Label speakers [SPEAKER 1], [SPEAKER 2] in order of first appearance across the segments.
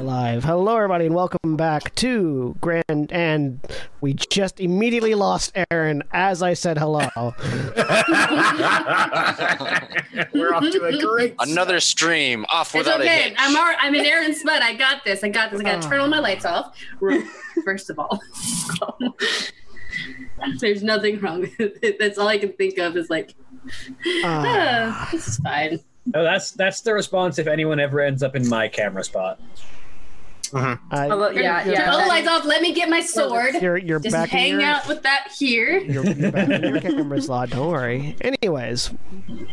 [SPEAKER 1] Live. Hello, everybody, and welcome back to Grand. And we just immediately lost Aaron as I said hello. Uh,
[SPEAKER 2] We're off to a great
[SPEAKER 3] Another stream off
[SPEAKER 2] It's
[SPEAKER 3] without a
[SPEAKER 2] okay.
[SPEAKER 3] hitch.
[SPEAKER 2] I'm all, I'm in Aaron's butt. I got this. I got this. I got to turn all my lights off. First of all, So, there's nothing wrong with it. That's all I can think of is like,
[SPEAKER 1] Ah.
[SPEAKER 2] ah, this is fine.
[SPEAKER 4] No, that's that's the response if anyone ever ends up in my camera spot.
[SPEAKER 1] I-
[SPEAKER 5] Although, yeah, Oh
[SPEAKER 1] Turn
[SPEAKER 5] yeah.
[SPEAKER 2] Turn all the
[SPEAKER 5] that-
[SPEAKER 2] lights off. Let me get my sword.
[SPEAKER 1] you're you're
[SPEAKER 2] Just
[SPEAKER 1] back in
[SPEAKER 2] hang
[SPEAKER 1] your-
[SPEAKER 2] out with that here.
[SPEAKER 1] You're, you're back in your camera slot. Don't worry. Anyways,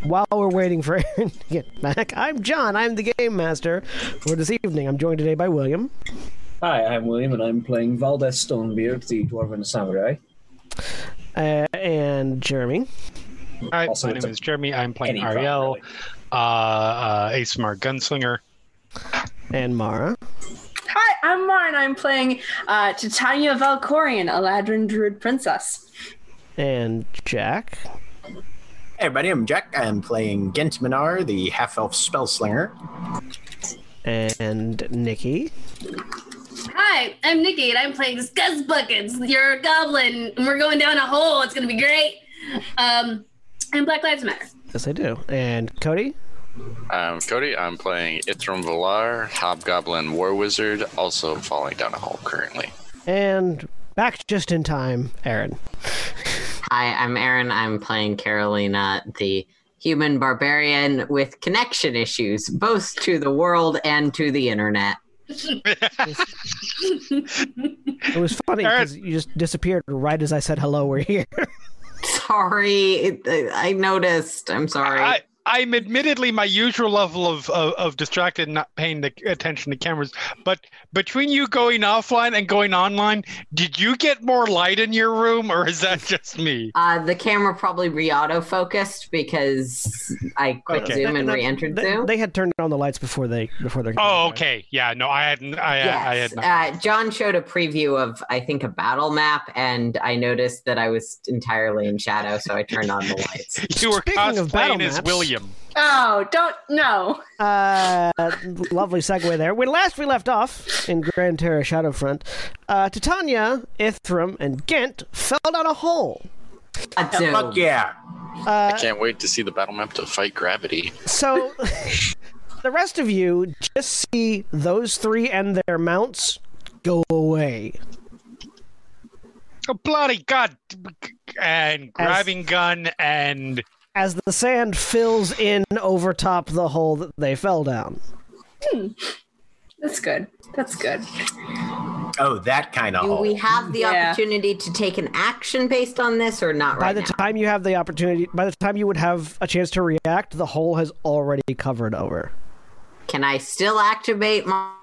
[SPEAKER 1] while we're waiting for Aaron to get back, I'm John. I'm the game master for this evening. I'm joined today by William.
[SPEAKER 4] Hi, I'm William, and I'm playing Valdez Stonebeard, the Dwarven Samurai.
[SPEAKER 1] Uh, and Jeremy.
[SPEAKER 6] Hi,
[SPEAKER 4] Also,
[SPEAKER 6] my
[SPEAKER 4] it's
[SPEAKER 6] name
[SPEAKER 4] a-
[SPEAKER 6] is Jeremy. I'm
[SPEAKER 4] Any
[SPEAKER 6] playing
[SPEAKER 4] drop,
[SPEAKER 6] Ariel,
[SPEAKER 4] really.
[SPEAKER 6] uh, uh, a smart gunslinger.
[SPEAKER 1] And Mara.
[SPEAKER 5] Hi, I'm Mar, and I'm playing uh, Titania Valkorian, Aladrin Druid Princess.
[SPEAKER 1] And Jack.
[SPEAKER 7] Hey everybody, I'm Jack. I'm playing Gent Minar, the half elf spellslinger.
[SPEAKER 1] And Nikki.
[SPEAKER 2] Hi, I'm Nikki, and I'm playing Scuzz Buckets. You're a goblin, and we're going down a hole. It's gonna be great. Um, and Black Lives Matter.
[SPEAKER 1] Yes, I do. And Cody.
[SPEAKER 3] I'm Um, Cody. I'm playing Ithram Valar, Hobgoblin War Wizard, also falling down a hole currently.
[SPEAKER 1] And back just in time, Aaron.
[SPEAKER 8] Hi, I'm Aaron. I'm playing Carolina, the human barbarian with connection issues, both to the world and to the internet.
[SPEAKER 1] It was funny because you just disappeared right as I said hello. We're here.
[SPEAKER 8] Sorry, it, I noticed. I'm sorry.
[SPEAKER 6] I, I'm admittedly my usual level of, of, of distracted, not paying the attention to cameras. But between you going offline and going online, did you get more light in your room, or is that just me?
[SPEAKER 8] uh, the camera probably re-auto focused because I quit
[SPEAKER 6] Okay.
[SPEAKER 8] Zoom and re-entered
[SPEAKER 1] they,
[SPEAKER 8] Zoom.
[SPEAKER 1] they had turned on the lights before they before they.
[SPEAKER 6] Oh, okay. Yeah, no, I hadn't. I, I
[SPEAKER 8] Yes.
[SPEAKER 6] had not.
[SPEAKER 8] Uh, John showed a preview of, I think, a battle map, and I noticed that I was entirely in shadow, so I turned on the lights.
[SPEAKER 6] you were
[SPEAKER 1] speaking of battle
[SPEAKER 6] cosplaying as
[SPEAKER 1] maps-
[SPEAKER 6] William.
[SPEAKER 5] Oh, don't no.
[SPEAKER 1] Uh, lovely segue there. When last we left off in Grand Terra Shadowfront, uh, Titania, Ithram, and Ghent fell down a hole. Uh,
[SPEAKER 8] On Zoom.
[SPEAKER 7] Fuck yeah!
[SPEAKER 3] I can't wait to see the battle map to fight gravity.
[SPEAKER 1] So the rest of you just see those three and their mounts go away.
[SPEAKER 6] Oh, bloody god! And grabbing gun and
[SPEAKER 1] as the sand fills in over top the hole that they fell down.
[SPEAKER 5] Hmm. That's good. That's good.
[SPEAKER 7] Oh, that kind of
[SPEAKER 8] Do we
[SPEAKER 7] hole.
[SPEAKER 8] have the
[SPEAKER 5] Yeah.
[SPEAKER 8] opportunity to take an action based on this or not
[SPEAKER 1] By
[SPEAKER 8] right
[SPEAKER 1] the
[SPEAKER 8] now?
[SPEAKER 1] time you have the opportunity, by the time you would have a chance to react, the hole has already covered over.
[SPEAKER 8] Can I still activate my,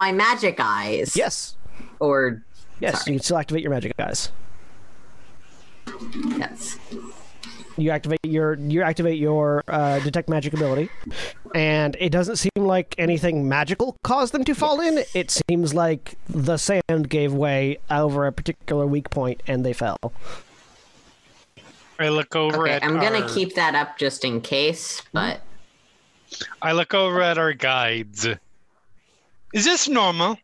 [SPEAKER 8] my magic eyes?
[SPEAKER 1] Yes.
[SPEAKER 8] Or
[SPEAKER 1] Yes, you can still activate your magic guys.
[SPEAKER 8] yes.
[SPEAKER 1] You activate your you activate your uh, detect magic ability, and it doesn't seem like anything magical caused them to fall in. It seems like the sand gave way over a particular weak point, and they fell.
[SPEAKER 6] I look over
[SPEAKER 8] Okay,
[SPEAKER 6] at.
[SPEAKER 8] I'm gonna
[SPEAKER 6] our-
[SPEAKER 8] keep that up just in case, but
[SPEAKER 6] I look over at our guides. Is this normal?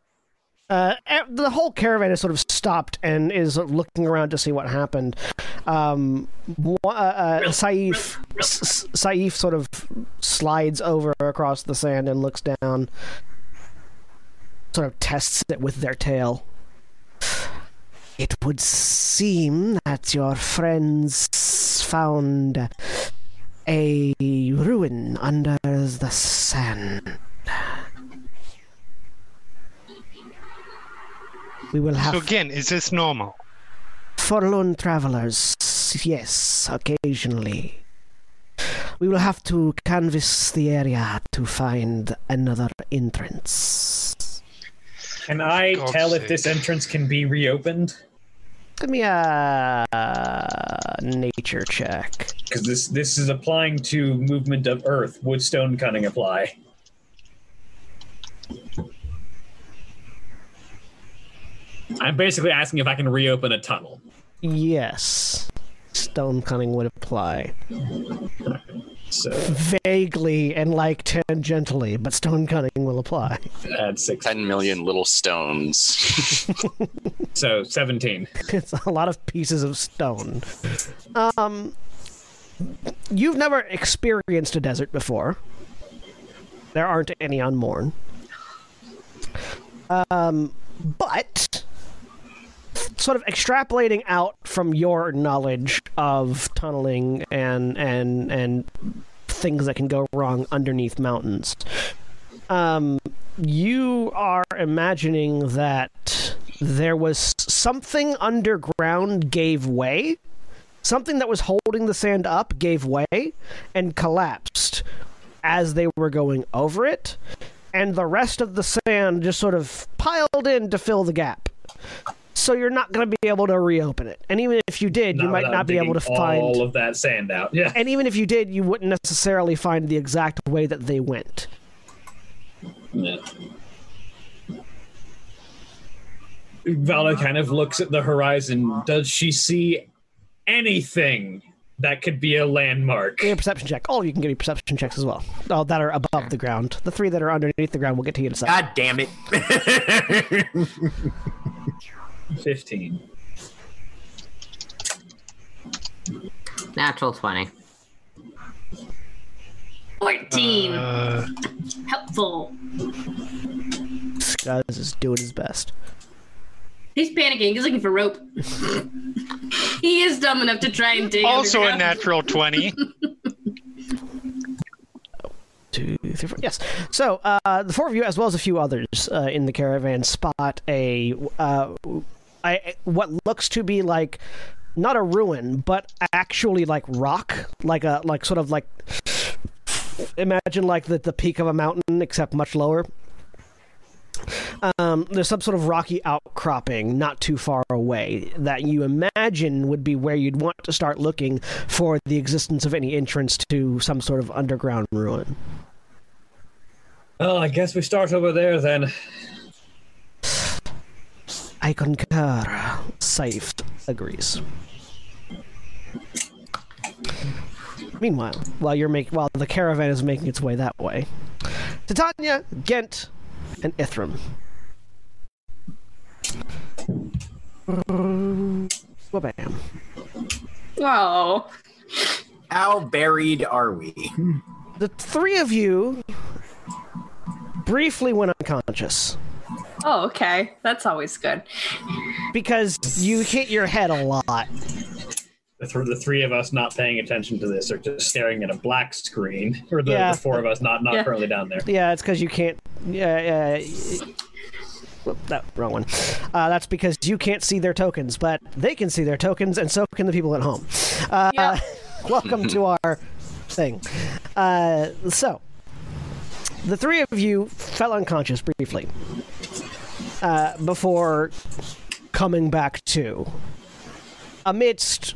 [SPEAKER 1] Uh, e- the whole caravan has sort of stopped and is looking around to see what happened. Um, wa- uh, uh, Saif, S- S- Saif sort of slides over across the sand and looks down, sort of tests it with their tail. It would seem that your friends found a ruin under the sand. We will have
[SPEAKER 6] So again, is this normal?
[SPEAKER 1] forlorn travelers, yes, occasionally. We will have to canvass the area to find another entrance.
[SPEAKER 9] Can I
[SPEAKER 6] God's
[SPEAKER 9] tell if
[SPEAKER 6] sake.
[SPEAKER 9] this entrance can be reopened?
[SPEAKER 1] Give me a uh, nature check.
[SPEAKER 9] Because this this is applying to movement of earth. Would stone cutting apply? I'm basically asking if I can reopen a tunnel.
[SPEAKER 1] Yes. Stone cunning would apply.
[SPEAKER 9] So
[SPEAKER 1] Vaguely and like tangentially, but stone cunning will apply.
[SPEAKER 9] add six.
[SPEAKER 3] 10 million little stones.
[SPEAKER 9] So seventeen.
[SPEAKER 1] it's a lot of pieces of stone. Um, you've never experienced a desert before. There aren't any on Morn. Um, but sort of extrapolating out from your knowledge of tunneling and and and things that can go wrong underneath mountains. Um, you are imagining that there was something underground gave way something that was holding the sand up gave way and collapsed as they were going over it and the rest of the sand just sort of piled in to fill the gap so you're not going to be able to reopen it and even if you did you might
[SPEAKER 9] without
[SPEAKER 1] not be able to
[SPEAKER 9] digging
[SPEAKER 1] find
[SPEAKER 9] all of that sand out. Yeah.
[SPEAKER 1] and even if you did you wouldn't necessarily find the exact way that they went
[SPEAKER 9] Yeah. Vala kind of looks at the horizon. Does she see anything that could be a landmark?
[SPEAKER 1] Give me a perception check. Oh, you can give me perception checks as well. Oh, that are above the ground. The three that are underneath the ground, we'll get to you in a second.
[SPEAKER 7] God damn it.
[SPEAKER 9] 15.
[SPEAKER 8] Natural 20.
[SPEAKER 2] 14.
[SPEAKER 6] Uh,
[SPEAKER 2] Helpful.
[SPEAKER 1] Scuzz is doing his best.
[SPEAKER 2] He's panicking. He's looking for rope. he is dumb enough to try and dig.
[SPEAKER 6] also a
[SPEAKER 2] underground.
[SPEAKER 6] natural 20.
[SPEAKER 1] Two, three, four. Yes. So uh, the four of you, as well as a few others uh, in the caravan, spot a, uh, a what looks to be like not a ruin, but actually like rock, like a like sort of like imagine like the, the peak of a mountain, except much lower. um, there's some sort of rocky outcropping not too far away that you imagine would be where you'd want to start looking for the existence of any entrance to some sort of underground ruin.
[SPEAKER 9] Well, I guess we start over there then.
[SPEAKER 1] I concur. Saif agrees. Meanwhile, while you're make while the caravan is making its way that way, Titania, Ghent, and Ithram. Wabam.
[SPEAKER 5] Oh,
[SPEAKER 7] How buried are we?
[SPEAKER 1] The three of you briefly went unconscious
[SPEAKER 5] oh, okay. That's always good.
[SPEAKER 1] because you hit your head a lot.
[SPEAKER 9] The, th- the three of us not paying attention to this are just staring at a black screen. Or the,
[SPEAKER 1] Yeah.
[SPEAKER 9] the four of us not, not
[SPEAKER 5] Yeah.
[SPEAKER 9] currently down there.
[SPEAKER 1] Yeah, it's because you can't. Yeah, yeah. Whoop, that wrong one. Uh, that's because you can't see their tokens, but they can see their tokens, and so can the people at home. Uh,
[SPEAKER 5] Yeah.
[SPEAKER 1] welcome to our thing. Uh, so, the three of you fell unconscious briefly uh, before coming back to amidst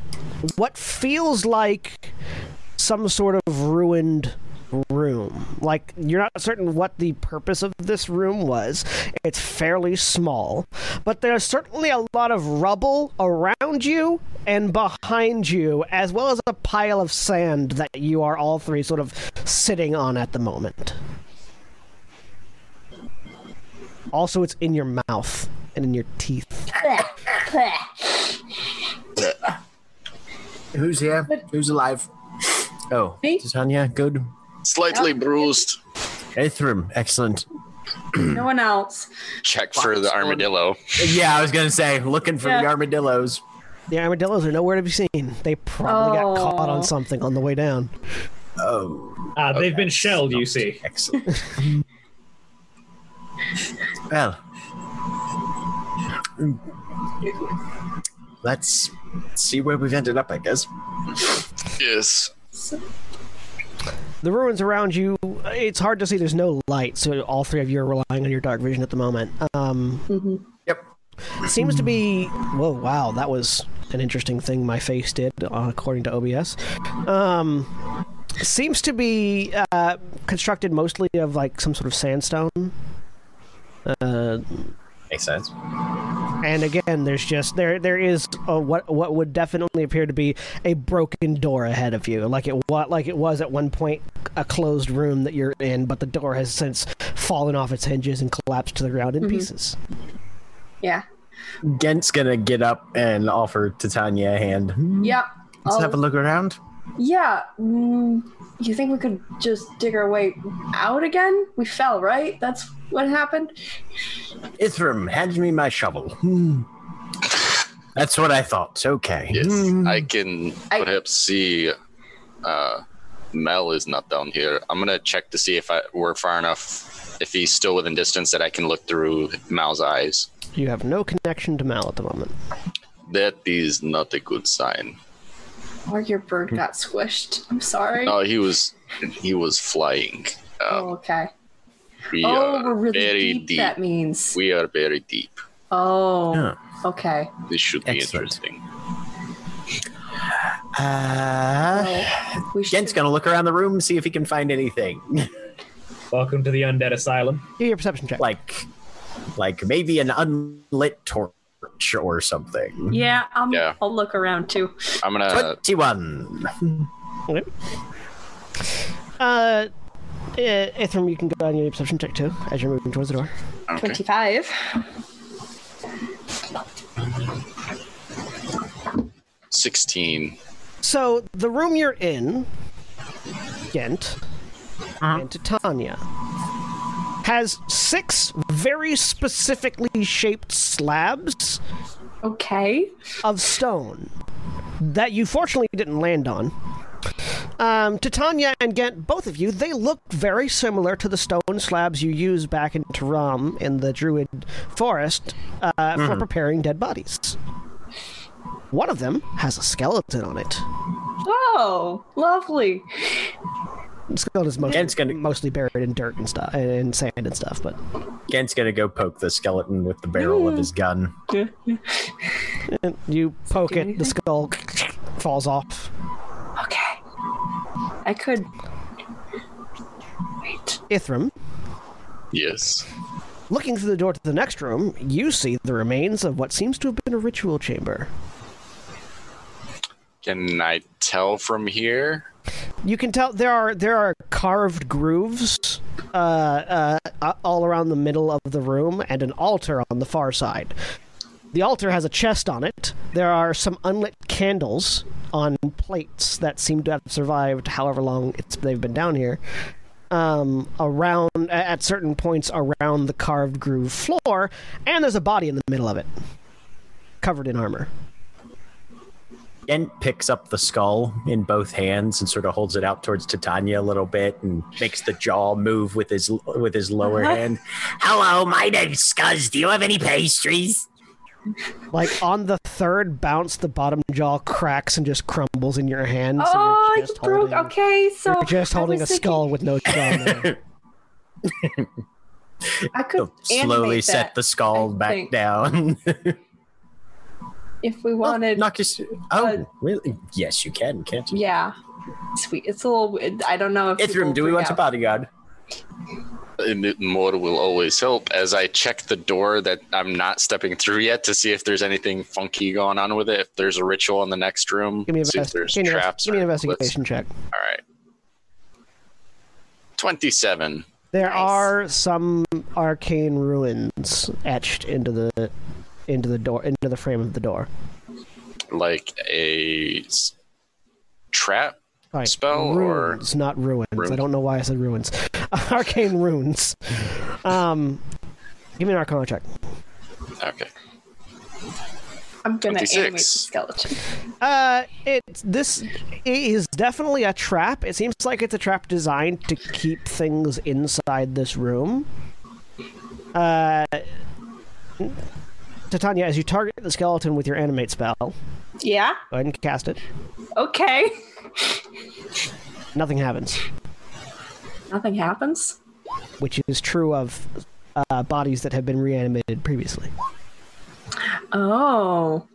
[SPEAKER 1] what feels like some sort of ruined room. Like you're not certain what the purpose of this room was. It's fairly small, but there's certainly a lot of rubble around you and behind you as well as a pile of sand that you are all three sort of sitting on at the moment. Also, it's in your mouth and in your teeth.
[SPEAKER 7] Who's here? Who's alive? Oh,
[SPEAKER 5] Me? Oh.
[SPEAKER 7] Titania, good.
[SPEAKER 3] Slightly bruised.
[SPEAKER 7] Ithrim, excellent.
[SPEAKER 5] no one else.
[SPEAKER 3] Check for the armadillo.
[SPEAKER 7] Yeah, I was gonna say, looking for the
[SPEAKER 5] Yeah.
[SPEAKER 7] armadillos.
[SPEAKER 1] The armadillos are nowhere to be seen. They probably got caught
[SPEAKER 5] Oh.
[SPEAKER 1] on something on the way down.
[SPEAKER 7] Oh,
[SPEAKER 9] Ah, they've been shelled, you see.
[SPEAKER 7] excellent. well, let's see where we've ended up. I guess.
[SPEAKER 3] Yes.
[SPEAKER 1] The ruins around you, it's hard to see. There's no light, so all three of you are relying on your dark vision at the moment. Um,
[SPEAKER 5] Mm-hmm.
[SPEAKER 7] Yep.
[SPEAKER 1] it seems to be. Whoa, wow, that was an interesting thing my face did, uh, according to OBS. Um, seems to be uh, constructed mostly of like some sort of sandstone. Uh,
[SPEAKER 7] Makes sense.
[SPEAKER 1] and again, there's just there there is a, what what would definitely appear to be a broken door ahead of you, like it what like it was at one point a closed room that you're in, but the door has since fallen off its hinges and collapsed to the ground in pieces.
[SPEAKER 5] Yeah.
[SPEAKER 7] Gent's gonna get up and offer Titania a hand. Mm. Let's
[SPEAKER 5] Yep. Oh,
[SPEAKER 7] have a look around.
[SPEAKER 5] yeah. Mm, you think we could just dig our way out again? We fell, right? That's what happened.
[SPEAKER 7] Ithram, hand me my shovel. Hmm. That's what I thought. Okay.
[SPEAKER 3] Yes.
[SPEAKER 7] Hmm.
[SPEAKER 3] I can
[SPEAKER 5] I-
[SPEAKER 3] perhaps see uh, Mel is not down here. I'm going to check to see if I, we're far enough, if he's still within distance that I can look through Mal's eyes.
[SPEAKER 1] You have no connection to Mal at the moment.
[SPEAKER 3] That is not a good sign.
[SPEAKER 5] Or your bird
[SPEAKER 7] Hmm.
[SPEAKER 5] got squished. I'm sorry.
[SPEAKER 3] No, he was he was flying. Uh,
[SPEAKER 5] oh, okay.
[SPEAKER 3] We
[SPEAKER 5] Oh,
[SPEAKER 3] are
[SPEAKER 5] we're really
[SPEAKER 3] very
[SPEAKER 5] deep,
[SPEAKER 3] deep.
[SPEAKER 5] That means.
[SPEAKER 3] We are very deep.
[SPEAKER 5] oh.
[SPEAKER 7] Yeah.
[SPEAKER 5] Okay.
[SPEAKER 3] This should
[SPEAKER 7] Excellent.
[SPEAKER 3] be interesting.
[SPEAKER 7] Uh,
[SPEAKER 5] Well, we should.
[SPEAKER 7] Gent's gonna look around the room, see if he can find anything.
[SPEAKER 9] Welcome to the undead asylum.
[SPEAKER 1] Give your perception check.
[SPEAKER 7] like, like maybe an unlit torch or something.
[SPEAKER 5] Yeah, um,
[SPEAKER 3] Yeah.
[SPEAKER 5] I'll look around too.
[SPEAKER 3] I'm gonna.
[SPEAKER 7] Twenty-one.
[SPEAKER 1] Okay. Uh, eh, Ithram, you can go down your perception check too as you're moving towards the door.
[SPEAKER 3] Okay.
[SPEAKER 5] 25.
[SPEAKER 3] Sixteen.
[SPEAKER 1] So the room you're in, Ghent and Titania, has six very specifically shaped slabs
[SPEAKER 5] Okay.
[SPEAKER 1] of stone that you fortunately didn't land on. Um, Titania and Ghent, both of you, they look very similar to the stone slabs you used back in Taram in the Druid forest uh, for preparing dead bodies. One of them has a skeleton on it.
[SPEAKER 5] Oh, lovely.
[SPEAKER 1] skeleton's mostly,
[SPEAKER 7] Dan's gonna-
[SPEAKER 1] mostly buried in dirt and stuff and sand and stuff but
[SPEAKER 7] Gent's gonna go poke the skeleton with the barrel
[SPEAKER 5] Hmm.
[SPEAKER 7] of his gun.
[SPEAKER 1] you poke it the
[SPEAKER 5] anything?
[SPEAKER 1] skull falls off
[SPEAKER 5] Okay. I could. Wait.
[SPEAKER 1] ithram
[SPEAKER 3] Yes.
[SPEAKER 1] looking through the door to the next room you see the remains of what seems to have been a ritual chamber
[SPEAKER 3] Can I tell from here?
[SPEAKER 1] you can tell there are there are carved grooves uh, uh, uh, all around the middle of the room and an altar on the far side. The altar has a chest on it. There are some unlit candles on plates that seem to have survived however long it's they've been down here. Um, around a- at certain points around the carved groove floor, and there's a body in the middle of it, covered in armor.
[SPEAKER 7] Gent picks up the skull in both hands and sort of holds it out towards Titania a little bit and makes the jaw move with his with his lower
[SPEAKER 5] Uh-huh.
[SPEAKER 7] hand. Hello, my name's Scuzz. Do you have any pastries?
[SPEAKER 1] Like on the third bounce, the bottom jaw cracks and just crumbles in your hand. so you're
[SPEAKER 5] oh,
[SPEAKER 1] just
[SPEAKER 5] it broke.
[SPEAKER 1] holding-
[SPEAKER 5] okay, so.
[SPEAKER 1] You're just
[SPEAKER 5] I
[SPEAKER 1] holding a
[SPEAKER 5] was thinking
[SPEAKER 1] skull with no jaw. on there.
[SPEAKER 5] I could
[SPEAKER 7] Slowly set the skull
[SPEAKER 5] I
[SPEAKER 7] back
[SPEAKER 5] think.
[SPEAKER 7] down.
[SPEAKER 5] If we wanted.
[SPEAKER 7] Knock your, s- oh, really? Yes, you can, can't you?
[SPEAKER 5] yeah. Sweet. It's a little. I don't know if. people
[SPEAKER 7] Ithrim, do we
[SPEAKER 5] freak
[SPEAKER 7] want a
[SPEAKER 5] out.
[SPEAKER 7] bodyguard?
[SPEAKER 3] And More will always help. As I check the door that I'm not stepping through yet to see if there's anything funky going on with it. If there's a ritual in the next room,
[SPEAKER 1] Give me,
[SPEAKER 3] see if
[SPEAKER 1] invest-
[SPEAKER 3] there's
[SPEAKER 1] give me-
[SPEAKER 3] traps.
[SPEAKER 1] give me an
[SPEAKER 3] or- let's-
[SPEAKER 1] investigation check.
[SPEAKER 3] All right. Twenty-seven.
[SPEAKER 1] There
[SPEAKER 2] Nice.
[SPEAKER 1] are some arcane ruins etched into the into the door into the frame of the door.
[SPEAKER 3] Like a s- trap?
[SPEAKER 1] Right.
[SPEAKER 3] Spell or-
[SPEAKER 1] runes, not ruins. I
[SPEAKER 3] Runes.
[SPEAKER 1] don't know why I said ruins. arcane runes. Um, give me an arcana check.
[SPEAKER 3] Okay.
[SPEAKER 5] I'm gonna animate the
[SPEAKER 3] 26.
[SPEAKER 5] skeleton.
[SPEAKER 1] Uh, it's this it is definitely a trap. It seems like it's a trap designed to keep things inside this room. Uh, Titania, as you target the skeleton with your animate spell, go
[SPEAKER 5] Yeah.
[SPEAKER 1] ahead and cast it.
[SPEAKER 5] Okay.
[SPEAKER 1] Nothing happens,
[SPEAKER 5] Nothing happens.
[SPEAKER 1] which is true of uh, bodies that have been reanimated previously.
[SPEAKER 5] Oh.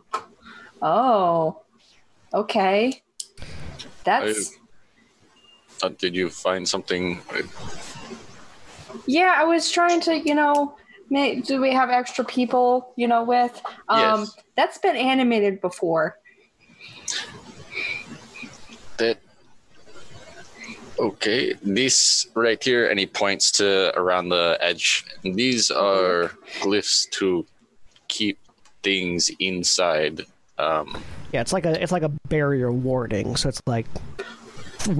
[SPEAKER 5] Oh. Okay. That's.
[SPEAKER 3] Uh, did you find something?
[SPEAKER 5] Yeah, I was trying to, you know, ma- do we have extra people, you know, with? Um,
[SPEAKER 3] Yes.
[SPEAKER 5] That's been animated before.
[SPEAKER 3] that okay these right here and he points to around the edge these are glyphs to keep things inside um
[SPEAKER 1] Yeah, it's like a it's like a barrier warding. So it's like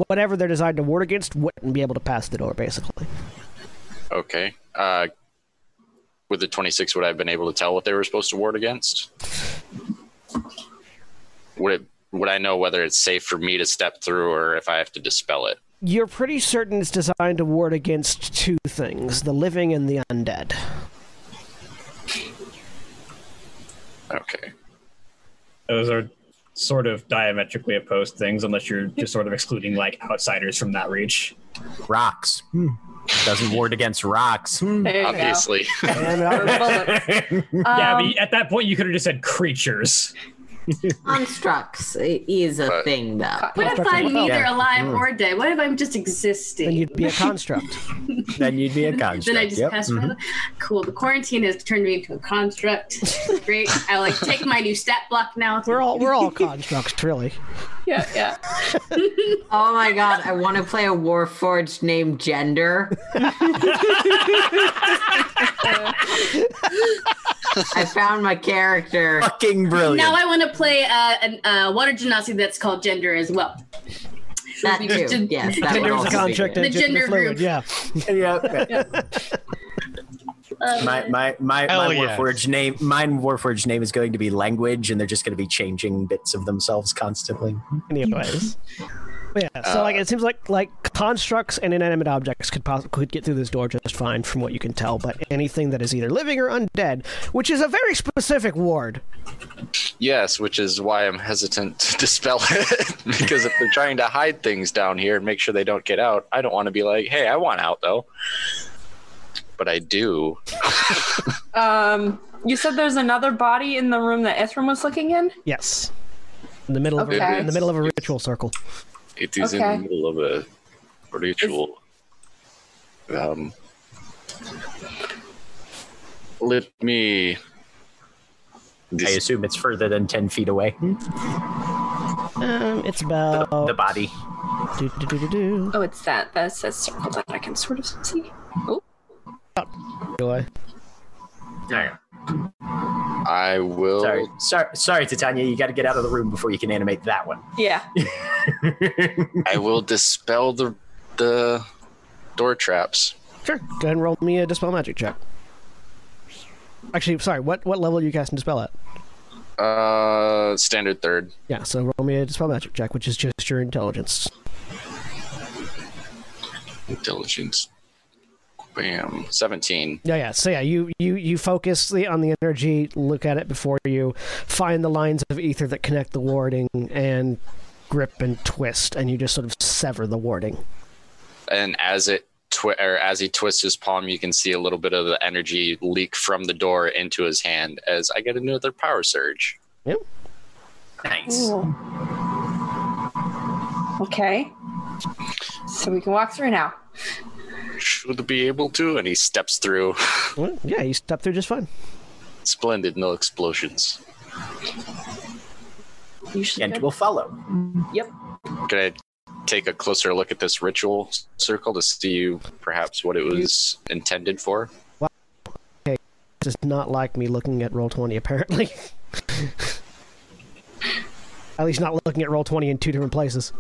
[SPEAKER 1] whatever they're designed to ward against wouldn't be able to pass the door, basically.
[SPEAKER 3] okay uh with the 26 would i have been able to tell what they were supposed to ward against would it would i know whether it's safe for me to step through or if i have to dispel it
[SPEAKER 1] You're pretty certain it's designed to ward against two things the living and the undead.
[SPEAKER 3] okay
[SPEAKER 9] Those are sort of diametrically opposed things, unless you're just sort of excluding like outsiders from that reach.
[SPEAKER 7] Rocks. Hmm. Doesn't ward against rocks. Hmm.
[SPEAKER 5] There you go.
[SPEAKER 3] obviously
[SPEAKER 1] And I-
[SPEAKER 9] yeah,
[SPEAKER 5] Um,
[SPEAKER 9] but at that point, you could have just said creatures.
[SPEAKER 8] Constructs is a
[SPEAKER 3] But-
[SPEAKER 8] thing, though.
[SPEAKER 2] What if I'm
[SPEAKER 1] Construction.
[SPEAKER 2] neither
[SPEAKER 7] Yeah.
[SPEAKER 2] alive or dead? What if I'm just existing?
[SPEAKER 1] Mm. then you'd be a construct.
[SPEAKER 7] Then you'd be a construct.
[SPEAKER 2] Then I just
[SPEAKER 7] yep.
[SPEAKER 2] passed
[SPEAKER 7] mhm.
[SPEAKER 2] by.
[SPEAKER 1] Mm-hmm.
[SPEAKER 2] Cool. The quarantine has turned me into a construct. Great. I like take my new stat block now.
[SPEAKER 1] We're all we're all constructs, really.
[SPEAKER 5] yeah, yeah.
[SPEAKER 8] Oh my god, I want to play a Warforged named Gender. I found my character.
[SPEAKER 7] Fucking brilliant.
[SPEAKER 2] Now I want to play uh, an, uh, water genasi that's called gender as well.
[SPEAKER 8] That too. Yes, that would
[SPEAKER 1] Gender is a
[SPEAKER 8] also be
[SPEAKER 1] construct.
[SPEAKER 8] good.
[SPEAKER 1] and
[SPEAKER 2] The
[SPEAKER 1] gender
[SPEAKER 2] gender
[SPEAKER 1] fluid.
[SPEAKER 2] group.
[SPEAKER 1] Yeah.
[SPEAKER 7] my my my,
[SPEAKER 6] Hell
[SPEAKER 7] my
[SPEAKER 6] yes.
[SPEAKER 7] Warforged name mine Warforged name is going to be language, and they're just going to be changing bits of themselves constantly.
[SPEAKER 1] Anyways. But yeah. So like it seems like like constructs and inanimate objects could poss- could get through this door just fine from what you can tell, but anything that is either living or undead, which is a very specific ward.
[SPEAKER 3] Yes, which is why I'm hesitant to dispel it. because if they're trying to hide things down here and make sure they don't get out, I don't want to be like, hey, I want out though. But I do.
[SPEAKER 5] Um, you said there's another body in the room that Ithram was looking in?
[SPEAKER 1] Yes. In the middle of a,
[SPEAKER 5] Okay.
[SPEAKER 1] in the middle of a ritual circle.
[SPEAKER 3] It is
[SPEAKER 5] Okay.
[SPEAKER 3] in the middle of a ritual. Um, let me.
[SPEAKER 7] I
[SPEAKER 3] Dis-
[SPEAKER 7] assume it's further than ten feet away.
[SPEAKER 1] Um, it's about
[SPEAKER 7] The body.
[SPEAKER 1] do, do, do, do, do.
[SPEAKER 5] Oh, it's that. That's that circle that I can sort of see. Oh,
[SPEAKER 1] Do I?
[SPEAKER 3] I will.
[SPEAKER 7] Sorry, sorry, sorry, Titania. You got to get out of the room before you can animate that one.
[SPEAKER 5] yeah.
[SPEAKER 3] I will dispel the the door traps.
[SPEAKER 1] Sure. Go ahead and roll me a dispel magic check. Actually, sorry. What what level are you casting dispel at?
[SPEAKER 3] Uh, standard third.
[SPEAKER 1] Yeah. So roll me a dispel magic check, which is just your intelligence.
[SPEAKER 3] intelligence. Bam, seventeen.
[SPEAKER 1] Yeah. Yeah. So yeah, you you you focus the, on the energy, look at it before you, find the lines of ether that connect the warding, and grip and twist, and you just sort of sever the warding.
[SPEAKER 3] And as it twi- or as he twists his palm, you can see a little bit of the energy leak from the door into his hand. As I get another power surge.
[SPEAKER 1] Yep.
[SPEAKER 7] Nice.
[SPEAKER 5] Ooh. Okay. So we can walk through now.
[SPEAKER 3] Should be able to. And he steps through.
[SPEAKER 1] Well, yeah. You step through just fine.
[SPEAKER 3] Splendid, no explosions.
[SPEAKER 5] You should.
[SPEAKER 7] And will follow.
[SPEAKER 5] Yep.
[SPEAKER 3] Can I take a closer look at this ritual circle to see perhaps what it was intended for.
[SPEAKER 1] Does not like me looking at roll twenty. Apparently, at least not looking at roll twenty in two different places.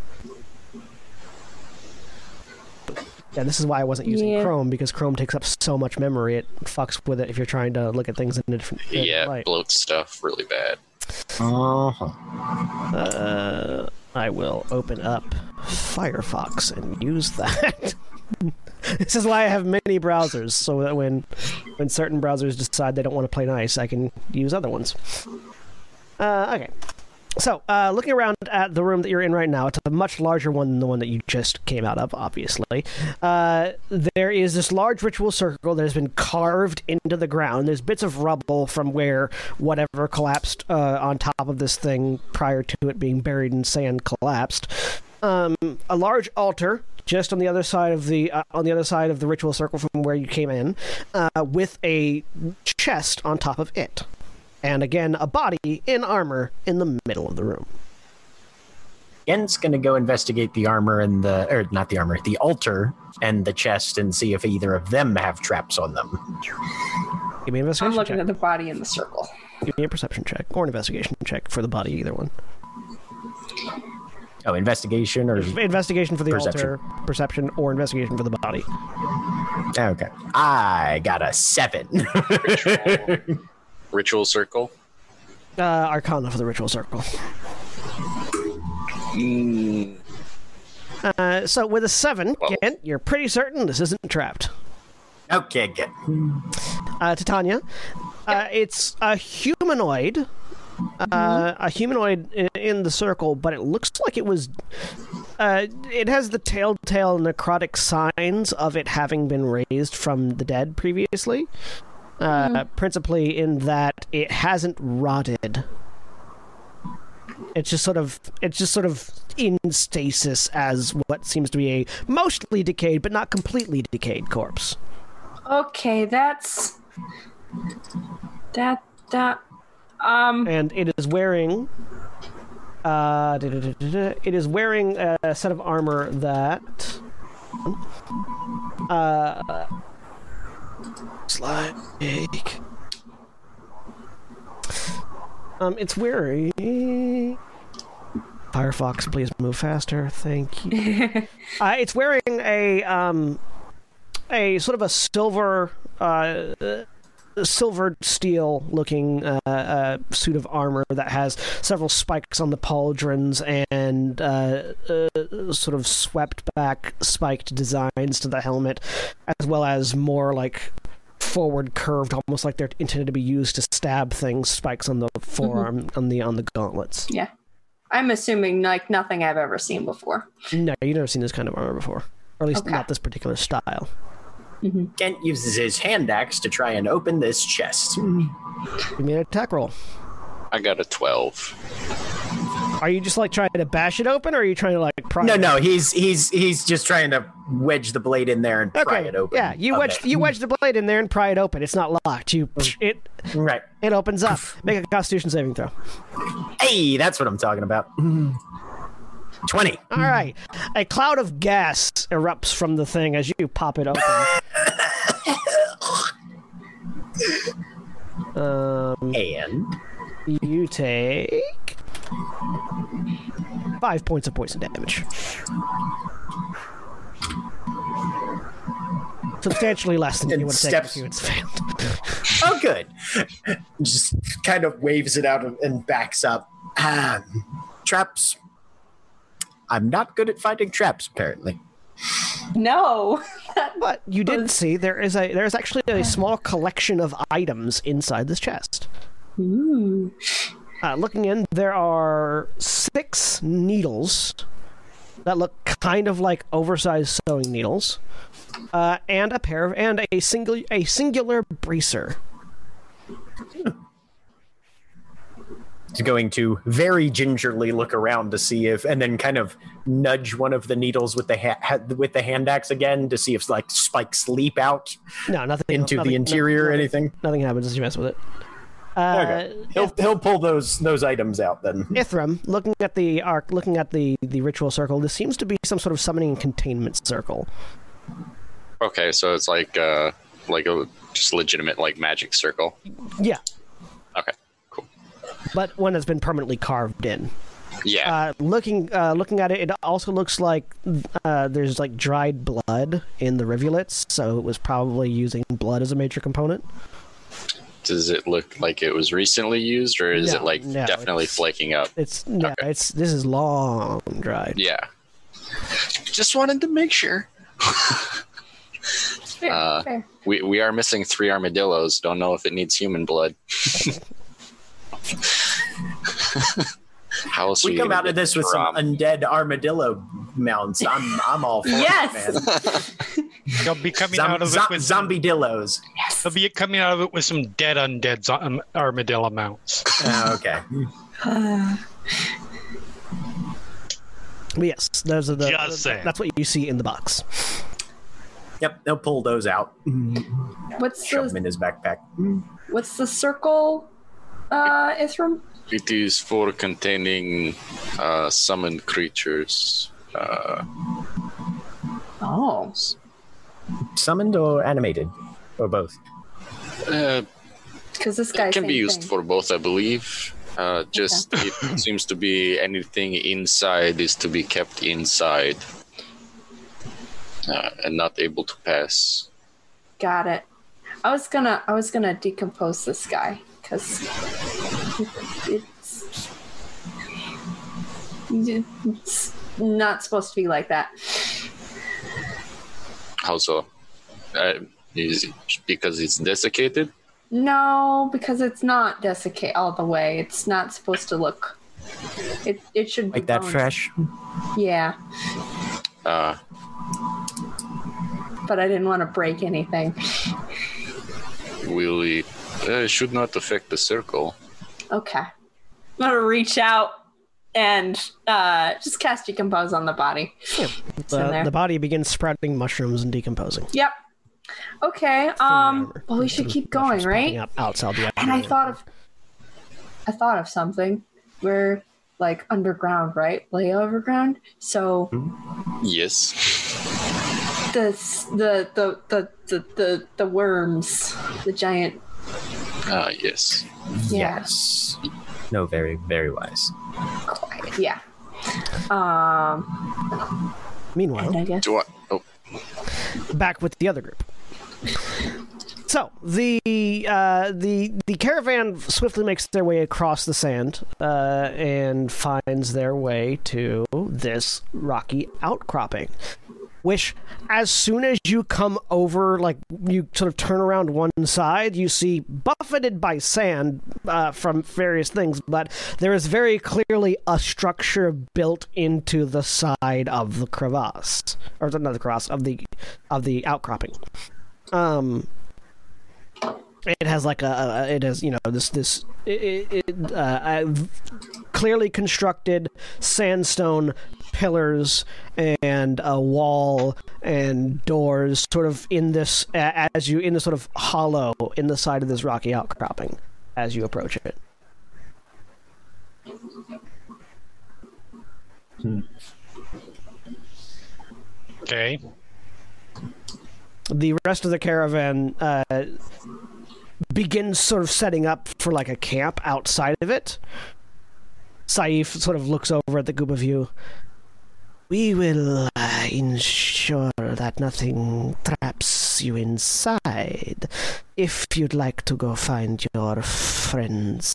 [SPEAKER 1] Yeah, this is why I wasn't using
[SPEAKER 5] Yeah.
[SPEAKER 1] Chrome because Chrome takes up so much memory. It fucks with it if you're trying to look at things in a different, different
[SPEAKER 3] Yeah,
[SPEAKER 1] light.
[SPEAKER 3] bloats stuff really bad.
[SPEAKER 7] Uh-huh.
[SPEAKER 1] Uh, I will open up Firefox and use that. this is why I have many browsers, so that when when certain browsers decide they don't want to play nice, I can use other ones. Uh, okay. So, uh, looking around at the room that you're in right now, it's a much larger one than the one that you just came out of, obviously. Uh, there is this large ritual circle that has been carved into the ground. There's bits of rubble from where whatever collapsed uh, on top of this thing prior to it being buried in sand collapsed. Um, a large altar just on the other side of the uh, on the other side of the ritual circle from where you came in, uh, with a chest on top of it and again a body in armor in the middle of the room.
[SPEAKER 7] Yen's gonna go investigate the armor and the or not the armor, the altar and the chest and see if either of them have traps on them.
[SPEAKER 1] Give me an
[SPEAKER 5] I'm
[SPEAKER 1] investigation
[SPEAKER 5] looking
[SPEAKER 1] check.
[SPEAKER 5] at the body in the circle.
[SPEAKER 1] Give me a perception check or an investigation check for the body, either one.
[SPEAKER 7] Oh, investigation or
[SPEAKER 1] Investigation for the
[SPEAKER 7] Perception.
[SPEAKER 1] altar, perception, or investigation for the body.
[SPEAKER 7] Oh, okay. I got a seven.
[SPEAKER 3] Ritual circle.
[SPEAKER 1] Uh, Arcana for the ritual circle. Uh, so with a seven,
[SPEAKER 3] Well.
[SPEAKER 1] Kent, you're pretty certain this isn't trapped.
[SPEAKER 7] okay, good.
[SPEAKER 1] uh, Titania. Uh, it's a humanoid, uh, a humanoid in, in the circle, but it looks like it was. Uh, it has the telltale necrotic signs of it having been raised from the dead previously. Uh, Principally in that it hasn't rotted. It's just sort of it's just sort of in stasis as what seems to be a mostly decayed but not completely decayed corpse.
[SPEAKER 5] Okay, that's that that um
[SPEAKER 1] and it is wearing uh da-da-da-da-da. it is wearing a set of armor that uh slide um it's wearing firefox please move faster thank you uh, it's wearing a um a sort of a silver uh silvered steel looking uh, uh, suit of armor that has several spikes on the pauldrons and uh, uh, sort of swept back spiked designs to the helmet, as well as more like forward curved, almost like they're intended to be used to stab things. Spikes on the forearm on the on the gauntlets.
[SPEAKER 5] yeah. I'm assuming like nothing I've ever seen before.
[SPEAKER 1] No, you've never seen this kind of armor before, or at least
[SPEAKER 5] Okay.
[SPEAKER 1] not this particular style.
[SPEAKER 7] Kent uses his hand axe to try and open this chest.
[SPEAKER 1] Give me an attack roll.
[SPEAKER 3] I got a 12.
[SPEAKER 1] Are you just like trying to bash it open, or are you trying to like pry?
[SPEAKER 7] No,
[SPEAKER 1] it
[SPEAKER 7] no, he's he's he's just trying to wedge the blade in there and pry it open.
[SPEAKER 1] Yeah, you
[SPEAKER 7] a
[SPEAKER 1] wedge
[SPEAKER 7] bit.
[SPEAKER 1] you wedge the blade in there and pry it open. It's not locked. You it
[SPEAKER 7] Mm. right.
[SPEAKER 1] it opens up. Make a Constitution saving throw.
[SPEAKER 7] Hey, that's what I'm talking about. Twenty.
[SPEAKER 1] All right, a cloud of gas erupts from the thing as you pop it open. um,
[SPEAKER 7] And
[SPEAKER 1] you take five points of poison damage. Substantially less than
[SPEAKER 7] And
[SPEAKER 1] you would take
[SPEAKER 7] steps-
[SPEAKER 1] if you had failed.
[SPEAKER 7] Oh, good. Just kind of waves it out and backs up. Ah, traps. I'm not good at finding traps, apparently.
[SPEAKER 5] No.
[SPEAKER 1] But you did see there is a there is actually a small collection of items inside this chest.
[SPEAKER 5] Ooh.
[SPEAKER 1] Uh, looking in, there are six needles that look kind of like oversized sewing needles, uh, and a pair of and a single a singular bracer.
[SPEAKER 7] He's going to very gingerly look around to see if, and then kind of nudge one of the needles with the ha- ha- with the hand axe again to see if like spikes leap out
[SPEAKER 1] No, nothing
[SPEAKER 7] into
[SPEAKER 1] nothing-
[SPEAKER 7] the interior or
[SPEAKER 1] nothing-
[SPEAKER 7] anything.
[SPEAKER 1] Nothing happens as you mess with it. Uh,
[SPEAKER 7] He'll he'll pull those those items out then.
[SPEAKER 1] Ithram, looking at the arc, looking at the, the ritual circle, this seems to be some sort of summoning and containment circle.
[SPEAKER 3] Okay, so it's like uh like a just legitimate like magic circle.
[SPEAKER 1] Yeah,
[SPEAKER 3] Okay, cool.
[SPEAKER 1] but one that's been permanently carved in.
[SPEAKER 3] Yeah.
[SPEAKER 1] Uh, looking uh, looking at it, it also looks like uh, there's like dried blood in the rivulets, so it was probably using blood as a major component.
[SPEAKER 3] Does it look like it was recently used, or is
[SPEAKER 1] No,
[SPEAKER 3] it like
[SPEAKER 1] no,
[SPEAKER 3] definitely
[SPEAKER 1] it's-
[SPEAKER 3] flaking up?
[SPEAKER 1] It's yeah, it's this is long dried.
[SPEAKER 3] Yeah. Just wanted to make sure.
[SPEAKER 5] Fair,
[SPEAKER 3] Uh,
[SPEAKER 5] fair.
[SPEAKER 3] We we are missing three armadillos. Don't know if it needs human blood. How else are
[SPEAKER 7] We
[SPEAKER 3] you
[SPEAKER 7] come
[SPEAKER 3] gonna
[SPEAKER 7] out of
[SPEAKER 3] get
[SPEAKER 7] this with
[SPEAKER 3] Rom?
[SPEAKER 7] some undead armadillo mounts. I'm I'm all for
[SPEAKER 5] Yes!
[SPEAKER 7] it, man.
[SPEAKER 6] They'll be coming
[SPEAKER 7] Zom-
[SPEAKER 6] out of
[SPEAKER 7] zo-
[SPEAKER 6] it with some,
[SPEAKER 7] zombie dillos.
[SPEAKER 6] they'll be coming out of it with some dead undead zo- um, armadillo mounts.
[SPEAKER 7] Oh, okay.
[SPEAKER 1] But yes, those are the.
[SPEAKER 6] Just saying.
[SPEAKER 1] That's what you see in the box.
[SPEAKER 7] Yep, they'll pull those out.
[SPEAKER 5] What's
[SPEAKER 7] Shove them
[SPEAKER 5] the
[SPEAKER 7] in his backpack.
[SPEAKER 5] what's the circle? Uh, Ithram.
[SPEAKER 3] It is for containing uh, summoned creatures. Uh,
[SPEAKER 5] Oh,
[SPEAKER 7] Summoned or animated? Or both.
[SPEAKER 3] uh,
[SPEAKER 5] because this guy
[SPEAKER 3] it can be used
[SPEAKER 5] thing.
[SPEAKER 3] for both, I believe. Uh, just it seems to be anything inside is to be kept inside uh, and not able to pass.
[SPEAKER 5] Got it. I was gonna I was gonna decompose this guy because it's, it's not supposed to be like that.
[SPEAKER 3] How so? Uh, is it because it's desiccated?
[SPEAKER 5] No, because it's not desiccate all the way. It's not supposed to look. It it should be
[SPEAKER 7] Like that
[SPEAKER 5] bone-
[SPEAKER 7] fresh?
[SPEAKER 5] Yeah,
[SPEAKER 3] Uh,
[SPEAKER 5] but I didn't want to break anything.
[SPEAKER 3] will it, uh, it should not affect the circle.
[SPEAKER 5] Okay. I'm gonna reach out and uh, just cast decompose on the body. It's in
[SPEAKER 1] The,
[SPEAKER 5] there.
[SPEAKER 1] the body begins sprouting mushrooms and decomposing.
[SPEAKER 5] Yep. Okay. Um.
[SPEAKER 1] Whatever.
[SPEAKER 5] Well, we should
[SPEAKER 1] Mushrooms
[SPEAKER 5] keep going,
[SPEAKER 1] sprouting
[SPEAKER 5] right?
[SPEAKER 1] Up outside the
[SPEAKER 5] And I thought of, I thought of something. We're like underground, right? Way overground. So
[SPEAKER 3] Yes.
[SPEAKER 5] the s- the the the the the, the worms, the giant.
[SPEAKER 3] Uh, yes.
[SPEAKER 5] Yeah.
[SPEAKER 7] Yes. No, very, very wise.
[SPEAKER 5] Yeah. Um. And
[SPEAKER 1] Meanwhile,
[SPEAKER 5] I guess.
[SPEAKER 3] Do I? Oh,
[SPEAKER 1] back with the other group. So the uh, the the caravan swiftly makes their way across the sand uh, and finds their way to this rocky outcropping. Which, as soon as you come over, like you sort of turn around one side, you see buffeted by sand uh, from various things, but there is very clearly a structure built into the side of the crevasse, or not the crevasse of the of the outcropping. Um, it has like a, a- it has you know this this it, it, it, uh, I've clearly constructed sandstone pillars and a wall and doors sort of in this a- as you in this sort of hollow in the side of this rocky outcropping as you approach it
[SPEAKER 6] Okay.
[SPEAKER 1] the rest of the caravan uh, begins sort of setting up for like a camp outside of it. Saif sort of looks over at the group of you. We will uh, ensure that nothing traps you inside. If you'd like to go find your friends,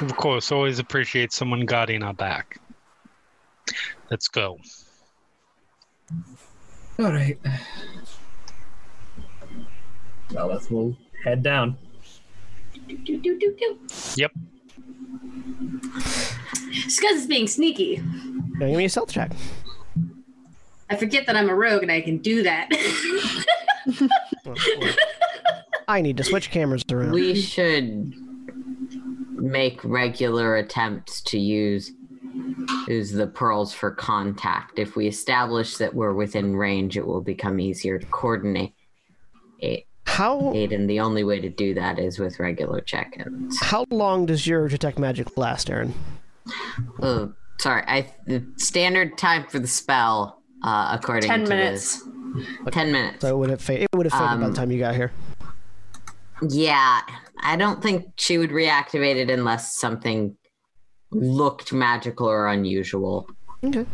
[SPEAKER 6] Of course, always appreciate someone guarding our back. Let's go.
[SPEAKER 4] All right.
[SPEAKER 9] Lilith will head down.
[SPEAKER 2] Do, do, do, do.
[SPEAKER 6] Yep.
[SPEAKER 2] Scuzz is being sneaky.
[SPEAKER 1] Now give me a stealth check.
[SPEAKER 2] I forget that I'm a rogue and I can do that.
[SPEAKER 1] I need to switch cameras around.
[SPEAKER 8] We should make regular attempts to use use the pearls for contact. If we establish that we're within range, it will become easier to coordinate. It
[SPEAKER 1] How
[SPEAKER 8] Aiden, the only way to do that is with regular check-ins.
[SPEAKER 1] how long does your detect magic last, Aaron?
[SPEAKER 8] Oh, sorry. I the standard time for the spell, uh, according
[SPEAKER 5] Ten
[SPEAKER 8] to
[SPEAKER 5] minutes.
[SPEAKER 8] this- ten minutes.
[SPEAKER 1] So it would have faded. It would have faded by the time you got here.
[SPEAKER 8] Yeah, I don't think she would reactivate it unless something looked magical or unusual.
[SPEAKER 1] Okay.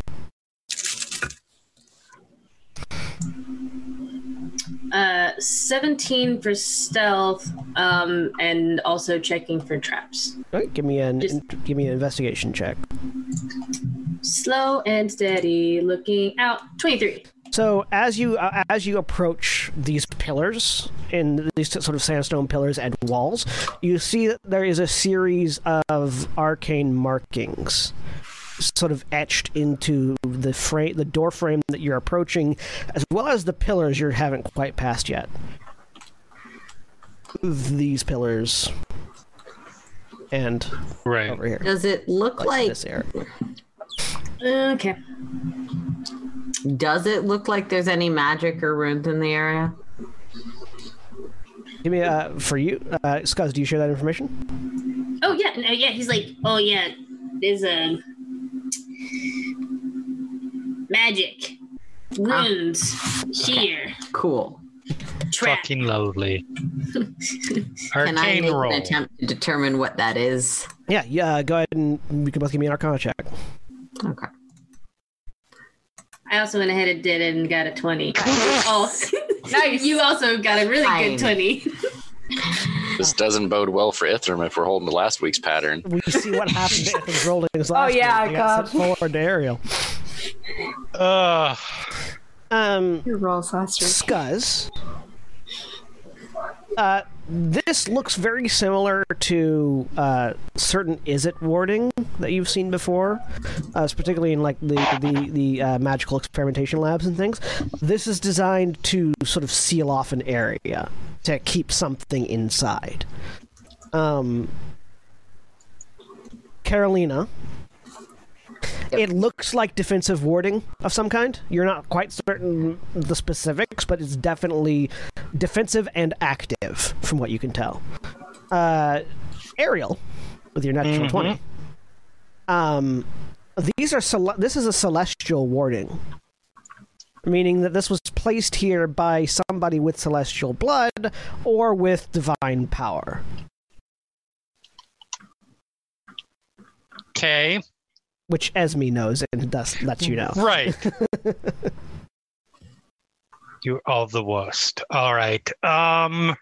[SPEAKER 2] Uh, 17 for stealth, um, and also checking for traps.
[SPEAKER 1] All right, give me an
[SPEAKER 2] Just-
[SPEAKER 1] give me an investigation check.
[SPEAKER 2] Slow and steady, looking out. 23.
[SPEAKER 1] So as you uh, as you approach these pillars and these sort of sandstone pillars and walls, you see that there is a series of arcane markings sort of etched into the frame the door frame that you're approaching as well as the pillars you haven't quite passed yet. These pillars and
[SPEAKER 6] Right.
[SPEAKER 1] over here.
[SPEAKER 8] Does it look
[SPEAKER 1] Like
[SPEAKER 8] like?
[SPEAKER 1] this area.
[SPEAKER 2] Okay.
[SPEAKER 8] Does it look like there's any magic or runes in the area?
[SPEAKER 1] Give me uh for you uh Scuzz, do you share that information?
[SPEAKER 2] Oh, yeah. No, yeah, he's like, oh, yeah, there's a. Magic.
[SPEAKER 1] Ah.
[SPEAKER 2] Runes. Here.
[SPEAKER 8] Cool.
[SPEAKER 2] Trap.
[SPEAKER 6] Fucking lovely.
[SPEAKER 8] Can I
[SPEAKER 6] Arcane
[SPEAKER 8] make
[SPEAKER 6] roll.
[SPEAKER 8] an attempt to determine what that is?
[SPEAKER 1] Yeah, yeah. uh, Go ahead and you can both give me an Arcana check.
[SPEAKER 8] Okay.
[SPEAKER 2] I also went ahead and did it and got a 20. oh, nice. You also got a really
[SPEAKER 8] Fine.
[SPEAKER 2] good 20.
[SPEAKER 3] This doesn't bode well for Ithrim if we're holding to last week's pattern.
[SPEAKER 1] We see what happened to Ethan's rolling his last
[SPEAKER 5] Oh, yeah,
[SPEAKER 1] week. He got
[SPEAKER 5] God.
[SPEAKER 1] sent forward to Ariel.
[SPEAKER 6] Uh,
[SPEAKER 1] Um,
[SPEAKER 5] Your rolls last week.
[SPEAKER 1] Scuzz. Uh, this looks very similar to uh, certain is it warding that you've seen before, uh, it's particularly in like the the, the uh, magical experimentation labs and things. This is designed to sort of seal off an area to keep something inside. Um, Carolina, it looks like defensive warding of some kind. You're not quite certain the specifics, but it's definitely defensive and active, from what you can tell. Uh, Ariel, with your natural
[SPEAKER 10] Mm-hmm.
[SPEAKER 1] twenty. Um, these are cele- this is a celestial warding, meaning that this was placed here by somebody with celestial blood or with divine power.
[SPEAKER 6] okay.
[SPEAKER 1] which Esme knows and thus lets you know.
[SPEAKER 6] Right. You're all the worst. All right. Um.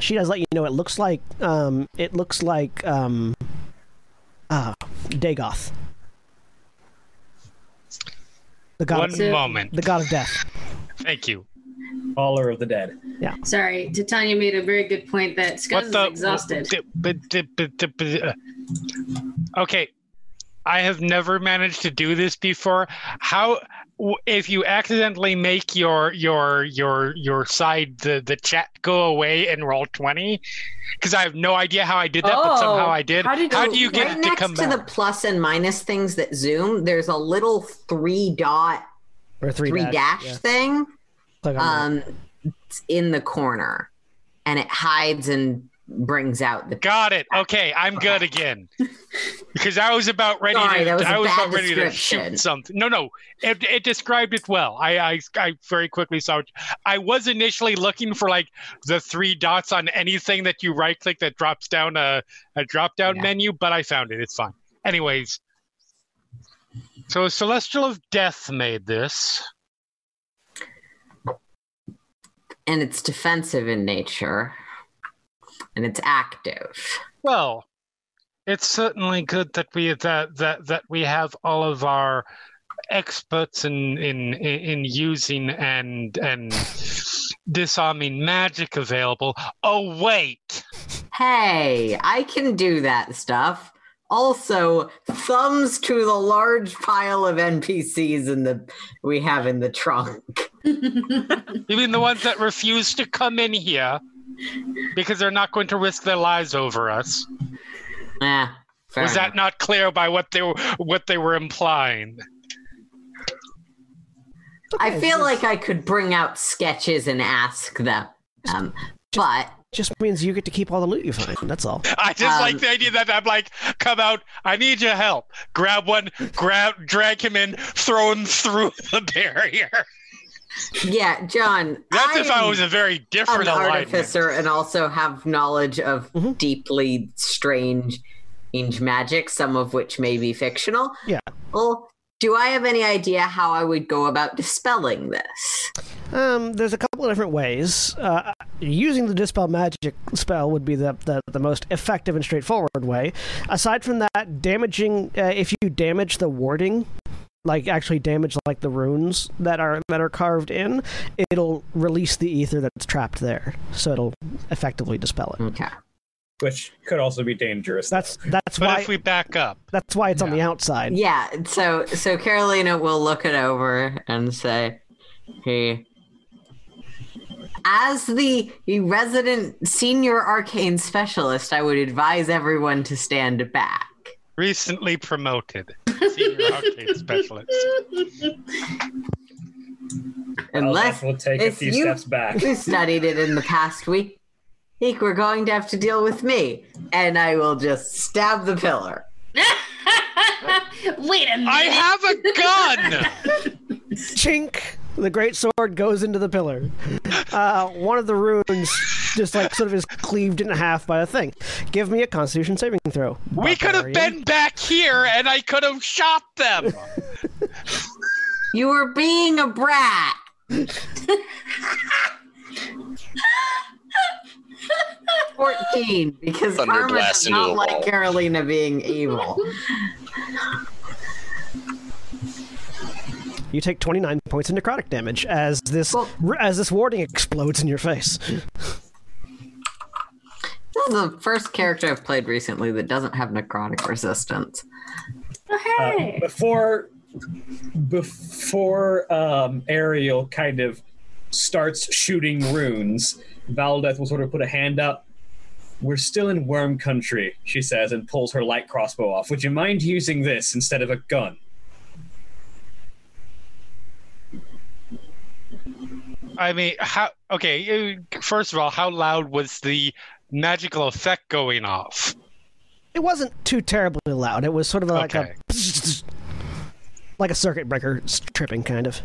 [SPEAKER 1] She does let you know it looks like um it looks like um uh Dagoth. The god
[SPEAKER 6] One
[SPEAKER 2] So-
[SPEAKER 6] moment.
[SPEAKER 1] the god of death.
[SPEAKER 6] Thank you.
[SPEAKER 4] Caller of the dead.
[SPEAKER 2] Sorry, Titania made a very good point that Scuzz is exhausted.
[SPEAKER 6] d- b- d- b- d- b- uh, Okay, I have never managed to do this before. How w- if you accidentally make your your your your side the the chat go away and roll twenty? Because I have no idea how I did that, but somehow
[SPEAKER 5] Oh,
[SPEAKER 6] I did.
[SPEAKER 5] how did you-
[SPEAKER 6] do you get
[SPEAKER 8] right
[SPEAKER 6] it to
[SPEAKER 8] next
[SPEAKER 6] come
[SPEAKER 8] to
[SPEAKER 6] back?
[SPEAKER 8] the plus and minus things that zoom, there's a little three dot
[SPEAKER 1] Or three,
[SPEAKER 8] three dash
[SPEAKER 1] yeah.
[SPEAKER 8] thing
[SPEAKER 1] Click on
[SPEAKER 8] um it's in the corner and it hides and brings out the
[SPEAKER 6] Got it. Okay, I'm good again. Because I was about ready
[SPEAKER 8] Sorry,
[SPEAKER 6] to,
[SPEAKER 8] that was a
[SPEAKER 6] I was
[SPEAKER 8] bad
[SPEAKER 6] about ready to
[SPEAKER 8] description.
[SPEAKER 6] shoot something. No, no, it, it described it well. I, I, I very quickly saw. It. I was initially looking for like the three dots on anything that you right click that drops down a, a drop down
[SPEAKER 8] Yeah.
[SPEAKER 6] menu, but I found it. It's fine. Anyways, so Celestial of Death made this.
[SPEAKER 8] and it's defensive in nature and it's active.
[SPEAKER 6] Well, it's certainly good that we that that that we have all of our experts in in in using and and disarming magic available. Oh wait,
[SPEAKER 8] Hey, I can do that stuff. Also, thumbs to the large pile of NPCs in the we have in the trunk.
[SPEAKER 6] even the ones that refuse to come in here because they're not going to risk their lives over us.
[SPEAKER 8] Eh, fair
[SPEAKER 6] Was that
[SPEAKER 8] enough.
[SPEAKER 6] not clear by what they were what they were implying?
[SPEAKER 8] I feel like I could bring out sketches and ask them. Um, but
[SPEAKER 1] Just means you get to keep all the loot you find. That's all.
[SPEAKER 6] I just
[SPEAKER 8] Um,
[SPEAKER 6] like the idea that I'm like, come out, I need your help. Grab one, grab, drag him in, throw him through the barrier.
[SPEAKER 8] yeah, John,
[SPEAKER 6] That's if I
[SPEAKER 8] I'm
[SPEAKER 6] was a very different
[SPEAKER 8] an
[SPEAKER 6] alignment.
[SPEAKER 8] artificer and also have knowledge of
[SPEAKER 1] Mhm.
[SPEAKER 8] deeply strange strange magic, some of which may be fictional.
[SPEAKER 1] Yeah.
[SPEAKER 8] Well, do I have any idea how I would go about dispelling this?
[SPEAKER 1] Um, there's a couple of different ways. Uh, using the dispel magic spell would be the, the the most effective and straightforward way. Aside from that, damaging uh, if you damage the warding, like actually damage like the runes that are that are carved in, it'll release the ether that's trapped there. So it'll effectively dispel it.
[SPEAKER 8] Okay.
[SPEAKER 9] which could also be dangerous.
[SPEAKER 1] That's that's
[SPEAKER 6] But
[SPEAKER 1] why
[SPEAKER 6] if we back up,
[SPEAKER 1] that's why it's on the outside.
[SPEAKER 8] Yeah, so so Carolina will look it over and say, "Hey, as the resident senior arcane specialist, I would advise everyone to stand back."
[SPEAKER 6] recently promoted senior arcade specialist.
[SPEAKER 8] Unless
[SPEAKER 9] we'll take a
[SPEAKER 8] if
[SPEAKER 9] few
[SPEAKER 8] you-
[SPEAKER 9] steps back.
[SPEAKER 8] you studied it in the past week, Eek, we're going to have to deal with me, and I will just stab the pillar.
[SPEAKER 2] Wait a minute.
[SPEAKER 6] I have a gun.
[SPEAKER 1] chink the great sword goes into the pillar uh, one of the runes just like sort of is cleaved in half by a thing give me a constitution saving throw
[SPEAKER 6] We could have
[SPEAKER 1] barbarian.
[SPEAKER 6] been back here and I could have shot them.
[SPEAKER 8] You were being a brat. Fourteen, because
[SPEAKER 3] Thunder
[SPEAKER 8] Karma
[SPEAKER 3] blast
[SPEAKER 8] does
[SPEAKER 3] into the
[SPEAKER 8] not like
[SPEAKER 3] wall.
[SPEAKER 8] Carolina being evil.
[SPEAKER 1] you take 29 points of necrotic damage as this
[SPEAKER 8] Well-
[SPEAKER 1] as this warding explodes in your face
[SPEAKER 8] This is the first character I've played recently that doesn't have necrotic resistance.
[SPEAKER 2] Oh, hey.
[SPEAKER 9] before before um, Ariel kind of starts shooting runes, Valdeth will sort of put a hand up. We're still in worm country, she says, and pulls her light crossbow off. Would you mind using this instead of a gun?
[SPEAKER 6] I mean, how? Okay, uh, first of all, how loud was the magical effect going off?
[SPEAKER 1] it wasn't too terribly loud it was sort of like
[SPEAKER 6] Okay.
[SPEAKER 1] a like a circuit breaker s- tripping kind of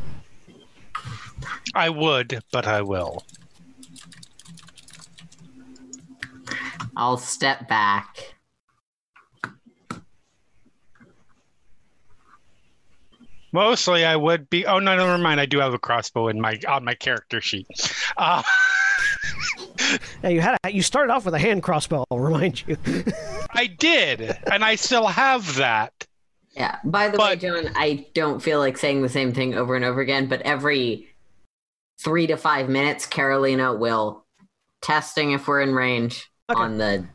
[SPEAKER 6] I would, but I will.
[SPEAKER 8] I'll step back.
[SPEAKER 6] Mostly, I would be. Oh no, never mind. I do have a crossbow in my on my character sheet. Uh,
[SPEAKER 1] yeah you had a, you started off with a hand crossbow i'll remind you
[SPEAKER 6] I did, and I still have that.
[SPEAKER 8] Yeah. By the way,
[SPEAKER 6] But-
[SPEAKER 8] John, I don't feel like saying the same thing over and over again, but every three to five minutes, Carolina will testing if we're in range
[SPEAKER 1] Okay.
[SPEAKER 8] on the.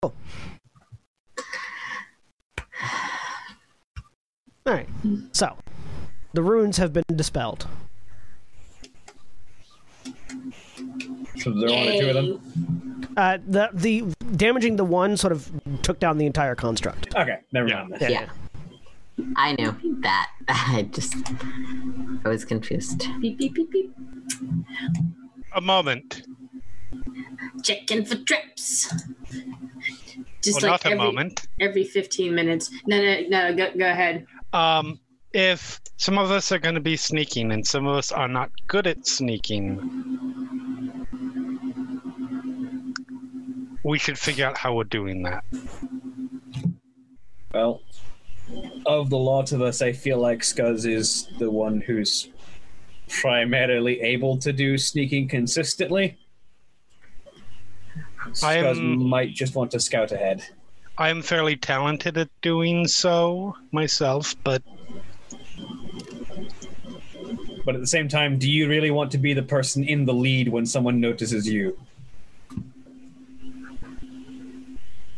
[SPEAKER 1] Cool. All right. So, the runes have been dispelled.
[SPEAKER 9] So there are only two of them.
[SPEAKER 1] Uh, the the damaging the one sort of took down the entire construct.
[SPEAKER 9] Okay, never
[SPEAKER 6] Yeah.
[SPEAKER 9] mind.
[SPEAKER 1] Yeah.
[SPEAKER 8] Yeah. I knew that. I just. I was confused.
[SPEAKER 2] Beep, beep, beep, beep.
[SPEAKER 6] A moment.
[SPEAKER 2] Checking for traps. Just
[SPEAKER 6] well,
[SPEAKER 2] like
[SPEAKER 6] not a
[SPEAKER 2] every,
[SPEAKER 6] moment.
[SPEAKER 2] every 15 minutes. No, no, no, go, go ahead.
[SPEAKER 6] Um, if some of us are going to be sneaking, and some of us are not good at sneaking, we should figure out how we're doing that.
[SPEAKER 9] Well, of the lot of us, I feel like Scuzz is the one who's primarily able to do sneaking consistently.
[SPEAKER 6] I am-
[SPEAKER 9] Scuzz might just want to scout ahead.
[SPEAKER 6] I am fairly talented at doing so myself, but
[SPEAKER 9] But at the same time, do you really want to be the person in the lead when someone notices you?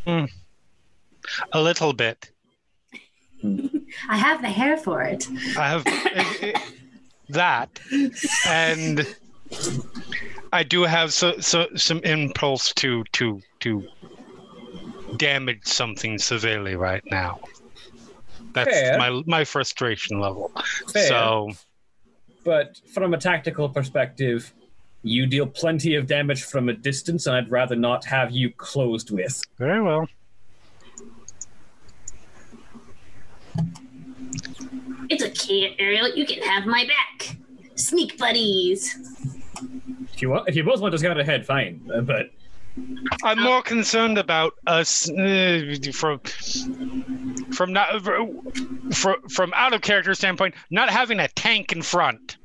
[SPEAKER 6] hmm, a little bit.
[SPEAKER 2] I have the hair for it.
[SPEAKER 6] I have eh, eh, that, and I do have so, so, some impulse to to to damage something severely right now. That's
[SPEAKER 9] Fair.
[SPEAKER 6] my my frustration level.
[SPEAKER 9] Fair.
[SPEAKER 6] So
[SPEAKER 9] but from a tactical perspective, you deal plenty of damage from a distance, and I'd rather not have you closed with.
[SPEAKER 6] Very well.
[SPEAKER 2] It's okay, Ariel. You can have my back. Sneak buddies.
[SPEAKER 9] If you want, if you both want to scout ahead, fine. Uh, but
[SPEAKER 6] I'm more concerned about us uh, from from not from from out of character standpoint, not having a tank in front.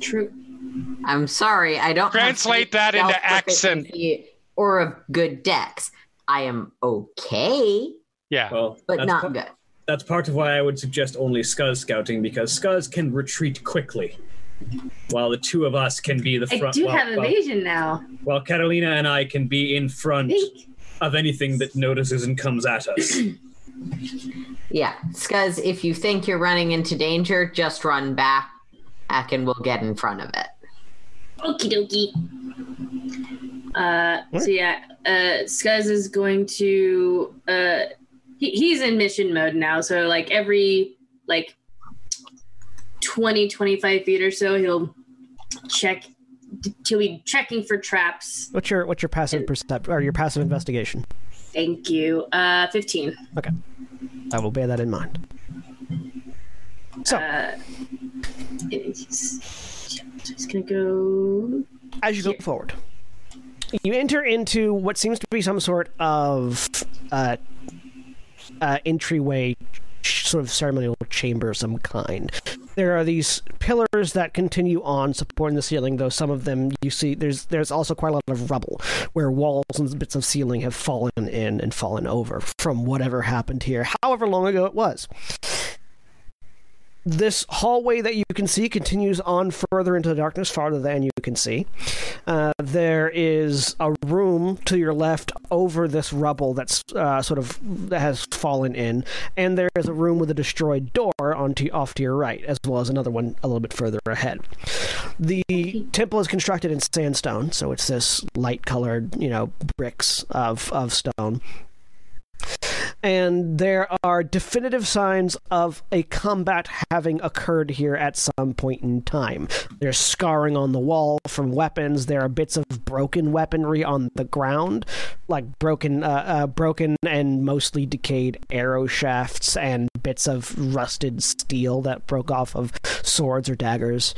[SPEAKER 5] True.
[SPEAKER 8] I'm sorry, I don't have
[SPEAKER 6] Translate that
[SPEAKER 8] stealth
[SPEAKER 6] into accent.
[SPEAKER 8] proficiency or a good dex. I am okay,
[SPEAKER 6] Yeah.
[SPEAKER 9] well,
[SPEAKER 8] but
[SPEAKER 9] that's
[SPEAKER 8] not
[SPEAKER 9] pa-
[SPEAKER 8] good.
[SPEAKER 9] That's part of why I would suggest only Scuzz scouting because Scuzz can retreat quickly, while the two of us can be the
[SPEAKER 2] I
[SPEAKER 9] front.
[SPEAKER 2] do
[SPEAKER 9] while,
[SPEAKER 2] have
[SPEAKER 9] while-
[SPEAKER 2] evasion now.
[SPEAKER 9] while Catalina and I can be in front of anything that notices and comes at us.
[SPEAKER 8] Yeah, Scuzz, if you think you're running into danger, just run back. Akin will get in front of it.
[SPEAKER 2] Okie dokie. Uh, so yeah, uh, Scuzz is going to. Uh, he, he's in mission mode now, so like every like 20, 25 feet or so, he'll check. He'll be checking for traps.
[SPEAKER 1] What's your what's your passive percep- or your passive investigation?
[SPEAKER 2] Thank you. Uh, fifteen.
[SPEAKER 1] Okay, I will bear that in mind. So,
[SPEAKER 2] Uh, It's- Just gonna go.
[SPEAKER 1] as you go forward, you enter into what seems to be some sort of uh, uh, entryway, ch- sort of ceremonial chamber of some kind. There are these pillars that continue on supporting the ceiling, though some of them you see there's there's also quite a lot of rubble where walls and bits of ceiling have fallen in and fallen over from whatever happened here, however long ago it was this hallway that you can see continues on further into the darkness, farther than you can see. Uh, there is a room to your left over this rubble that's uh, sort of that has fallen in, and there is a room with a destroyed door onto off to your right, as well as another one a little bit further ahead. The temple is constructed in sandstone, so it's this light-colored, you know, bricks of of stone and there are definitive signs of a combat having occurred here at some point in time. There's scarring on the wall from weapons. There are bits of broken weaponry on the ground, like broken, uh, uh, broken and mostly decayed arrow shafts and bits of rusted steel that broke off of swords or daggers.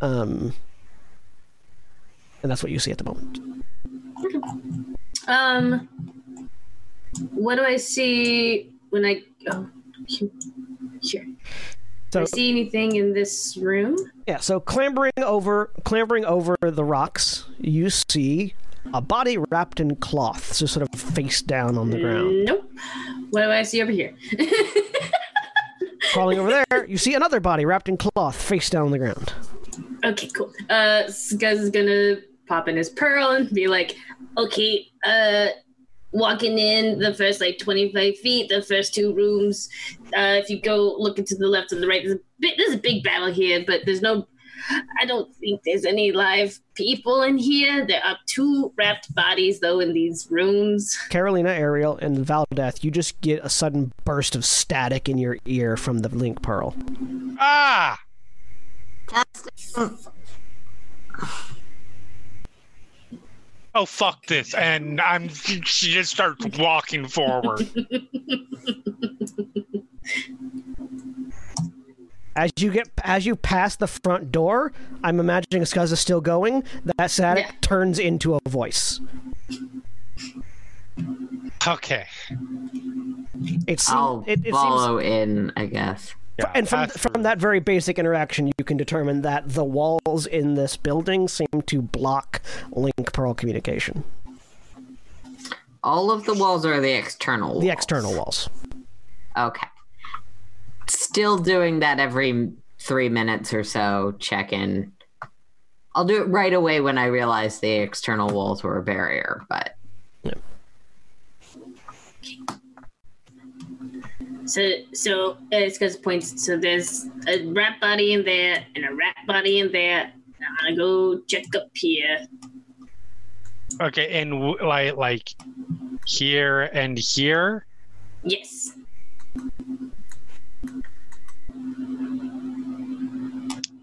[SPEAKER 1] Um, and that's what you see at the moment.
[SPEAKER 2] Um, what do I see when I oh here? Do I
[SPEAKER 1] So-
[SPEAKER 2] see anything in this room?
[SPEAKER 1] Yeah, so clambering over clambering over the rocks, you see a body wrapped in cloth, so sort of face down on the ground.
[SPEAKER 2] Nope. What do I see over here?
[SPEAKER 1] Crawling over there, you see another body wrapped in cloth, face down on the ground.
[SPEAKER 2] okay, cool. Uh, Scuzz is gonna pop in his pearl and be like, okay, uh. Walking in the first like 25 feet, the first two rooms. Uh, if you go looking to the left and the right, there's a, big, there's a big battle here, but there's no I don't think there's any live people in here. There are two wrapped bodies though in these rooms.
[SPEAKER 1] Carolina, Ariel, and Valdeth, you just get a sudden burst of static in your ear from the link pearl.
[SPEAKER 6] Ah,
[SPEAKER 8] Testing.
[SPEAKER 6] oh fuck this, and I'm she just starts walking forward.
[SPEAKER 1] As you get as you pass the front door, I'm imagining Skaz is still going. That static
[SPEAKER 2] Yeah.
[SPEAKER 1] turns into a voice.
[SPEAKER 6] okay.
[SPEAKER 1] It's
[SPEAKER 8] I'll
[SPEAKER 1] it, it seems
[SPEAKER 8] follow in, I guess.
[SPEAKER 1] and from
[SPEAKER 6] that's
[SPEAKER 1] from that very basic interaction, you can determine that the walls in this building seem to block link pearl communication.
[SPEAKER 8] All of the walls are the external.
[SPEAKER 1] The
[SPEAKER 8] walls.
[SPEAKER 1] external walls.
[SPEAKER 8] Okay. Still doing that every three minutes or so. Check in. I'll do it right away when I realize the external walls were a barrier, but
[SPEAKER 2] So so uh, it's because points so there's a rat body in there and a rat body in there. I'm gonna go check up here.
[SPEAKER 6] Okay, and w- like like here and here.
[SPEAKER 2] Yes.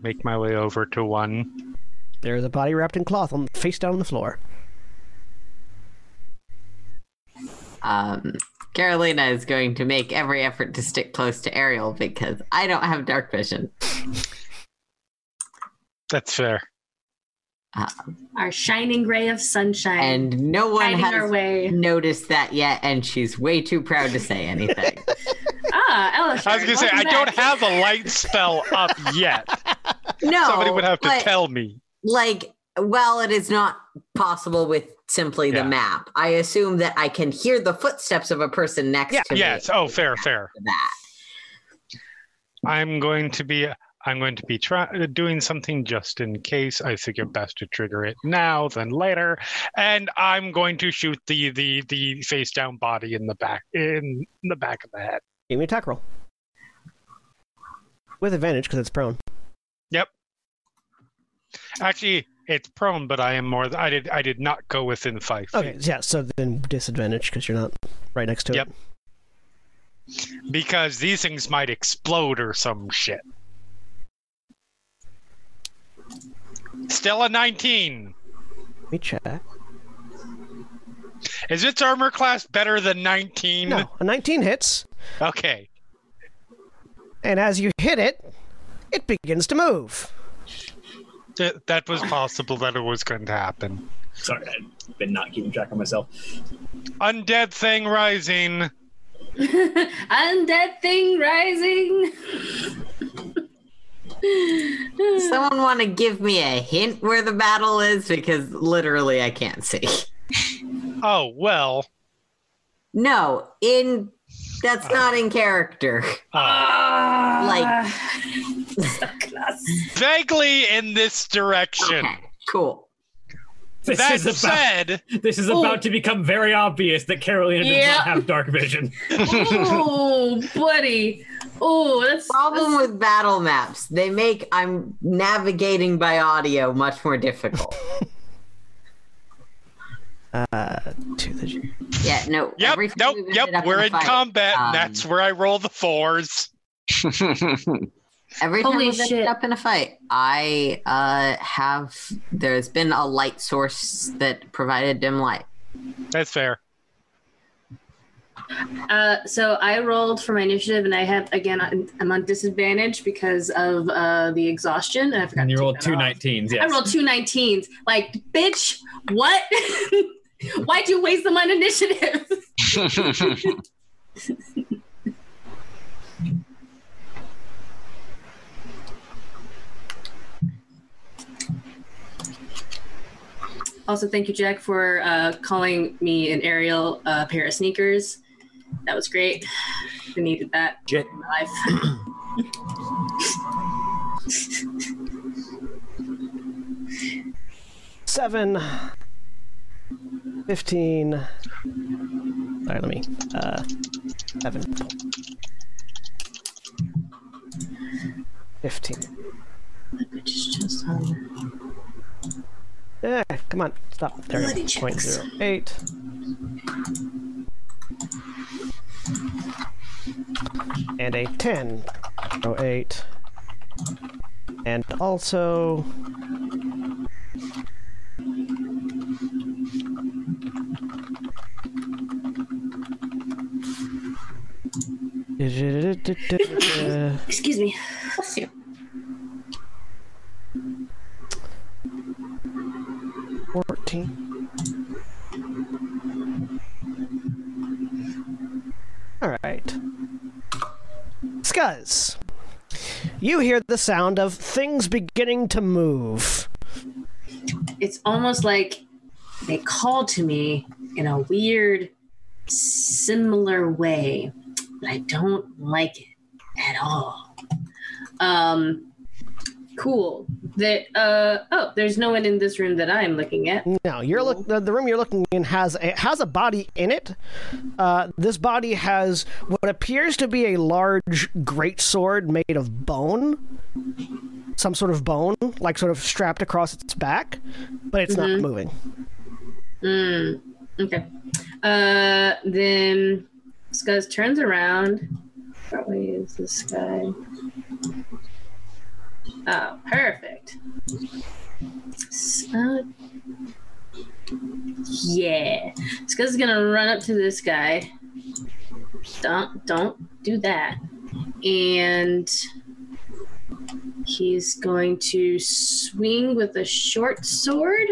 [SPEAKER 6] make my way over to one.
[SPEAKER 1] There is a body wrapped in cloth on face down on the floor.
[SPEAKER 8] Um, Carolina is going to make every effort to stick close to Ariel because I don't have dark vision.
[SPEAKER 6] That's fair.
[SPEAKER 2] Our shining ray of sunshine.
[SPEAKER 8] Um, And no one
[SPEAKER 2] Finding our
[SPEAKER 8] has
[SPEAKER 2] way.
[SPEAKER 8] noticed that yet, and she's way too proud to say anything.
[SPEAKER 2] Ah, Ella.
[SPEAKER 6] I was gonna say I don't have a light spell up yet.
[SPEAKER 8] no.
[SPEAKER 6] Somebody would have to
[SPEAKER 8] like-
[SPEAKER 6] tell me.
[SPEAKER 8] like well it is not possible with simply
[SPEAKER 6] Yeah.
[SPEAKER 8] the map i assume that i can hear the footsteps of a person next to me
[SPEAKER 6] Yes. Oh, fair, fair.
[SPEAKER 8] for that
[SPEAKER 6] I'm going to be I'm going to be try- uh, doing something just in case. I figure best to trigger it now than later, and I'm going to shoot the the the face down body in the back in the back of the head.
[SPEAKER 1] Give me a attack roll. With advantage because it's prone.
[SPEAKER 6] Actually, it's prone, but I am more. th- I did I did not go within five feet
[SPEAKER 1] Okay, yeah, so then disadvantage because you're not right next to
[SPEAKER 6] Yep.
[SPEAKER 1] it.
[SPEAKER 6] because these things might explode or some shit. Still a 19.
[SPEAKER 1] Let me check.
[SPEAKER 6] Is its armor class better than 19?
[SPEAKER 1] No, a 19 hits,
[SPEAKER 6] Okay.
[SPEAKER 1] and as you hit it, it begins to move.
[SPEAKER 6] Th- that was possible that it was going to happen.
[SPEAKER 9] Sorry, I've been not keeping track of myself.
[SPEAKER 6] Undead thing rising.
[SPEAKER 2] Undead thing rising.
[SPEAKER 8] someone want to give me a hint where the battle is because literally i can't see
[SPEAKER 6] Oh, well.
[SPEAKER 8] no in that's
[SPEAKER 6] Ah.
[SPEAKER 8] not in character
[SPEAKER 6] Uh,
[SPEAKER 8] like
[SPEAKER 6] vaguely in this direction.
[SPEAKER 8] okay cool
[SPEAKER 9] This
[SPEAKER 6] That
[SPEAKER 9] is about
[SPEAKER 6] said,
[SPEAKER 9] this is about to become very obvious that Carolina does
[SPEAKER 2] Yeah.
[SPEAKER 9] not have dark vision.
[SPEAKER 2] oh, buddy. Oh, that's
[SPEAKER 8] problem with battle maps they make i'm navigating by audio much more difficult
[SPEAKER 1] Uh, to the
[SPEAKER 8] yeah no
[SPEAKER 6] yep,
[SPEAKER 8] every time
[SPEAKER 6] nope,
[SPEAKER 8] we've ended
[SPEAKER 6] yep,
[SPEAKER 8] up
[SPEAKER 6] we're
[SPEAKER 8] a
[SPEAKER 6] in
[SPEAKER 8] fight,
[SPEAKER 6] combat.
[SPEAKER 8] um,
[SPEAKER 6] and that's where I roll the fours.
[SPEAKER 8] Every time
[SPEAKER 2] Holy
[SPEAKER 8] we've ended
[SPEAKER 2] shit.
[SPEAKER 8] up in a fight, I uh, have. There's been a light source that provided dim light.
[SPEAKER 6] That's fair.
[SPEAKER 2] Uh, so I rolled for my initiative, and I have again. I'm- I'm on disadvantage because of uh, the exhaustion, and I forgot.
[SPEAKER 9] And
[SPEAKER 2] to
[SPEAKER 9] you
[SPEAKER 2] take
[SPEAKER 9] rolled
[SPEAKER 2] that
[SPEAKER 9] two
[SPEAKER 2] off.
[SPEAKER 9] 19s,
[SPEAKER 2] I
[SPEAKER 9] yes.
[SPEAKER 2] rolled two 19s. Like, bitch, what? Why'd you waste them on initiative? also, thank you, Jack, for uh, calling me an Ariel a pair of sneakers. That was great. I needed that
[SPEAKER 7] Jet,
[SPEAKER 2] in my life.
[SPEAKER 1] Seven. 15. Sorry, let me. Uh, seven. 15.
[SPEAKER 2] Just on
[SPEAKER 1] Yeah, come on, stop. There we
[SPEAKER 2] Ability
[SPEAKER 1] go. Point
[SPEAKER 2] checks.
[SPEAKER 1] zero eight. And a ten. Oh eight. And also
[SPEAKER 2] Excuse me.
[SPEAKER 1] fourteen. Alright. Scuzz. You hear the sound of things beginning to move.
[SPEAKER 2] it's almost like they call to me in a weird, similar way, but I don't like it at all. Um, cool. That uh oh, there's no one in this room that I'm looking at.
[SPEAKER 1] No, you're look. The, the room you're looking in has a, has a body in it. Uh, this body has what appears to be a large great sword made of bone, some sort of bone, like sort of strapped across its back, but it's not moving.
[SPEAKER 2] Mm, okay. Uh, then Scuzz turns around. Probably is this guy. Oh, perfect. So, yeah. Ska's gonna run up to this guy. Don't don't do that. And he's going to swing with a short sword.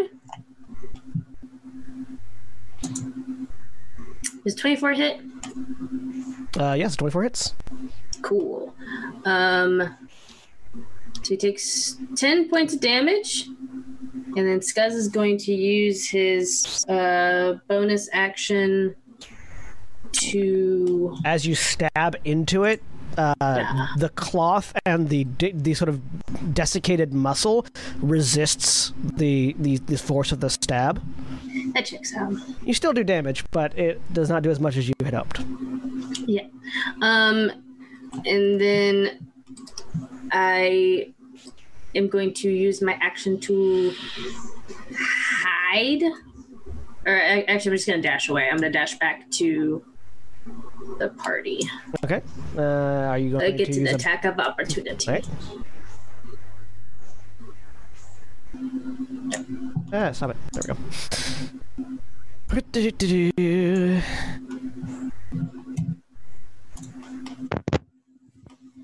[SPEAKER 2] Is 24 hit?
[SPEAKER 1] Uh, yes, 24 hits.
[SPEAKER 2] Cool. Um, so he takes 10 points of damage. And then Scuzz is going to use his uh, bonus action to.
[SPEAKER 1] As you stab into it, uh, the cloth and the de- the sort of desiccated muscle resists the, the the force of the stab.
[SPEAKER 2] That checks out.
[SPEAKER 1] You still do damage, but it does not do as much as you had hoped.
[SPEAKER 2] Yeah. Um, and then I am going to use my action to hide. Or I, actually, I'm just going to dash away. I'm going to dash back to the party.
[SPEAKER 1] Okay. Uh, are you
[SPEAKER 2] I
[SPEAKER 1] going
[SPEAKER 2] get
[SPEAKER 1] to
[SPEAKER 2] an
[SPEAKER 1] use
[SPEAKER 2] attack of opportunity.
[SPEAKER 1] a right? Ah, stop it. There we go.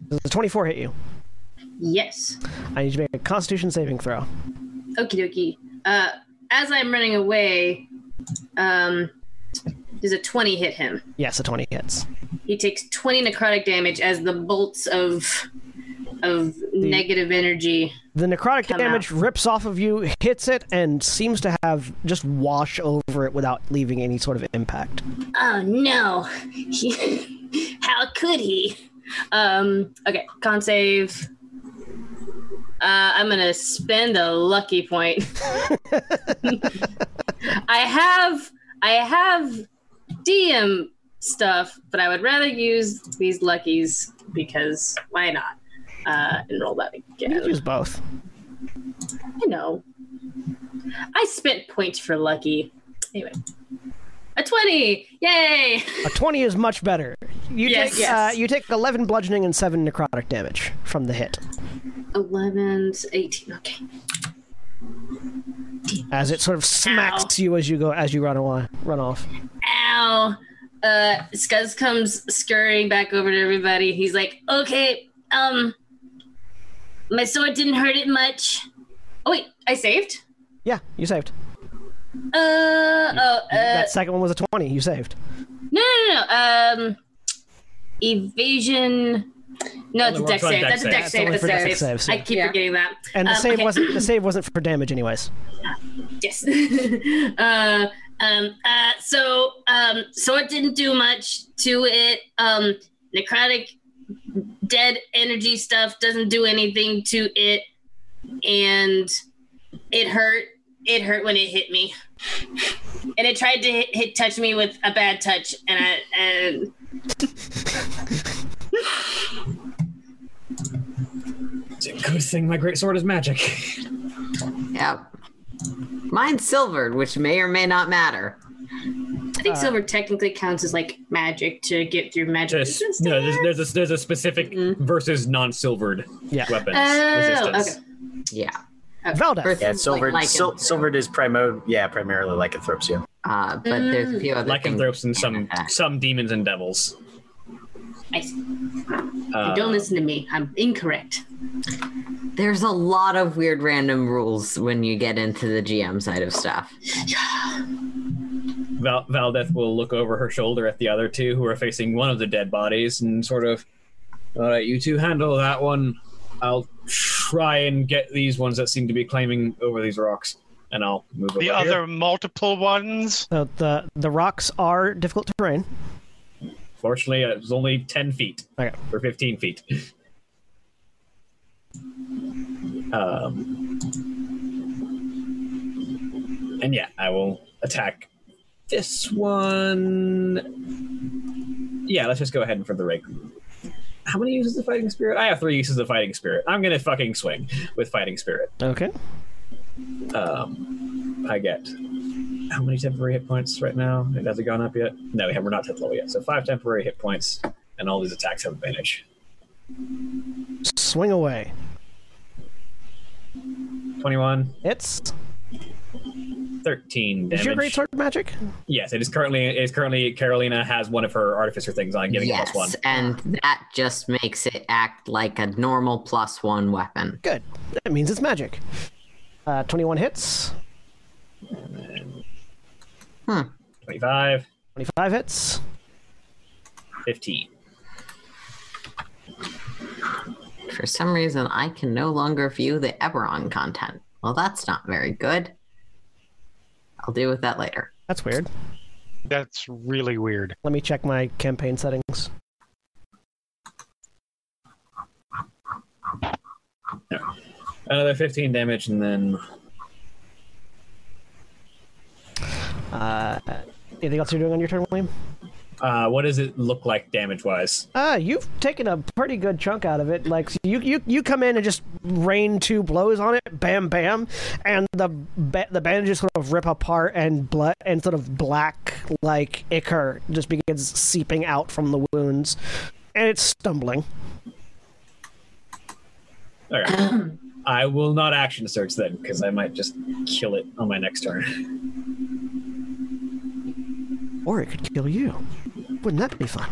[SPEAKER 1] Does the 24 hit you?
[SPEAKER 2] Yes.
[SPEAKER 1] I need you to make a constitution saving throw.
[SPEAKER 2] Okie dokie. Uh, as I'm running away, um, does a 20 hit him?
[SPEAKER 1] Yes, a 20 hits.
[SPEAKER 2] He takes 20 necrotic damage as the bolts of of negative energy.
[SPEAKER 1] The necrotic
[SPEAKER 2] Come
[SPEAKER 1] damage rips off of you, hits it, and seems to have just wash over it without leaving any sort of impact.
[SPEAKER 2] Oh no. How could he? Um, okay, con save. Uh, I'm gonna spend a lucky point. I have I have DM stuff, but I would rather use these luckies because why not? Uh, and roll that
[SPEAKER 1] You
[SPEAKER 2] again.
[SPEAKER 1] use both.
[SPEAKER 2] I know. I spent points for lucky. Anyway, a twenty! Yay!
[SPEAKER 1] A 20 is much better. You
[SPEAKER 2] Yes.
[SPEAKER 1] take
[SPEAKER 2] Yes.
[SPEAKER 1] Uh, you take 11 bludgeoning and 7 necrotic damage from the hit
[SPEAKER 2] 11, 18. Okay.
[SPEAKER 1] as it sort of smacks you as you go as you run away, run off.
[SPEAKER 2] Ow. Uh, Scuzz comes scurrying back over to everybody. He's like, okay, um, my sword didn't hurt it much. Oh, wait, I saved?
[SPEAKER 1] Yeah, you saved.
[SPEAKER 2] Uh, oh, uh,
[SPEAKER 1] that second one was a 20. You saved.
[SPEAKER 2] no, no, no, no. Um, evasion. No, it's a
[SPEAKER 9] Only
[SPEAKER 2] deck
[SPEAKER 9] works on
[SPEAKER 2] save.
[SPEAKER 9] deck
[SPEAKER 2] That's a deck save.
[SPEAKER 9] saves.
[SPEAKER 1] That's only
[SPEAKER 2] That's
[SPEAKER 1] for
[SPEAKER 2] a
[SPEAKER 1] deck
[SPEAKER 2] deck
[SPEAKER 1] saves,
[SPEAKER 2] save. I keep
[SPEAKER 5] yeah.
[SPEAKER 2] forgetting that.
[SPEAKER 1] And the
[SPEAKER 2] Um,
[SPEAKER 1] save
[SPEAKER 2] okay.
[SPEAKER 1] wasn't the save wasn't for damage anyways.
[SPEAKER 2] Yes. uh, um, uh, so, um, sword didn't do much to it. Um, necrotic dead energy stuff doesn't do anything to it. And it hurt. It hurt when it hit me. And it tried to hit, hit touch me with a bad touch. And I. And...
[SPEAKER 9] It's a good thing my great sword is magic.
[SPEAKER 8] Yep. Mine's silvered, which may or may not matter.
[SPEAKER 2] I
[SPEAKER 6] Uh,
[SPEAKER 2] think silver technically counts as like magic to get through magic.
[SPEAKER 9] There's, no, there's, there's a there's a specific versus non-silvered
[SPEAKER 1] Yeah.
[SPEAKER 9] weapons
[SPEAKER 2] Mm. Oh,
[SPEAKER 9] resistance.
[SPEAKER 2] okay.
[SPEAKER 8] Yeah.
[SPEAKER 1] Valda.
[SPEAKER 8] Versus,
[SPEAKER 7] Yeah,
[SPEAKER 8] like,
[SPEAKER 7] it's silvered.
[SPEAKER 8] lycan-
[SPEAKER 7] sil- silvered is primo. Yeah, primarily lycanthropsia.
[SPEAKER 8] Uh, but there's a few other things.
[SPEAKER 9] Mm. Lycanthropes and some
[SPEAKER 8] Yeah.
[SPEAKER 9] some demons and devils.
[SPEAKER 2] I see.
[SPEAKER 9] Uh,
[SPEAKER 2] Don't listen to me. I'm incorrect.
[SPEAKER 8] There's a lot of weird random rules when you get into the GM side of stuff.
[SPEAKER 9] Val- Valdeth will look over her shoulder at the other two who are facing one of the dead bodies and sort of, all right, you two handle that one. I'll try and get these ones that seem to be climbing over these rocks, and I'll move over
[SPEAKER 6] The
[SPEAKER 9] here.
[SPEAKER 6] other multiple ones.
[SPEAKER 1] So the the rocks are difficult terrain.
[SPEAKER 9] Fortunately, it was only ten feet
[SPEAKER 1] Okay.
[SPEAKER 9] or fifteen feet. um, and yeah, I will attack this one. Yeah, let's just go ahead and for the rake. How many uses of fighting spirit? I have three uses of fighting spirit. I'm gonna fucking swing with fighting spirit.
[SPEAKER 1] Okay.
[SPEAKER 9] Um, I get how many temporary hit points right now? It hasn't gone up yet. No, we have, we're not 10th level yet. So five temporary hit points, and all these attacks have advantage.
[SPEAKER 1] Swing away.
[SPEAKER 9] 21,
[SPEAKER 1] It's
[SPEAKER 9] 13 damage.
[SPEAKER 1] is your great sword magic?
[SPEAKER 9] Yes, it is currently it is currently Carolina has one of her artificer things on, giving it
[SPEAKER 8] yes,
[SPEAKER 9] plus one.
[SPEAKER 8] and that just makes it act like a normal plus one weapon.
[SPEAKER 1] Good. That means it's magic. Uh, 21 hits,
[SPEAKER 9] Hmm. 25,
[SPEAKER 1] 25 hits.
[SPEAKER 9] 15.
[SPEAKER 8] For some reason, I can no longer view the Eberron content. Well, that's not very good. I'll deal with that later.
[SPEAKER 1] That's weird.
[SPEAKER 6] That's really weird.
[SPEAKER 1] Let me check my campaign settings.
[SPEAKER 9] Another 15 damage, and then
[SPEAKER 1] Uh, anything else you're doing on your turn, William?
[SPEAKER 9] uh, what does it look like damage wise?
[SPEAKER 1] Uh, you've taken a pretty good chunk out of it. Like you, you, you come in and just rain two blows on it, bam, bam, and the ba- the bandages sort of rip apart and blood and sort of black like ichor just begins seeping out from the wounds, and it's stumbling.
[SPEAKER 9] Okay.
[SPEAKER 2] Um,
[SPEAKER 9] I will not action search then because I might just kill it on my next turn.
[SPEAKER 1] Or it could kill you. Wouldn't that be fun?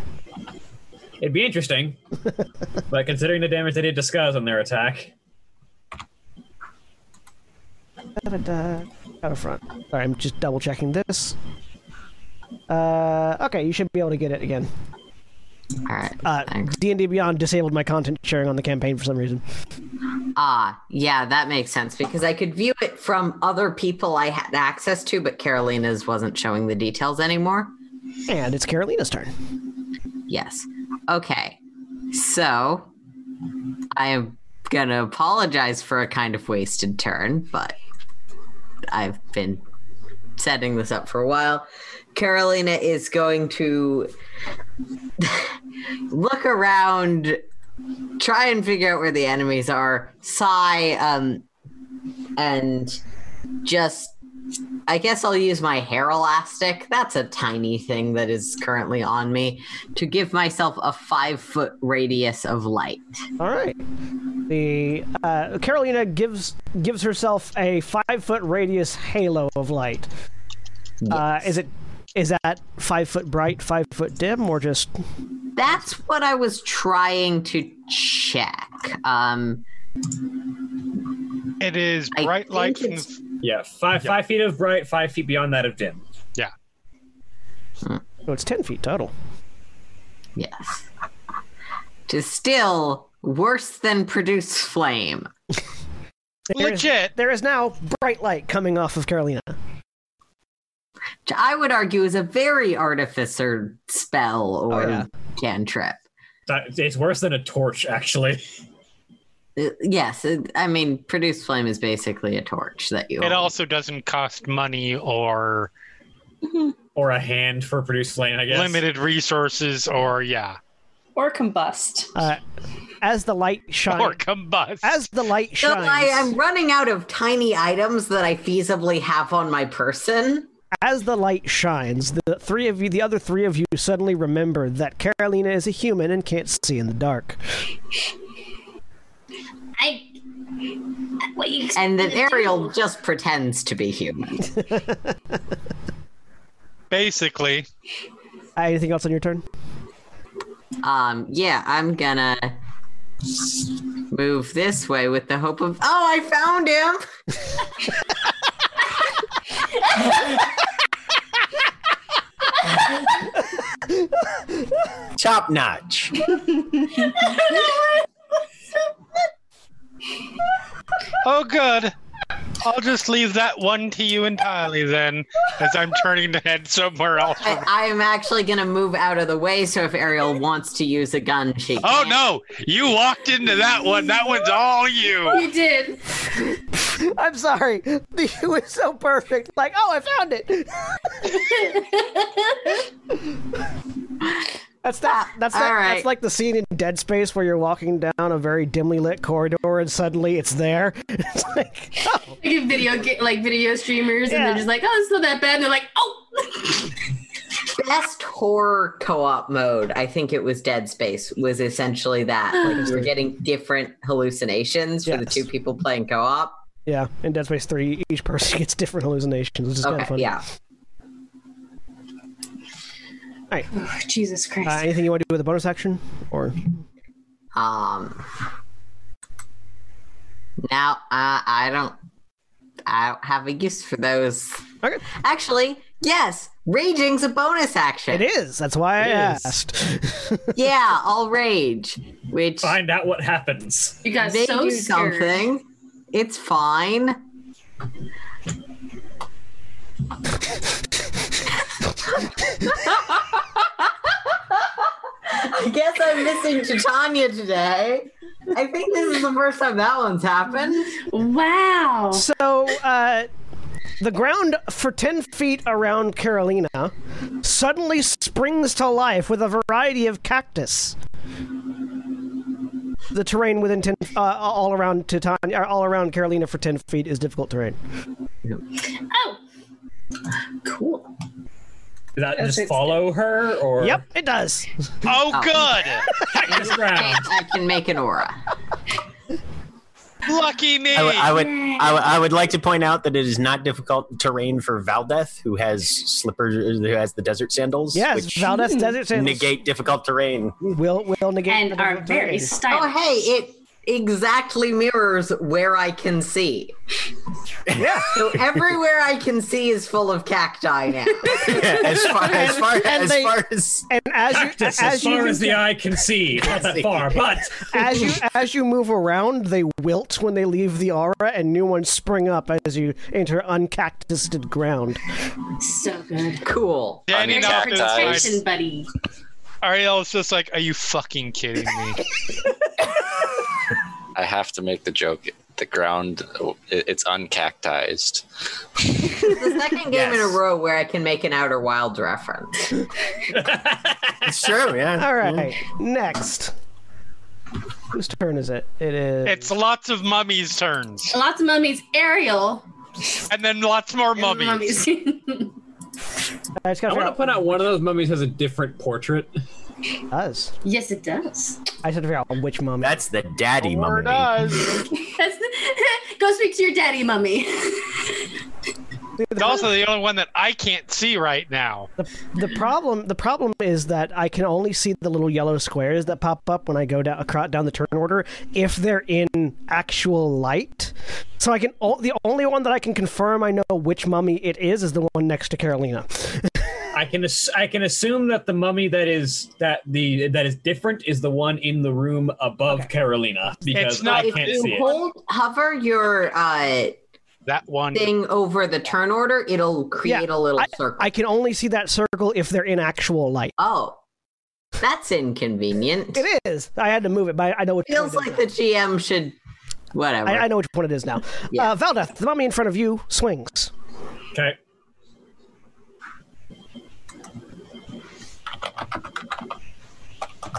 [SPEAKER 9] It'd be interesting, but considering the damage they did discuss on their attack,
[SPEAKER 1] Da-da-da. Out of front. Sorry, I'm just double checking this. Uh, okay, you should be able to get it again.
[SPEAKER 8] All right.
[SPEAKER 1] Uh,
[SPEAKER 8] thanks.
[SPEAKER 1] D&D Beyond disabled my content sharing on the campaign for some reason.
[SPEAKER 8] Ah, yeah, that makes sense because I could view it from other people I had access to, but Carolina's wasn't showing the details anymore.
[SPEAKER 1] And it's Carolina's turn.
[SPEAKER 8] Yes. Okay. So I am going to apologize for a kind of wasted turn, but I've been setting this up for a while. Carolina is going to look around, try and figure out where the enemies are, sigh, um, and just I guess I'll use my hair elastic. That's a tiny thing that is currently on me to give myself a five foot radius of light.
[SPEAKER 1] All right. The uh, Carolina gives gives herself a five foot radius halo of light. Uh, is it is that five foot bright, five foot dim, or just
[SPEAKER 8] That's what I was trying to check. Um,
[SPEAKER 6] It is
[SPEAKER 8] I
[SPEAKER 6] bright
[SPEAKER 8] think
[SPEAKER 6] light. And,
[SPEAKER 8] it's-
[SPEAKER 9] yeah, five five feet of bright, five feet beyond that of dim.
[SPEAKER 1] so it's ten feet total?
[SPEAKER 8] yes. To still worse than produce flame.
[SPEAKER 6] legit.
[SPEAKER 1] There is now bright light coming off of Carolina.
[SPEAKER 8] which I would argue is a very artificer spell or
[SPEAKER 1] Oh, yeah.
[SPEAKER 8] cantrip.
[SPEAKER 9] That- It's worse than a torch, actually.
[SPEAKER 8] Uh, Yes, it, I mean, produce flame is basically a torch that you.
[SPEAKER 6] It
[SPEAKER 8] hold.
[SPEAKER 6] also doesn't cost money or
[SPEAKER 8] Mm-hmm.
[SPEAKER 9] Or a hand for produce flame, I guess.
[SPEAKER 6] limited resources or yeah
[SPEAKER 5] Or combust.
[SPEAKER 1] Uh, as the light shines,
[SPEAKER 6] or combust.
[SPEAKER 1] as the light
[SPEAKER 8] So
[SPEAKER 1] shines,
[SPEAKER 8] I am running out of tiny items that I feasibly have on my person.
[SPEAKER 1] as the light shines, the three of you, the other three of you, suddenly remember that Carolina is a human and can't see in the dark.
[SPEAKER 2] I. What you expect
[SPEAKER 8] And
[SPEAKER 2] me
[SPEAKER 8] that
[SPEAKER 2] to
[SPEAKER 8] Ariel
[SPEAKER 2] do?
[SPEAKER 8] just pretends to be human.
[SPEAKER 6] Basically,
[SPEAKER 1] Uh, anything else on your turn?
[SPEAKER 8] Um, yeah, I'm gonna move this way with the hope of. Oh, I found him!
[SPEAKER 7] Top notch.
[SPEAKER 6] oh good. I'll just leave that one to you entirely then, as I'm turning to head somewhere else.
[SPEAKER 8] I, I am actually gonna move out of the way, so if Ariel wants to use a gun, she.
[SPEAKER 6] Oh
[SPEAKER 8] can.
[SPEAKER 6] no! You walked into that one. That one's all you.
[SPEAKER 2] You did.
[SPEAKER 1] I'm sorry. The you is so perfect. Like, oh, I found it. that's that. That's
[SPEAKER 8] all
[SPEAKER 1] that,
[SPEAKER 8] right.
[SPEAKER 1] That's like the scene in Dead Space where you're walking down a very dimly lit corridor and suddenly it's there. It's like, oh,
[SPEAKER 2] Like in video ga- like video streamers, and
[SPEAKER 1] Yeah.
[SPEAKER 2] they're just like, oh, it's not that bad. And they're like, oh.
[SPEAKER 8] best horror co-op mode i think it was dead space was essentially that like you were getting different hallucinations for the
[SPEAKER 1] Yes.
[SPEAKER 8] two people playing co-op
[SPEAKER 1] Yeah, in Dead Space 3, each person gets different hallucinations, which is kind of
[SPEAKER 8] Okay,
[SPEAKER 1] funny.
[SPEAKER 8] yeah.
[SPEAKER 1] All right.
[SPEAKER 2] Oh, Jesus Christ.
[SPEAKER 1] Uh, anything you want to do with a bonus action? Or
[SPEAKER 8] Um. Now uh, I don't. I don't have a use for those.
[SPEAKER 1] Okay.
[SPEAKER 8] Actually, yes, raging's a bonus action.
[SPEAKER 1] It is. That's why I
[SPEAKER 9] It is.
[SPEAKER 1] asked.
[SPEAKER 8] Yeah, I'll rage, which
[SPEAKER 9] Find out what happens.
[SPEAKER 2] You got
[SPEAKER 8] they
[SPEAKER 2] so
[SPEAKER 8] do
[SPEAKER 2] scared.
[SPEAKER 8] something. It's fine. I guess I'm missing Titania today. I think this is the first time that one's happened.
[SPEAKER 2] Wow.
[SPEAKER 1] So, uh, the ground for 10 feet around Carolina suddenly springs to life with a variety of cactus. The terrain within 10, uh, all around Titania, or all around Carolina for 10 feet is difficult terrain.
[SPEAKER 2] Oh. Cool.
[SPEAKER 9] Did that just follow her or
[SPEAKER 1] Yep, it does.
[SPEAKER 6] Oh,
[SPEAKER 9] this round?
[SPEAKER 8] I can make an aura.
[SPEAKER 6] good. Lucky me.
[SPEAKER 7] I, w- I would, I, w- I would like to point out that it is not difficult terrain for Valdeth, who has slippers, who has the desert sandals.
[SPEAKER 1] Yes,
[SPEAKER 7] which
[SPEAKER 1] Valdez Desert Sands
[SPEAKER 7] negate difficult terrain.
[SPEAKER 1] will, will negate.
[SPEAKER 2] And
[SPEAKER 1] the
[SPEAKER 2] are
[SPEAKER 1] difficult
[SPEAKER 2] very
[SPEAKER 1] terrain.
[SPEAKER 8] Oh,
[SPEAKER 2] stylish.
[SPEAKER 8] hey, it exactly mirrors where I can see.
[SPEAKER 7] Yeah,
[SPEAKER 8] So everywhere I can see is full of cacti now.
[SPEAKER 7] as far as far
[SPEAKER 1] and
[SPEAKER 7] as
[SPEAKER 1] they-
[SPEAKER 7] far as
[SPEAKER 1] And as you,
[SPEAKER 9] Just as
[SPEAKER 1] as,
[SPEAKER 9] far
[SPEAKER 1] you,
[SPEAKER 9] as the eye can see, not that far, but
[SPEAKER 1] as you as you move around, they wilt when they leave the aura, and new ones spring up as you enter uncactused ground.
[SPEAKER 2] So good.
[SPEAKER 8] cool.
[SPEAKER 6] Danny
[SPEAKER 2] There's your
[SPEAKER 3] Knox
[SPEAKER 6] knocked
[SPEAKER 3] is
[SPEAKER 2] protection, buddy.
[SPEAKER 6] Ariel's just like, are you fucking kidding me?
[SPEAKER 3] I have to make the joke. The ground, oh, it- it's uncactized.
[SPEAKER 8] It's the second game in a row where I can make an Outer Wild reference.
[SPEAKER 7] it's true. Yeah.
[SPEAKER 1] All right, next. Whose turn is it? It is.
[SPEAKER 6] It's lots of mummies' turns,
[SPEAKER 2] Lots of mummies. Ariel.
[SPEAKER 6] and then lots more
[SPEAKER 2] Mummies.
[SPEAKER 6] mummies.
[SPEAKER 1] I just gotta
[SPEAKER 10] I
[SPEAKER 1] figure
[SPEAKER 10] want to
[SPEAKER 1] out
[SPEAKER 10] point out one of those mummies has a different portrait.
[SPEAKER 1] what it does.
[SPEAKER 2] yes, it does.
[SPEAKER 1] I just have to figure out which mummy.
[SPEAKER 7] That's the daddy
[SPEAKER 6] Or
[SPEAKER 7] mummy.
[SPEAKER 6] does.
[SPEAKER 2] That's Go speak to your daddy, mummy.
[SPEAKER 6] It's also the only one that I can't see right now.
[SPEAKER 1] The, the problem. The problem is that I can only see the little yellow squares that pop up when I go down across, down the turn order if they're in actual light. So I can. o- The only one that I can confirm I know which mummy it is is the one next to Carolina.
[SPEAKER 9] I can ass- I can assume that the mummy that is that the that is different is the one in the room above Carolina because
[SPEAKER 6] It's not-
[SPEAKER 9] I
[SPEAKER 8] if
[SPEAKER 9] can't
[SPEAKER 8] you
[SPEAKER 9] see it.
[SPEAKER 8] hold hover your uh,
[SPEAKER 6] That one.
[SPEAKER 8] thing over the turn order, it'll create a little circle.
[SPEAKER 1] I can only see that circle if they're in actual light.
[SPEAKER 8] oh, that's inconvenient.
[SPEAKER 1] It is. I had to move it, but I know which one
[SPEAKER 8] Feels
[SPEAKER 1] it is
[SPEAKER 8] like the GM should. Whatever.
[SPEAKER 1] I, I know which one it is now.
[SPEAKER 8] Yeah.
[SPEAKER 1] Uh, Valdeth, the mummy in front of you swings.
[SPEAKER 9] Okay.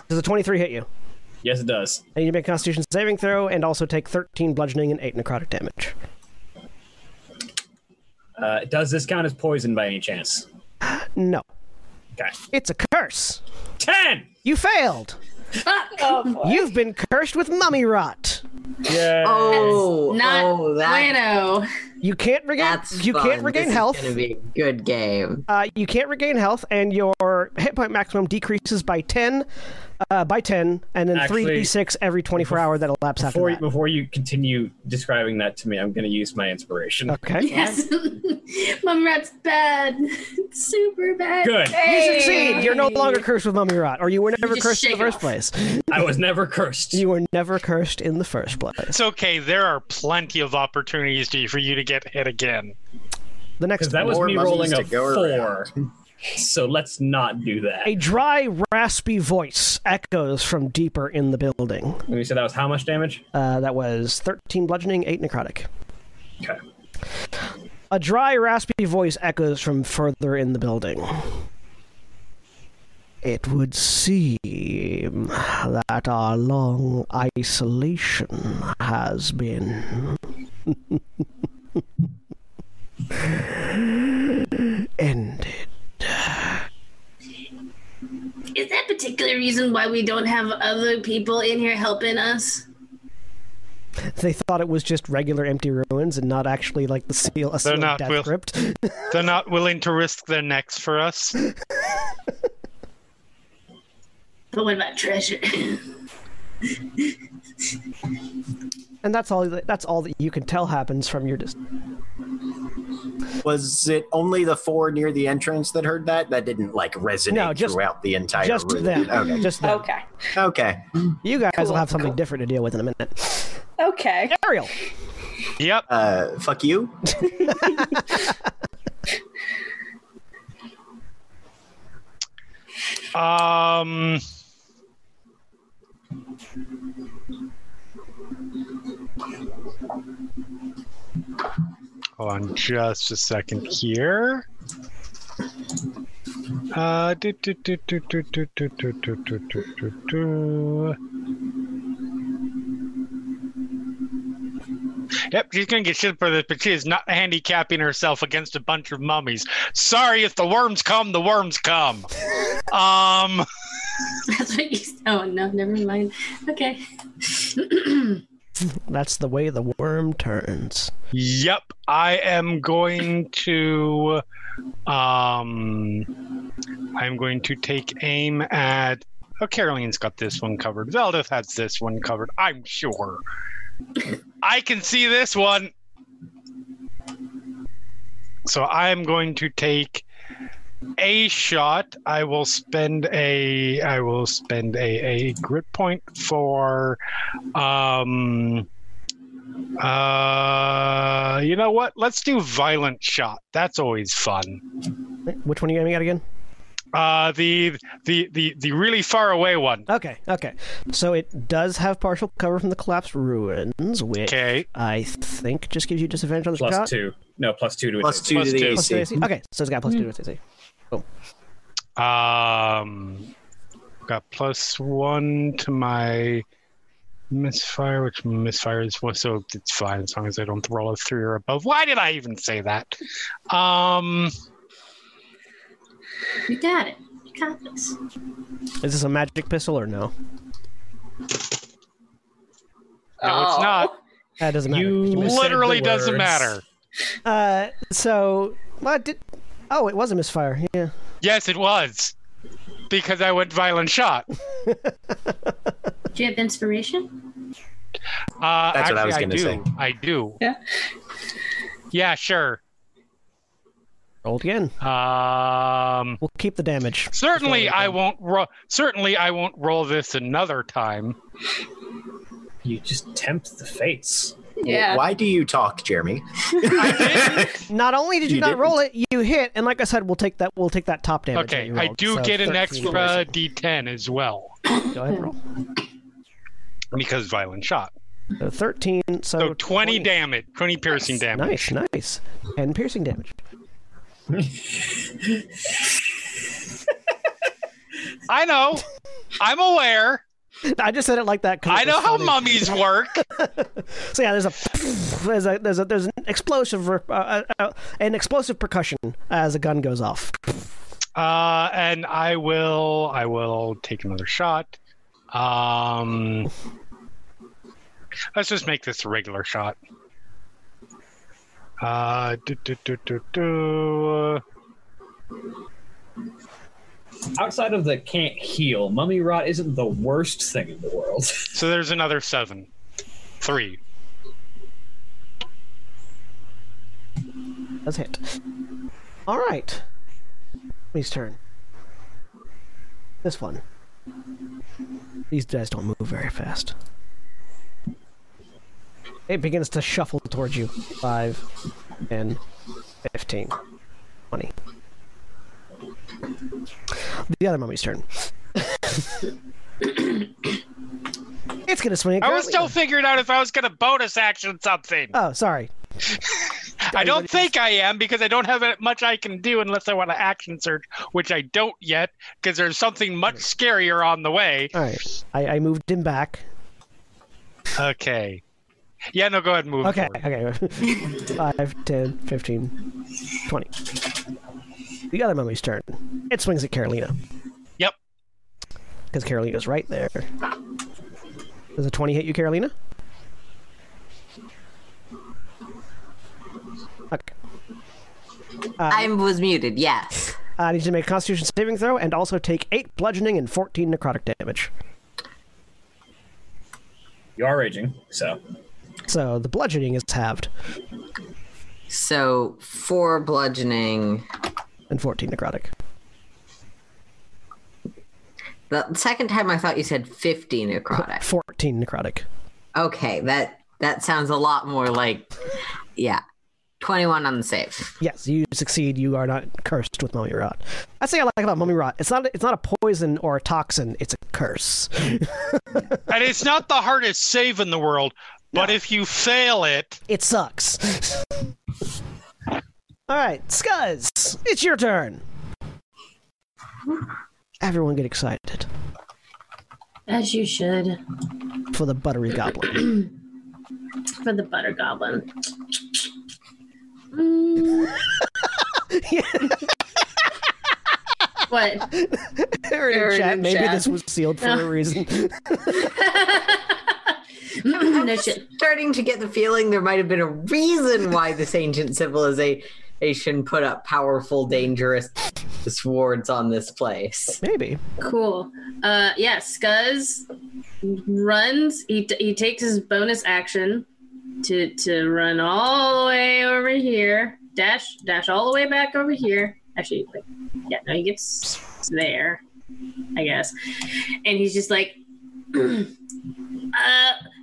[SPEAKER 1] Does a 23 hit you?
[SPEAKER 9] Yes, it does.
[SPEAKER 1] I need to make a constitution saving throw and also take 13 bludgeoning and 8 necrotic damage.
[SPEAKER 9] Uh, does this count as poison by any chance?
[SPEAKER 1] No.
[SPEAKER 9] Okay.
[SPEAKER 1] It's a curse.
[SPEAKER 9] Ten.
[SPEAKER 1] You failed. You've been cursed with mummy rot.
[SPEAKER 9] Yeah.
[SPEAKER 8] oh,
[SPEAKER 2] Not
[SPEAKER 8] oh, that,
[SPEAKER 2] bueno.
[SPEAKER 1] You can't regain
[SPEAKER 8] that's
[SPEAKER 1] you can't
[SPEAKER 8] fun.
[SPEAKER 1] regain
[SPEAKER 8] This is
[SPEAKER 1] health.
[SPEAKER 8] gonna be a good game.
[SPEAKER 1] Uh, you can't regain health, and your hit point maximum decreases by ten, uh, by ten, and then
[SPEAKER 9] Actually,
[SPEAKER 1] three d six every twenty four hour that elapse after
[SPEAKER 9] Before,
[SPEAKER 1] that.
[SPEAKER 9] before you continue describing that to me, I'm going to use my inspiration.
[SPEAKER 1] Okay.
[SPEAKER 2] Yes. Mum rat's bad. It's super bad.
[SPEAKER 9] Good.
[SPEAKER 1] You succeed. You're no longer cursed with mummy rot, or you were never
[SPEAKER 2] just
[SPEAKER 1] cursed in the
[SPEAKER 2] shake it
[SPEAKER 1] first
[SPEAKER 2] off.
[SPEAKER 1] place.
[SPEAKER 9] I was never cursed.
[SPEAKER 1] You were never cursed in the first place.
[SPEAKER 6] It's okay. There are plenty of opportunities to, for you to get hit again.
[SPEAKER 1] The next
[SPEAKER 9] Because that was
[SPEAKER 7] More
[SPEAKER 9] me
[SPEAKER 7] mummies
[SPEAKER 9] rolling
[SPEAKER 7] to
[SPEAKER 9] a
[SPEAKER 7] go
[SPEAKER 9] four. So let's not do that.
[SPEAKER 1] a dry, raspy voice echoes from deeper in the building.
[SPEAKER 9] And you said that was how much damage?
[SPEAKER 1] Uh, that was thirteen bludgeoning, eight necrotic.
[SPEAKER 9] Okay.
[SPEAKER 1] A dry, raspy voice echoes from further in the building. It would seem that our long isolation has been ended.
[SPEAKER 2] Is that particular reason why we don't have other people in here helping us?
[SPEAKER 1] They thought it was just regular empty ruins, ruins and not actually like the seal a seal
[SPEAKER 6] not
[SPEAKER 1] death
[SPEAKER 6] will-
[SPEAKER 1] crypt.
[SPEAKER 6] They're not willing to risk their necks for us.
[SPEAKER 2] But what about treasure?
[SPEAKER 1] And that's all that- that's all that you can tell happens from your distance.
[SPEAKER 7] Was it only the four near the entrance that heard that? That didn't like resonate
[SPEAKER 1] No, just-
[SPEAKER 7] throughout the entire
[SPEAKER 1] Just
[SPEAKER 7] room.
[SPEAKER 1] them.
[SPEAKER 7] Okay.
[SPEAKER 1] Just them.
[SPEAKER 5] Okay.
[SPEAKER 7] okay.
[SPEAKER 1] You guys will have something different to deal with in a minute.
[SPEAKER 5] Okay.
[SPEAKER 1] Ariel.
[SPEAKER 6] Yep.
[SPEAKER 7] Uh, fuck you.
[SPEAKER 6] Um. Hold on just a second here. Uh, do, do, do, do, do, do, do, do, do, do, do, do, do. Yep, she's gonna get shit for this, but she is not handicapping herself against a bunch of mummies. Sorry, if the worms come, the worms come. Um,
[SPEAKER 2] That's what you. Oh no, never mind. Okay.
[SPEAKER 1] That's the way the worm turns.
[SPEAKER 6] yep, I am going to, um, I'm going to take aim at. Oh, Caroline's got this one covered. Velda has this one covered. I'm sure. I can see this one. So I am going to take a shot. I will spend a. I will spend a a grit point for. Um, uh, you know what? Let's do violent shot. That's always fun.
[SPEAKER 1] Which one are you aiming at again?
[SPEAKER 6] Uh, the the the the really far away one.
[SPEAKER 1] Okay, okay. So it does have partial cover from the collapsed ruins, which
[SPEAKER 6] Okay.
[SPEAKER 1] I think just gives you disadvantage on the
[SPEAKER 9] Plus
[SPEAKER 1] shot.
[SPEAKER 9] two. No, plus two to it.
[SPEAKER 7] Plus two
[SPEAKER 6] Plus
[SPEAKER 7] to the
[SPEAKER 6] two.
[SPEAKER 1] Plus
[SPEAKER 7] AC.
[SPEAKER 1] two AC. Okay, so it's got plus two to its AC.
[SPEAKER 6] Um, got plus one to my misfire, which misfire is one, so it's fine as long as I don't roll a three or above. Why did I even say that? Um,
[SPEAKER 2] You got it. You got this.
[SPEAKER 1] Is this a magic pistol or no?
[SPEAKER 6] no, it's
[SPEAKER 2] Oh.
[SPEAKER 6] not.
[SPEAKER 1] That doesn't matter.
[SPEAKER 9] You said
[SPEAKER 6] Literally
[SPEAKER 9] the
[SPEAKER 6] doesn't
[SPEAKER 9] words.
[SPEAKER 6] matter.
[SPEAKER 1] Uh, so what did? Oh, it was a misfire. Yeah.
[SPEAKER 6] Yes, it was because I went violent shot.
[SPEAKER 2] Do you have inspiration?
[SPEAKER 6] Uh,
[SPEAKER 7] That's
[SPEAKER 6] actually,
[SPEAKER 7] what I was
[SPEAKER 6] do.
[SPEAKER 7] gonna say.
[SPEAKER 6] I do.
[SPEAKER 5] Yeah.
[SPEAKER 6] Yeah, sure.
[SPEAKER 1] Rolled again.
[SPEAKER 6] Um,
[SPEAKER 1] We'll keep the damage.
[SPEAKER 6] certainly I won't. Ro- certainly I won't roll this another time.
[SPEAKER 9] You just tempt the fates.
[SPEAKER 5] Yeah.
[SPEAKER 7] Why do you talk, Jeremy?
[SPEAKER 1] Not only did you,
[SPEAKER 7] You
[SPEAKER 1] not
[SPEAKER 7] didn't.
[SPEAKER 1] roll it, you hit, and like I said, we'll take that. We'll take that top damage. that
[SPEAKER 6] Okay,
[SPEAKER 1] you
[SPEAKER 6] I
[SPEAKER 1] rolled,
[SPEAKER 6] do
[SPEAKER 1] so
[SPEAKER 6] get an
[SPEAKER 1] 13
[SPEAKER 6] extra D10 as well
[SPEAKER 1] points. Go ahead, roll.
[SPEAKER 6] because violent shot.
[SPEAKER 1] So Thirteen. So,
[SPEAKER 6] So 20, damage, 20 piercing damage.
[SPEAKER 1] Nice, nice, and piercing damage.
[SPEAKER 6] I know. I'm aware.
[SPEAKER 1] I just said it like that. 'cause it
[SPEAKER 6] I know
[SPEAKER 1] was
[SPEAKER 6] how
[SPEAKER 1] funny.
[SPEAKER 6] mummies work.
[SPEAKER 1] So yeah, there's a there's a there's a there's an explosive uh, uh, uh, an explosive percussion as a gun goes off.
[SPEAKER 6] Uh, and I will I will take another shot. Um Let's just make this a regular shot. Uh do, do, do, do, do.
[SPEAKER 9] Outside of the can't heal, mummy rot isn't the worst thing in the world.
[SPEAKER 6] So there's another 7. 3.
[SPEAKER 1] That's hit. All right. Please turn. This one. These guys don't move very fast. It begins to shuffle towards you. 5, 10, 15, 20. The other mummy's turn. it's gonna swing.
[SPEAKER 6] I was
[SPEAKER 1] currently-
[SPEAKER 6] still figuring out if I was going to bonus action something.
[SPEAKER 1] Oh, sorry.
[SPEAKER 6] I don't think I am because I don't have it- much I can do unless I want to action search, which I don't yet because there's something much scarier on the way.
[SPEAKER 1] All right. I, I moved him back.
[SPEAKER 6] Okay. Yeah, no, go ahead and move.
[SPEAKER 1] Okay,
[SPEAKER 6] forward.
[SPEAKER 1] okay. 5, 10, 15, 20. The other mummy's turn. It swings at Carolina,
[SPEAKER 6] Yep.
[SPEAKER 1] because Carolina's right there. Does a 20 hit you, Carolina?
[SPEAKER 8] I was muted. Yes.
[SPEAKER 1] I need Uh, you to make a Constitution saving throw and also take eight bludgeoning and fourteen necrotic damage.
[SPEAKER 9] You are raging, so
[SPEAKER 1] So the bludgeoning is halved
[SPEAKER 8] So four bludgeoning.
[SPEAKER 1] and fourteen necrotic.
[SPEAKER 8] The second time I thought you said fifty necrotic.
[SPEAKER 1] Fourteen necrotic.
[SPEAKER 8] Okay, that that sounds a lot more like, yeah, twenty-one on the save.
[SPEAKER 1] Yes, you succeed. You are not cursed with mummy rot. That's the thing I like about mummy rot. It's not it's not a poison or a toxin. It's a curse.
[SPEAKER 6] And it's not the hardest save in the world, but if you fail it,
[SPEAKER 1] it sucks. All right, Scuzz, it's your turn. Everyone get excited
[SPEAKER 2] As you should
[SPEAKER 1] for the buttery goblin.
[SPEAKER 2] for the butter goblin. What?
[SPEAKER 1] They're in
[SPEAKER 2] They're in
[SPEAKER 1] chat. Maybe
[SPEAKER 2] chat.
[SPEAKER 1] this was sealed for a reason.
[SPEAKER 2] no shit.
[SPEAKER 8] Starting to get the feeling there might have been a reason why this ancient civilization put up powerful, dangerous swords on this place.
[SPEAKER 1] Maybe.
[SPEAKER 2] Cool. Uh, yeah, Scuzz runs. He, t- he takes his bonus action to to run all the way over here. Dash dash all the way back over here. Actually, wait. yeah, no, he gets there, I guess. And he's just like, uh,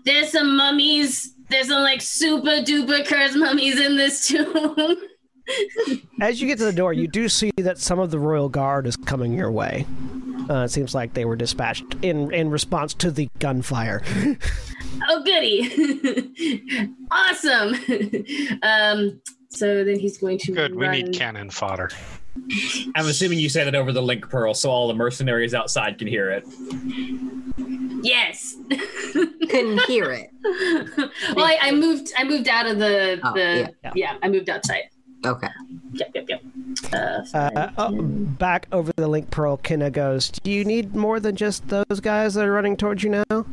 [SPEAKER 2] there's some mummies. There's some like super duper cursed mummies in this tomb.
[SPEAKER 1] As you get to the door, you do see that some of the royal guard is coming your way. Uh, it seems like they were dispatched in in response to the gunfire.
[SPEAKER 2] oh goody awesome um so then he's going to
[SPEAKER 6] good. We
[SPEAKER 2] run.
[SPEAKER 6] need cannon fodder.
[SPEAKER 9] I'm assuming you say that over the link pearl, so all the mercenaries outside can hear it.
[SPEAKER 2] yes
[SPEAKER 8] Couldn't hear it.
[SPEAKER 2] well I, I moved i moved out of the
[SPEAKER 8] Oh,
[SPEAKER 2] the yeah. i moved outside
[SPEAKER 8] Okay.
[SPEAKER 2] yep yep yep uh,
[SPEAKER 1] Uh, oh, back over the link pearl, Kinna goes. Do you need more than just those guys that are running towards you now?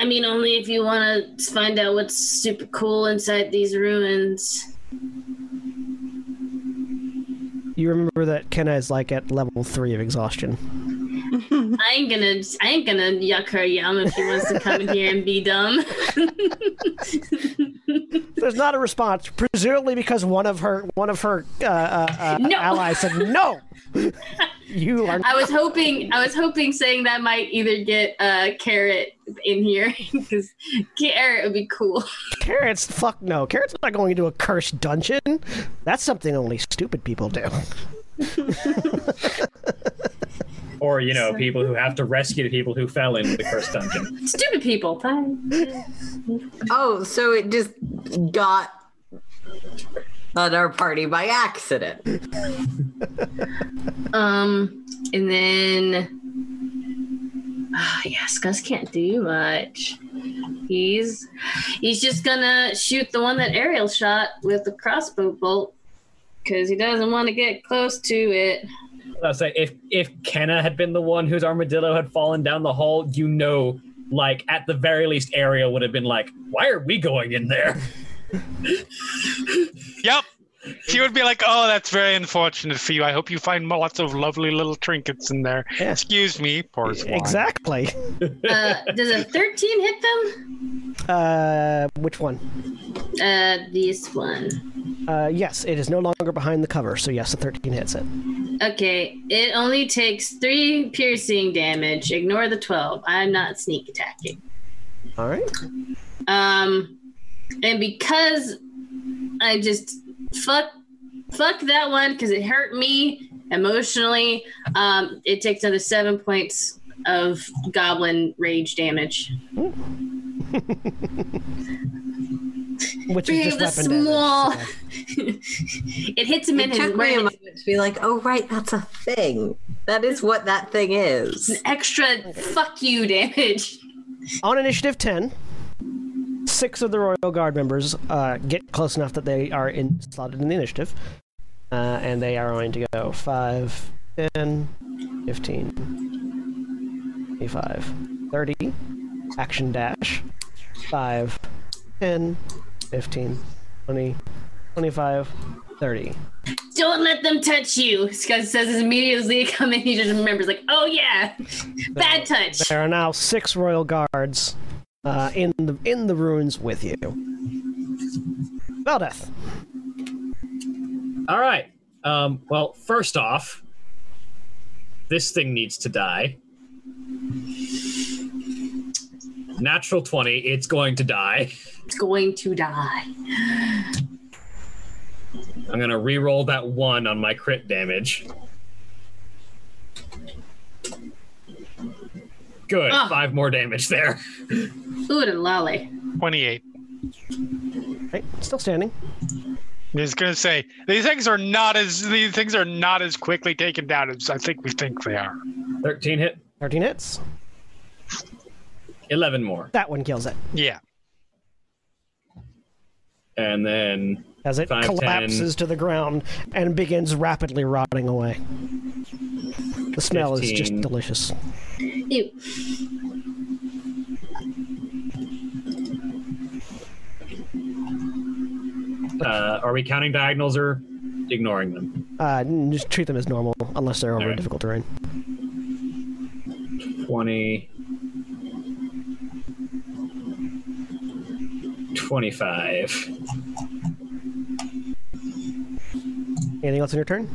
[SPEAKER 2] i mean only if you want to find out what's super cool inside these ruins
[SPEAKER 1] You remember that Kenna is like at level three of exhaustion.
[SPEAKER 2] i ain't gonna i ain't gonna yuck her yum if she wants to come in here and be dumb
[SPEAKER 1] There's not a response, presumably because one of her one of her uh, uh, uh,
[SPEAKER 2] No.
[SPEAKER 1] allies said no. you are
[SPEAKER 2] i was hoping i was hoping saying that might either get uh carrot in here because carrot would be cool
[SPEAKER 1] carrots. Fuck no, carrots not going into a cursed dungeon. That's something only stupid people do.
[SPEAKER 9] Or, you know, people who have to rescue the people who fell into the cursed dungeon.
[SPEAKER 2] Stupid people. Bye.
[SPEAKER 8] Oh, so it just got at our party by accident.
[SPEAKER 2] Um, and then, Ah, yes, Gus can't do much. He's he's just gonna shoot the one that Ariel shot with the crossbow bolt because he doesn't want to get close to it.
[SPEAKER 9] I'll say if if Kenna had been the one whose armadillo had fallen down the hall, you know, like at the very least, Ariel would have been like, "Why are we going in there?"
[SPEAKER 6] Yep. She would be like, "Oh, that's very unfortunate for you. I hope you find lots of lovely little trinkets in there."
[SPEAKER 1] Yeah.
[SPEAKER 6] Excuse me, pours wine.
[SPEAKER 1] Exactly.
[SPEAKER 2] Uh, does a thirteen hit them?
[SPEAKER 1] Uh, which one?
[SPEAKER 2] Uh, this one.
[SPEAKER 1] Uh, yes, it is no longer behind the cover, so yes, the 13 hits it.
[SPEAKER 2] Okay, it only takes three piercing damage. Ignore the twelve. I'm not sneak attacking.
[SPEAKER 1] All right.
[SPEAKER 2] Um, and because I just fuck fuck that one because it hurt me emotionally. Um, it takes another seven points of goblin rage damage.
[SPEAKER 1] Which
[SPEAKER 2] Being
[SPEAKER 1] is
[SPEAKER 2] the
[SPEAKER 1] just weapon
[SPEAKER 2] small-
[SPEAKER 1] damage. so-
[SPEAKER 2] it hits him in
[SPEAKER 8] It
[SPEAKER 2] his
[SPEAKER 8] took me a
[SPEAKER 2] brain.
[SPEAKER 8] moment to be like, "Oh, right, that's a thing. That is what that thing is."
[SPEAKER 2] Extra fuck you damage.
[SPEAKER 1] On initiative 10, six of the Royal Guard members uh, get close enough that they are in, slotted in the initiative. Uh, and they are going to go 5, 10, 15, 25, 30, action dash, 5, 10, 15, 20, 25, 30.
[SPEAKER 2] Don't let them touch you. Scuzz says as immediately as they come in, he just remembers, like, oh yeah, bad touch.
[SPEAKER 1] There are now six royal guards uh, in the in the ruins with you. Valdeth.
[SPEAKER 10] All right. Um, well, first off, this thing needs to die. Natural 20, it's going to die.
[SPEAKER 2] It's going to die.
[SPEAKER 10] I'm going to re-roll that one on my crit damage. Good.
[SPEAKER 2] Ah.
[SPEAKER 10] Five more damage there.
[SPEAKER 2] Ooh, and Lolly.
[SPEAKER 6] 28.
[SPEAKER 1] Right, still standing.
[SPEAKER 6] He's gonna say these things are not as these things are not as quickly taken down as I think we think they are.
[SPEAKER 10] 13 hit,
[SPEAKER 1] 13 hits.
[SPEAKER 10] 11 more.
[SPEAKER 1] That one kills it.
[SPEAKER 6] Yeah.
[SPEAKER 10] And then
[SPEAKER 1] As it
[SPEAKER 10] Five,
[SPEAKER 1] collapses to the ground and begins rapidly rotting away. The smell is just
[SPEAKER 10] 15.
[SPEAKER 1] delicious.
[SPEAKER 2] Ew.
[SPEAKER 10] uh, are we counting diagonals or ignoring them?
[SPEAKER 1] Uh, n- just treat them as normal, unless they're over
[SPEAKER 10] Alright.
[SPEAKER 1] difficult terrain.
[SPEAKER 10] 20 25
[SPEAKER 1] Anything else on your turn?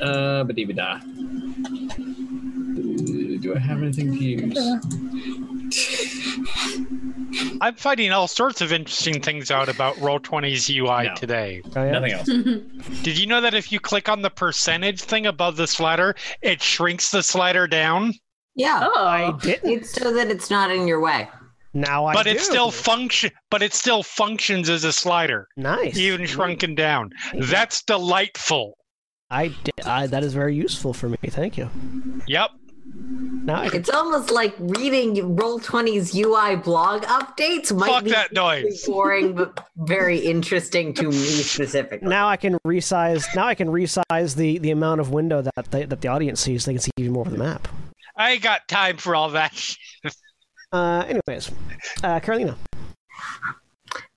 [SPEAKER 10] uh ba-dee-ba-da. do i have anything to use
[SPEAKER 6] I'm finding all sorts of interesting things out about Roll20's UI
[SPEAKER 10] No.
[SPEAKER 6] today.
[SPEAKER 1] Oh, yeah?
[SPEAKER 10] nothing else
[SPEAKER 6] Did you know that if you click on the percentage thing above the slider, it shrinks the slider down?
[SPEAKER 8] Yeah.
[SPEAKER 2] Oh,
[SPEAKER 1] I didn't.
[SPEAKER 8] It's so that it's not in your way.
[SPEAKER 1] Now I
[SPEAKER 6] but
[SPEAKER 1] do.
[SPEAKER 6] it still function but it still functions as a slider.
[SPEAKER 1] nice.
[SPEAKER 6] Even shrunken down. That's delightful.
[SPEAKER 1] I did. I, that is very useful for me. Thank you.
[SPEAKER 6] Yep.
[SPEAKER 1] Now I can
[SPEAKER 8] It's almost like reading Roll20's UI blog updates might
[SPEAKER 6] Fuck
[SPEAKER 8] be
[SPEAKER 6] that noise.
[SPEAKER 8] boring but very interesting to me specifically.
[SPEAKER 1] now I can resize. Now I can resize the the amount of window that they, that the audience sees. They can see even more of the map.
[SPEAKER 6] I ain't got time for all that.
[SPEAKER 1] Uh, anyways, uh, Carolina.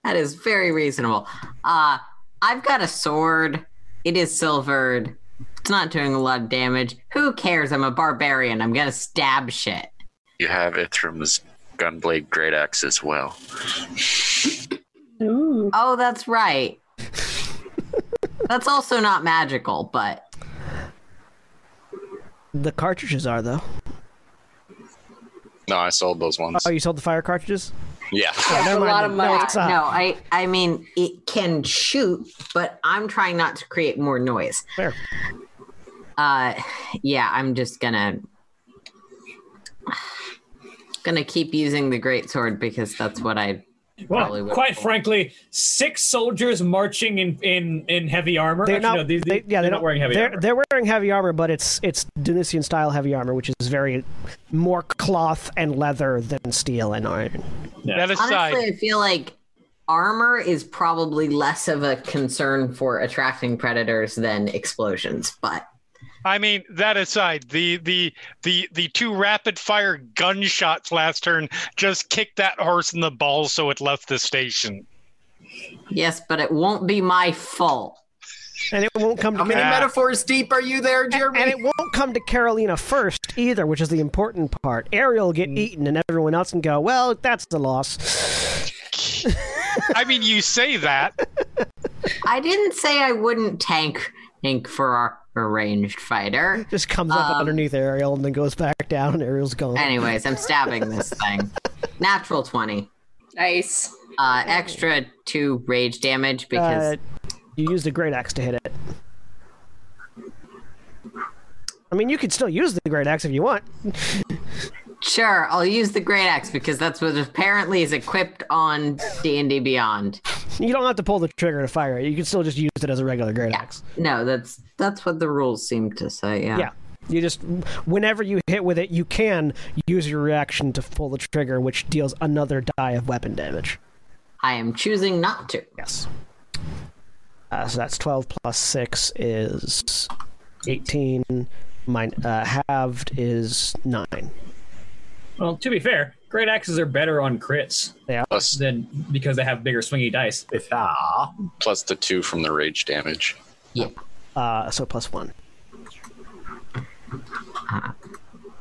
[SPEAKER 8] That is very reasonable. Uh I've got a sword. It is silvered. It's not doing a lot of damage. Who cares? I'm a barbarian. I'm gonna stab shit.
[SPEAKER 3] You have Ithram's gunblade great axe as well.
[SPEAKER 5] Ooh.
[SPEAKER 8] Oh, that's right. that's also not magical, but
[SPEAKER 1] The cartridges are though.
[SPEAKER 3] No, I sold those ones.
[SPEAKER 1] Oh, you sold the fire cartridges.
[SPEAKER 3] yeah.
[SPEAKER 5] That's a
[SPEAKER 1] never mind
[SPEAKER 5] lot of
[SPEAKER 1] then.
[SPEAKER 5] money.
[SPEAKER 1] No, it's-
[SPEAKER 8] no, I I mean it can shoot, but I'm trying not to create more noise.
[SPEAKER 1] Fair.
[SPEAKER 8] Uh yeah, I'm just gonna gonna keep using the great sword because that's what I probably
[SPEAKER 10] well
[SPEAKER 8] would
[SPEAKER 10] quite
[SPEAKER 8] roll.
[SPEAKER 10] frankly six soldiers marching in in in heavy armor
[SPEAKER 1] They're
[SPEAKER 10] Actually,
[SPEAKER 1] not.
[SPEAKER 10] no, these-
[SPEAKER 1] they, yeah,
[SPEAKER 10] they're not wearing heavy
[SPEAKER 1] they're,
[SPEAKER 10] armor
[SPEAKER 1] They're wearing heavy armor, but it's it's Dunisian style heavy armor, which is very more cloth and leather than steel and iron.
[SPEAKER 6] That aside,
[SPEAKER 8] Honestly, I feel like armor is probably less of a concern for attracting predators than explosions, but
[SPEAKER 6] I mean, that aside, the the the the two rapid fire gunshots last turn just kicked that horse in the balls so it left the station.
[SPEAKER 8] yes, but it won't be my fault.
[SPEAKER 1] And it won't come.
[SPEAKER 7] How
[SPEAKER 1] to
[SPEAKER 7] many
[SPEAKER 6] Ah.
[SPEAKER 7] metaphors deep are you there, Jeremy?
[SPEAKER 1] And it won't come to Carolina first either, which is the important part. Ariel will get
[SPEAKER 10] Mm.
[SPEAKER 1] eaten, and everyone else can go, well, that's the loss.
[SPEAKER 6] I mean, you say that.
[SPEAKER 8] I didn't say I wouldn't tank tank for our ranged fighter.
[SPEAKER 1] Just comes up
[SPEAKER 8] Um,
[SPEAKER 1] underneath Ariel and then goes back down, and Ariel's gone.
[SPEAKER 8] Anyways, I'm stabbing this thing. Natural 20.
[SPEAKER 5] Nice.
[SPEAKER 8] Uh, extra two rage damage because
[SPEAKER 1] Uh, you used a great axe to hit it. I mean, you could still use the great axe if you want.
[SPEAKER 8] sure, I'll use the great axe because that's what apparently is equipped on D&D Beyond.
[SPEAKER 1] You don't have to pull the trigger to fire it. You can still just use it as a regular great axe.
[SPEAKER 8] No, that's that's what the rules seem to say. Yeah.
[SPEAKER 1] Yeah. You just, whenever you hit with it, you can use your reaction to pull the trigger, which deals another die of weapon damage.
[SPEAKER 8] I am choosing not to.
[SPEAKER 1] Yes. Uh, so that's 12 plus 6 is 18. Mine, uh, halved is 9.
[SPEAKER 10] well to be fair
[SPEAKER 9] Great axes are better on crits
[SPEAKER 3] Plus,
[SPEAKER 9] than because they have bigger swingy dice.
[SPEAKER 7] If, ah,
[SPEAKER 3] plus the two from the rage damage.
[SPEAKER 1] Uh, so plus one.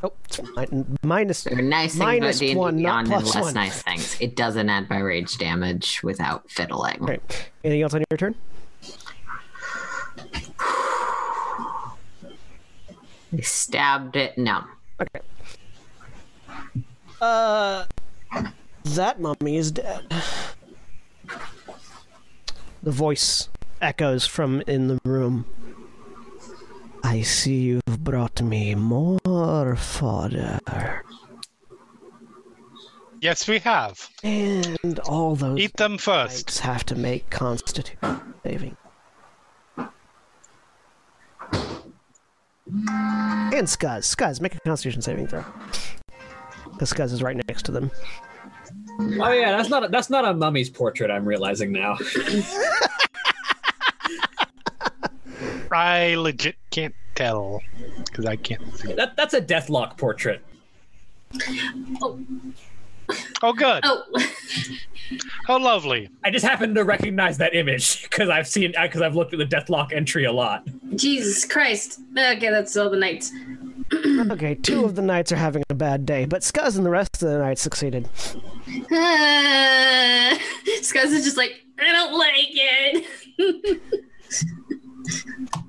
[SPEAKER 1] Oh, it's min- minus.
[SPEAKER 8] They're Uh-huh. nice things
[SPEAKER 1] Minus
[SPEAKER 8] about D&D
[SPEAKER 1] one, not
[SPEAKER 8] Beyond and
[SPEAKER 1] plus
[SPEAKER 8] less
[SPEAKER 1] one.
[SPEAKER 8] nice things. It doesn't add by rage damage without fiddling.
[SPEAKER 1] Great. Anything else on your turn?
[SPEAKER 8] They stabbed it. No.
[SPEAKER 1] Okay. Uh, that mummy is dead. The voice echoes from in the room. I see you've brought me more fodder.
[SPEAKER 6] Yes, we have.
[SPEAKER 1] And all those
[SPEAKER 6] Eat them first.
[SPEAKER 1] knights have to make constitution saving. And Scuzz. Scuzz, make a constitution saving throw. Because Scuzz is right next to them.
[SPEAKER 9] Oh yeah, that's not a, that's not a mummy's portrait. I'm realizing now.
[SPEAKER 6] I legit can't tell because I can't see.
[SPEAKER 9] That that's a Deathlock portrait.
[SPEAKER 6] Oh, good. Oh,
[SPEAKER 2] Oh,
[SPEAKER 6] lovely.
[SPEAKER 9] I just happen to recognize that image because I've seen because I've looked at the Deathlock entry a lot.
[SPEAKER 2] Jesus Christ. Okay, that's all the knights.
[SPEAKER 1] Okay, two of the knights are having a bad day, but Scuzz and the rest of the knights succeeded.
[SPEAKER 2] Uh, Scuzz is just like, I don't like it.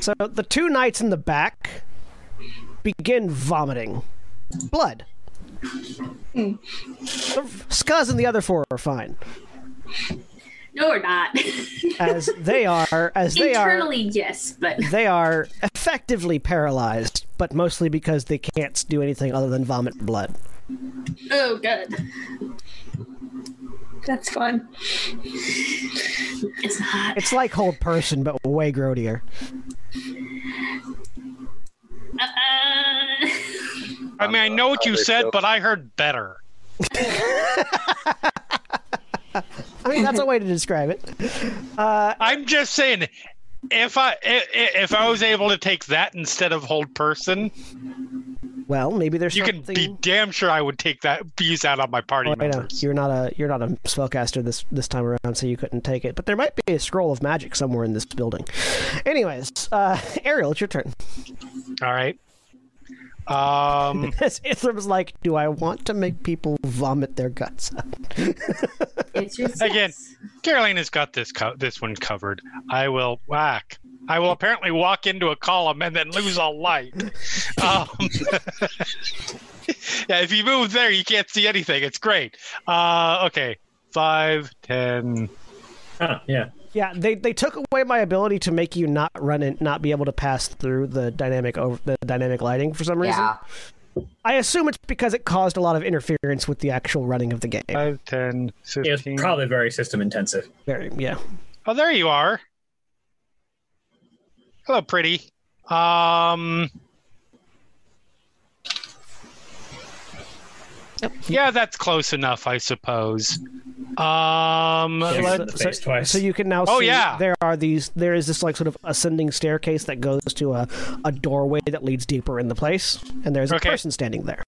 [SPEAKER 1] So the two knights in the back begin vomiting blood.
[SPEAKER 2] Hmm.
[SPEAKER 1] Scuzz and the other four are fine,
[SPEAKER 2] No, we're not.
[SPEAKER 1] as they are as they are
[SPEAKER 2] Internally, yes, but
[SPEAKER 1] they are effectively paralyzed, but mostly because they can't do anything other than vomit blood.
[SPEAKER 2] oh god,
[SPEAKER 5] That's fun.
[SPEAKER 2] it's hot.
[SPEAKER 1] It's like whole person, but way grodier.
[SPEAKER 10] Uh-uh.
[SPEAKER 2] Uh,
[SPEAKER 6] I mean, I know what you
[SPEAKER 3] Other
[SPEAKER 6] said,
[SPEAKER 3] show-
[SPEAKER 6] but I heard better.
[SPEAKER 1] I mean, that's a way to describe it. Uh,
[SPEAKER 6] I'm just saying, if I i- i- if I was able to take that instead of hold person,
[SPEAKER 1] Well, maybe there's
[SPEAKER 6] you can
[SPEAKER 1] something.
[SPEAKER 6] be damn sure I would take that use that on my party
[SPEAKER 1] Well, I know
[SPEAKER 6] members.
[SPEAKER 1] you're not a you're not a spellcaster this this time around, so you couldn't take it. But there might be a scroll of magic somewhere in this building. Anyways, uh, Ariel, it's your turn.
[SPEAKER 6] All right. Um,
[SPEAKER 1] Ithram's like, do I want to make people vomit their guts out?
[SPEAKER 2] it's your
[SPEAKER 6] Again. Caroline has got this co- this one covered. I will whack. I will apparently walk into a column and then lose all light. Um, yeah, if you move there, you can't see anything. It's great. Uh, okay, five, ten.
[SPEAKER 9] Huh, yeah.
[SPEAKER 1] Yeah, they they took away my ability to make you not run and not be able to pass through the dynamic over the dynamic lighting for some reason.
[SPEAKER 8] Yeah.
[SPEAKER 1] I assume it's because it caused a lot of interference with the actual running of the game.
[SPEAKER 6] Five, ten, fifteen.
[SPEAKER 9] It's probably very system intensive.
[SPEAKER 1] Very, yeah.
[SPEAKER 6] Oh, there you are. Hello, pretty. Um. Yeah, that's close enough, I suppose. Um,
[SPEAKER 9] Kicks it
[SPEAKER 1] let-
[SPEAKER 9] in the face twice.
[SPEAKER 1] So you can now
[SPEAKER 6] Oh,
[SPEAKER 1] see
[SPEAKER 6] yeah.
[SPEAKER 1] there are these there is this like sort of ascending staircase that goes to a, a doorway that leads deeper in the place and there's a
[SPEAKER 6] Okay.
[SPEAKER 1] person standing there.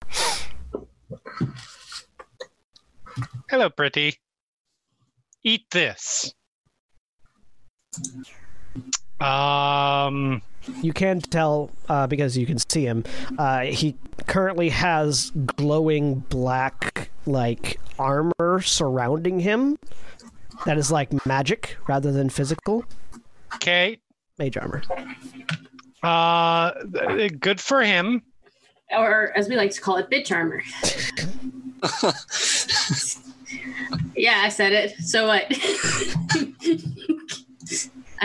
[SPEAKER 6] hello, pretty. Eat this. Um,
[SPEAKER 1] You can tell uh, because you can see him. Uh, he currently has glowing black like armor surrounding him that is like magic rather than physical
[SPEAKER 6] okay.
[SPEAKER 1] mage armor.
[SPEAKER 6] Uh, th- good for him.
[SPEAKER 2] or as we like to call it, bitch armor. yeah, I said it. So what?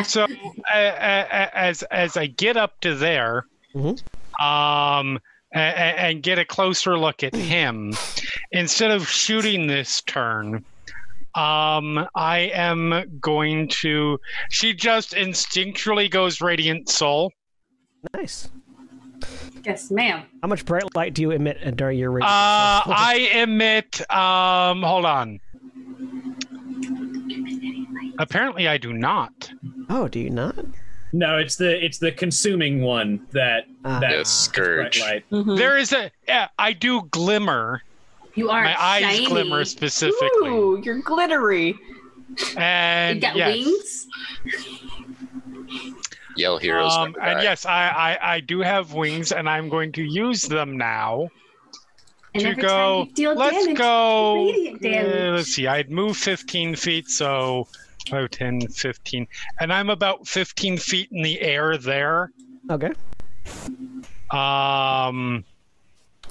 [SPEAKER 6] so uh, uh, as as I get up to there,
[SPEAKER 1] Mhm.
[SPEAKER 6] um, and, and get a closer look at him, instead of shooting this turn, um, I am going to. She just instinctually goes radiant soul.
[SPEAKER 1] Nice.
[SPEAKER 2] yes, ma'am.
[SPEAKER 1] How much bright light do you emit during your
[SPEAKER 6] Uh,
[SPEAKER 1] radiant? assault?
[SPEAKER 6] I emit. Um, hold on. Apparently, I do not.
[SPEAKER 1] oh, do you not?
[SPEAKER 9] No, it's the it's the consuming one that
[SPEAKER 1] Ah.
[SPEAKER 9] that
[SPEAKER 3] Yes,
[SPEAKER 9] bright
[SPEAKER 3] scourge.
[SPEAKER 9] light.
[SPEAKER 6] There is a. Yeah, I do glimmer.
[SPEAKER 2] You are
[SPEAKER 6] My eyes
[SPEAKER 2] shiny.
[SPEAKER 6] glimmer specifically.
[SPEAKER 5] Ooh, you're glittery.
[SPEAKER 2] You
[SPEAKER 6] And
[SPEAKER 2] got
[SPEAKER 6] yes.
[SPEAKER 2] wings.
[SPEAKER 3] Yell heroes.
[SPEAKER 6] Um,
[SPEAKER 3] never
[SPEAKER 6] and
[SPEAKER 3] die.
[SPEAKER 6] yes, I, I I do have wings, and I'm going to use them now
[SPEAKER 2] And
[SPEAKER 6] to
[SPEAKER 2] every
[SPEAKER 6] go.
[SPEAKER 2] time you deal
[SPEAKER 6] let's
[SPEAKER 2] damage,
[SPEAKER 6] go.
[SPEAKER 2] radiant
[SPEAKER 6] uh,
[SPEAKER 2] damage.
[SPEAKER 6] let's see. I'd move 15 feet, so oh, 10, 15, and I'm about 15 feet in the air there.
[SPEAKER 1] Okay.
[SPEAKER 6] Um.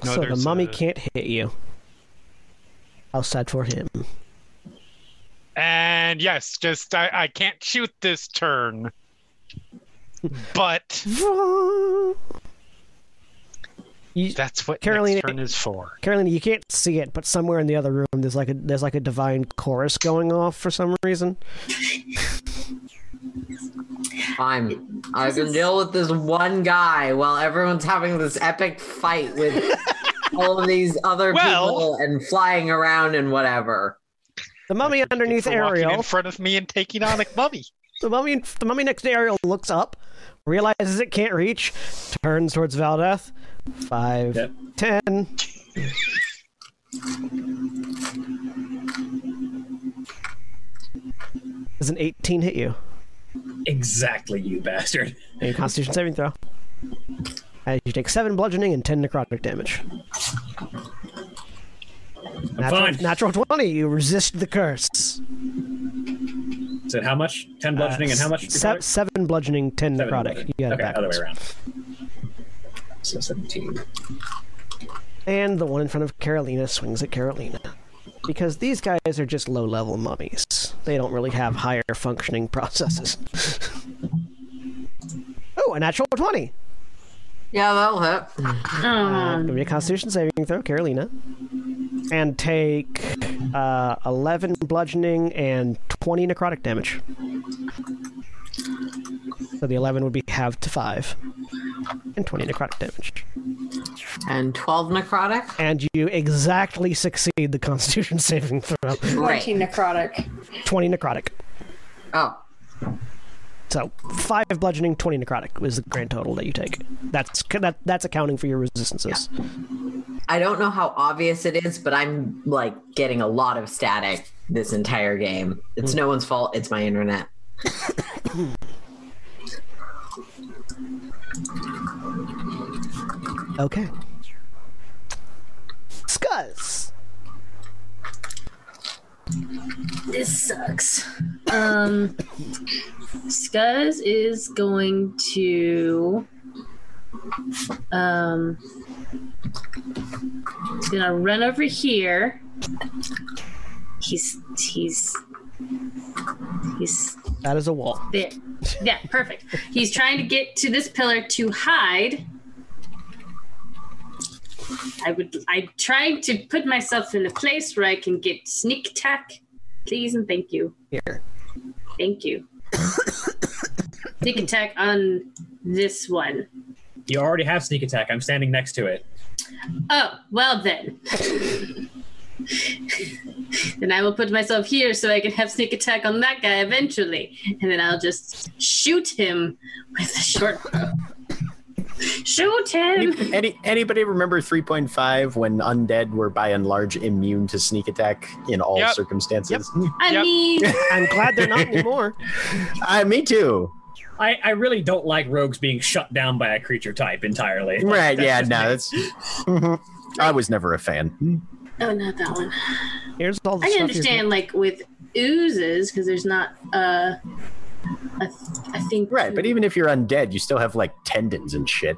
[SPEAKER 6] no,
[SPEAKER 1] so the
[SPEAKER 6] there's
[SPEAKER 1] mummy
[SPEAKER 6] a-
[SPEAKER 1] can't hit you. Outside for him.
[SPEAKER 6] And yes, just I, I can't shoot this turn. But
[SPEAKER 1] You-
[SPEAKER 6] that's what
[SPEAKER 1] Caroline-
[SPEAKER 6] next turn is for.
[SPEAKER 1] Carolina, you can't see it, but somewhere in the other room, there's like a there's like a divine chorus going off for some reason.
[SPEAKER 8] Fine. I
[SPEAKER 2] This
[SPEAKER 8] can
[SPEAKER 2] is-
[SPEAKER 8] deal with this one guy while everyone's having this epic fight with all of these other
[SPEAKER 6] Well-
[SPEAKER 8] people and flying around and whatever.
[SPEAKER 1] The mummy underneath
[SPEAKER 6] For walking in
[SPEAKER 1] Ariel,
[SPEAKER 6] front of me and taking on a mummy.
[SPEAKER 1] the mummy, the mummy next to Ariel looks up, realizes it can't reach, turns towards Valdeth. Five,
[SPEAKER 4] Yep.
[SPEAKER 1] ten. Does an eighteen hit you?
[SPEAKER 9] Exactly, you bastard.
[SPEAKER 1] A Constitution saving throw. And you take seven bludgeoning and ten necrotic damage. natural,
[SPEAKER 9] fine.
[SPEAKER 1] natural twenty. You resist the curse.
[SPEAKER 9] Said how much? Ten bludgeoning and how much?
[SPEAKER 1] Uh, Se-
[SPEAKER 9] necrotic?
[SPEAKER 1] seven bludgeoning, ten
[SPEAKER 9] Seven
[SPEAKER 1] necrotic.
[SPEAKER 9] bludgeoning.
[SPEAKER 1] You got it
[SPEAKER 9] okay, other way
[SPEAKER 1] backwards.
[SPEAKER 9] around. So seventeen.
[SPEAKER 1] And the one in front of Carolina swings at Carolina. Because these guys are just low level mummies. They don't really have higher functioning processes. oh, a natural 20.
[SPEAKER 8] Yeah, that'll hit.
[SPEAKER 1] Uh, give me a constitution saving throw, Carolina. And take uh, 11 bludgeoning and 20 necrotic damage. So the 11 would be halved to 5. And 20 necrotic damage.
[SPEAKER 8] And 12 necrotic?
[SPEAKER 1] And you exactly succeed the constitution saving throw.
[SPEAKER 8] Great.
[SPEAKER 5] 14 necrotic.
[SPEAKER 1] 20 necrotic.
[SPEAKER 8] Oh,
[SPEAKER 1] So five bludgeoning, twenty necrotic was the grand total that you take. That's that, that's accounting for your resistances.
[SPEAKER 8] I don't know how obvious it is, but I'm like getting a lot of static this entire game. It's
[SPEAKER 1] Hmm.
[SPEAKER 8] no one's fault. It's my internet.
[SPEAKER 1] Okay. Scuzz.
[SPEAKER 2] This sucks. Um, Scuzz is going to. Um, he's gonna run over here. He's he's he's
[SPEAKER 1] That is a wall.
[SPEAKER 2] there. Yeah, perfect. He's trying to get to this pillar to hide. I would. I'm trying to put myself in a place where I can get sneak attack. Please and thank you.
[SPEAKER 1] Here.
[SPEAKER 2] Thank you. sneak attack on this one.
[SPEAKER 9] You already have sneak attack. I'm standing next to it.
[SPEAKER 2] Oh, well then. then I will put myself here so I can have sneak attack on that guy eventually. And then I'll just shoot him with the short bow. shoot him!
[SPEAKER 7] Any, any anybody remember 3.5 when undead were by and large immune to sneak attack in all
[SPEAKER 6] Yep.
[SPEAKER 7] circumstances?
[SPEAKER 2] I
[SPEAKER 6] Yep.
[SPEAKER 2] mean,
[SPEAKER 1] I'm glad they're not anymore.
[SPEAKER 7] Uh, me too.
[SPEAKER 9] I, I really don't like rogues being shut down by a creature type entirely. Like,
[SPEAKER 7] Right?
[SPEAKER 9] that's
[SPEAKER 7] Yeah.
[SPEAKER 9] just
[SPEAKER 7] No.
[SPEAKER 9] me.
[SPEAKER 7] That's. Mhm. I was never a fan.
[SPEAKER 2] oh, not that one.
[SPEAKER 1] Here's all the
[SPEAKER 2] I can
[SPEAKER 1] stuff you're-
[SPEAKER 2] understand, like, with oozes, because there's not uh, a, th- a thing.
[SPEAKER 7] Right,
[SPEAKER 1] e-
[SPEAKER 7] but even if you're undead, you still have like tendons and shit.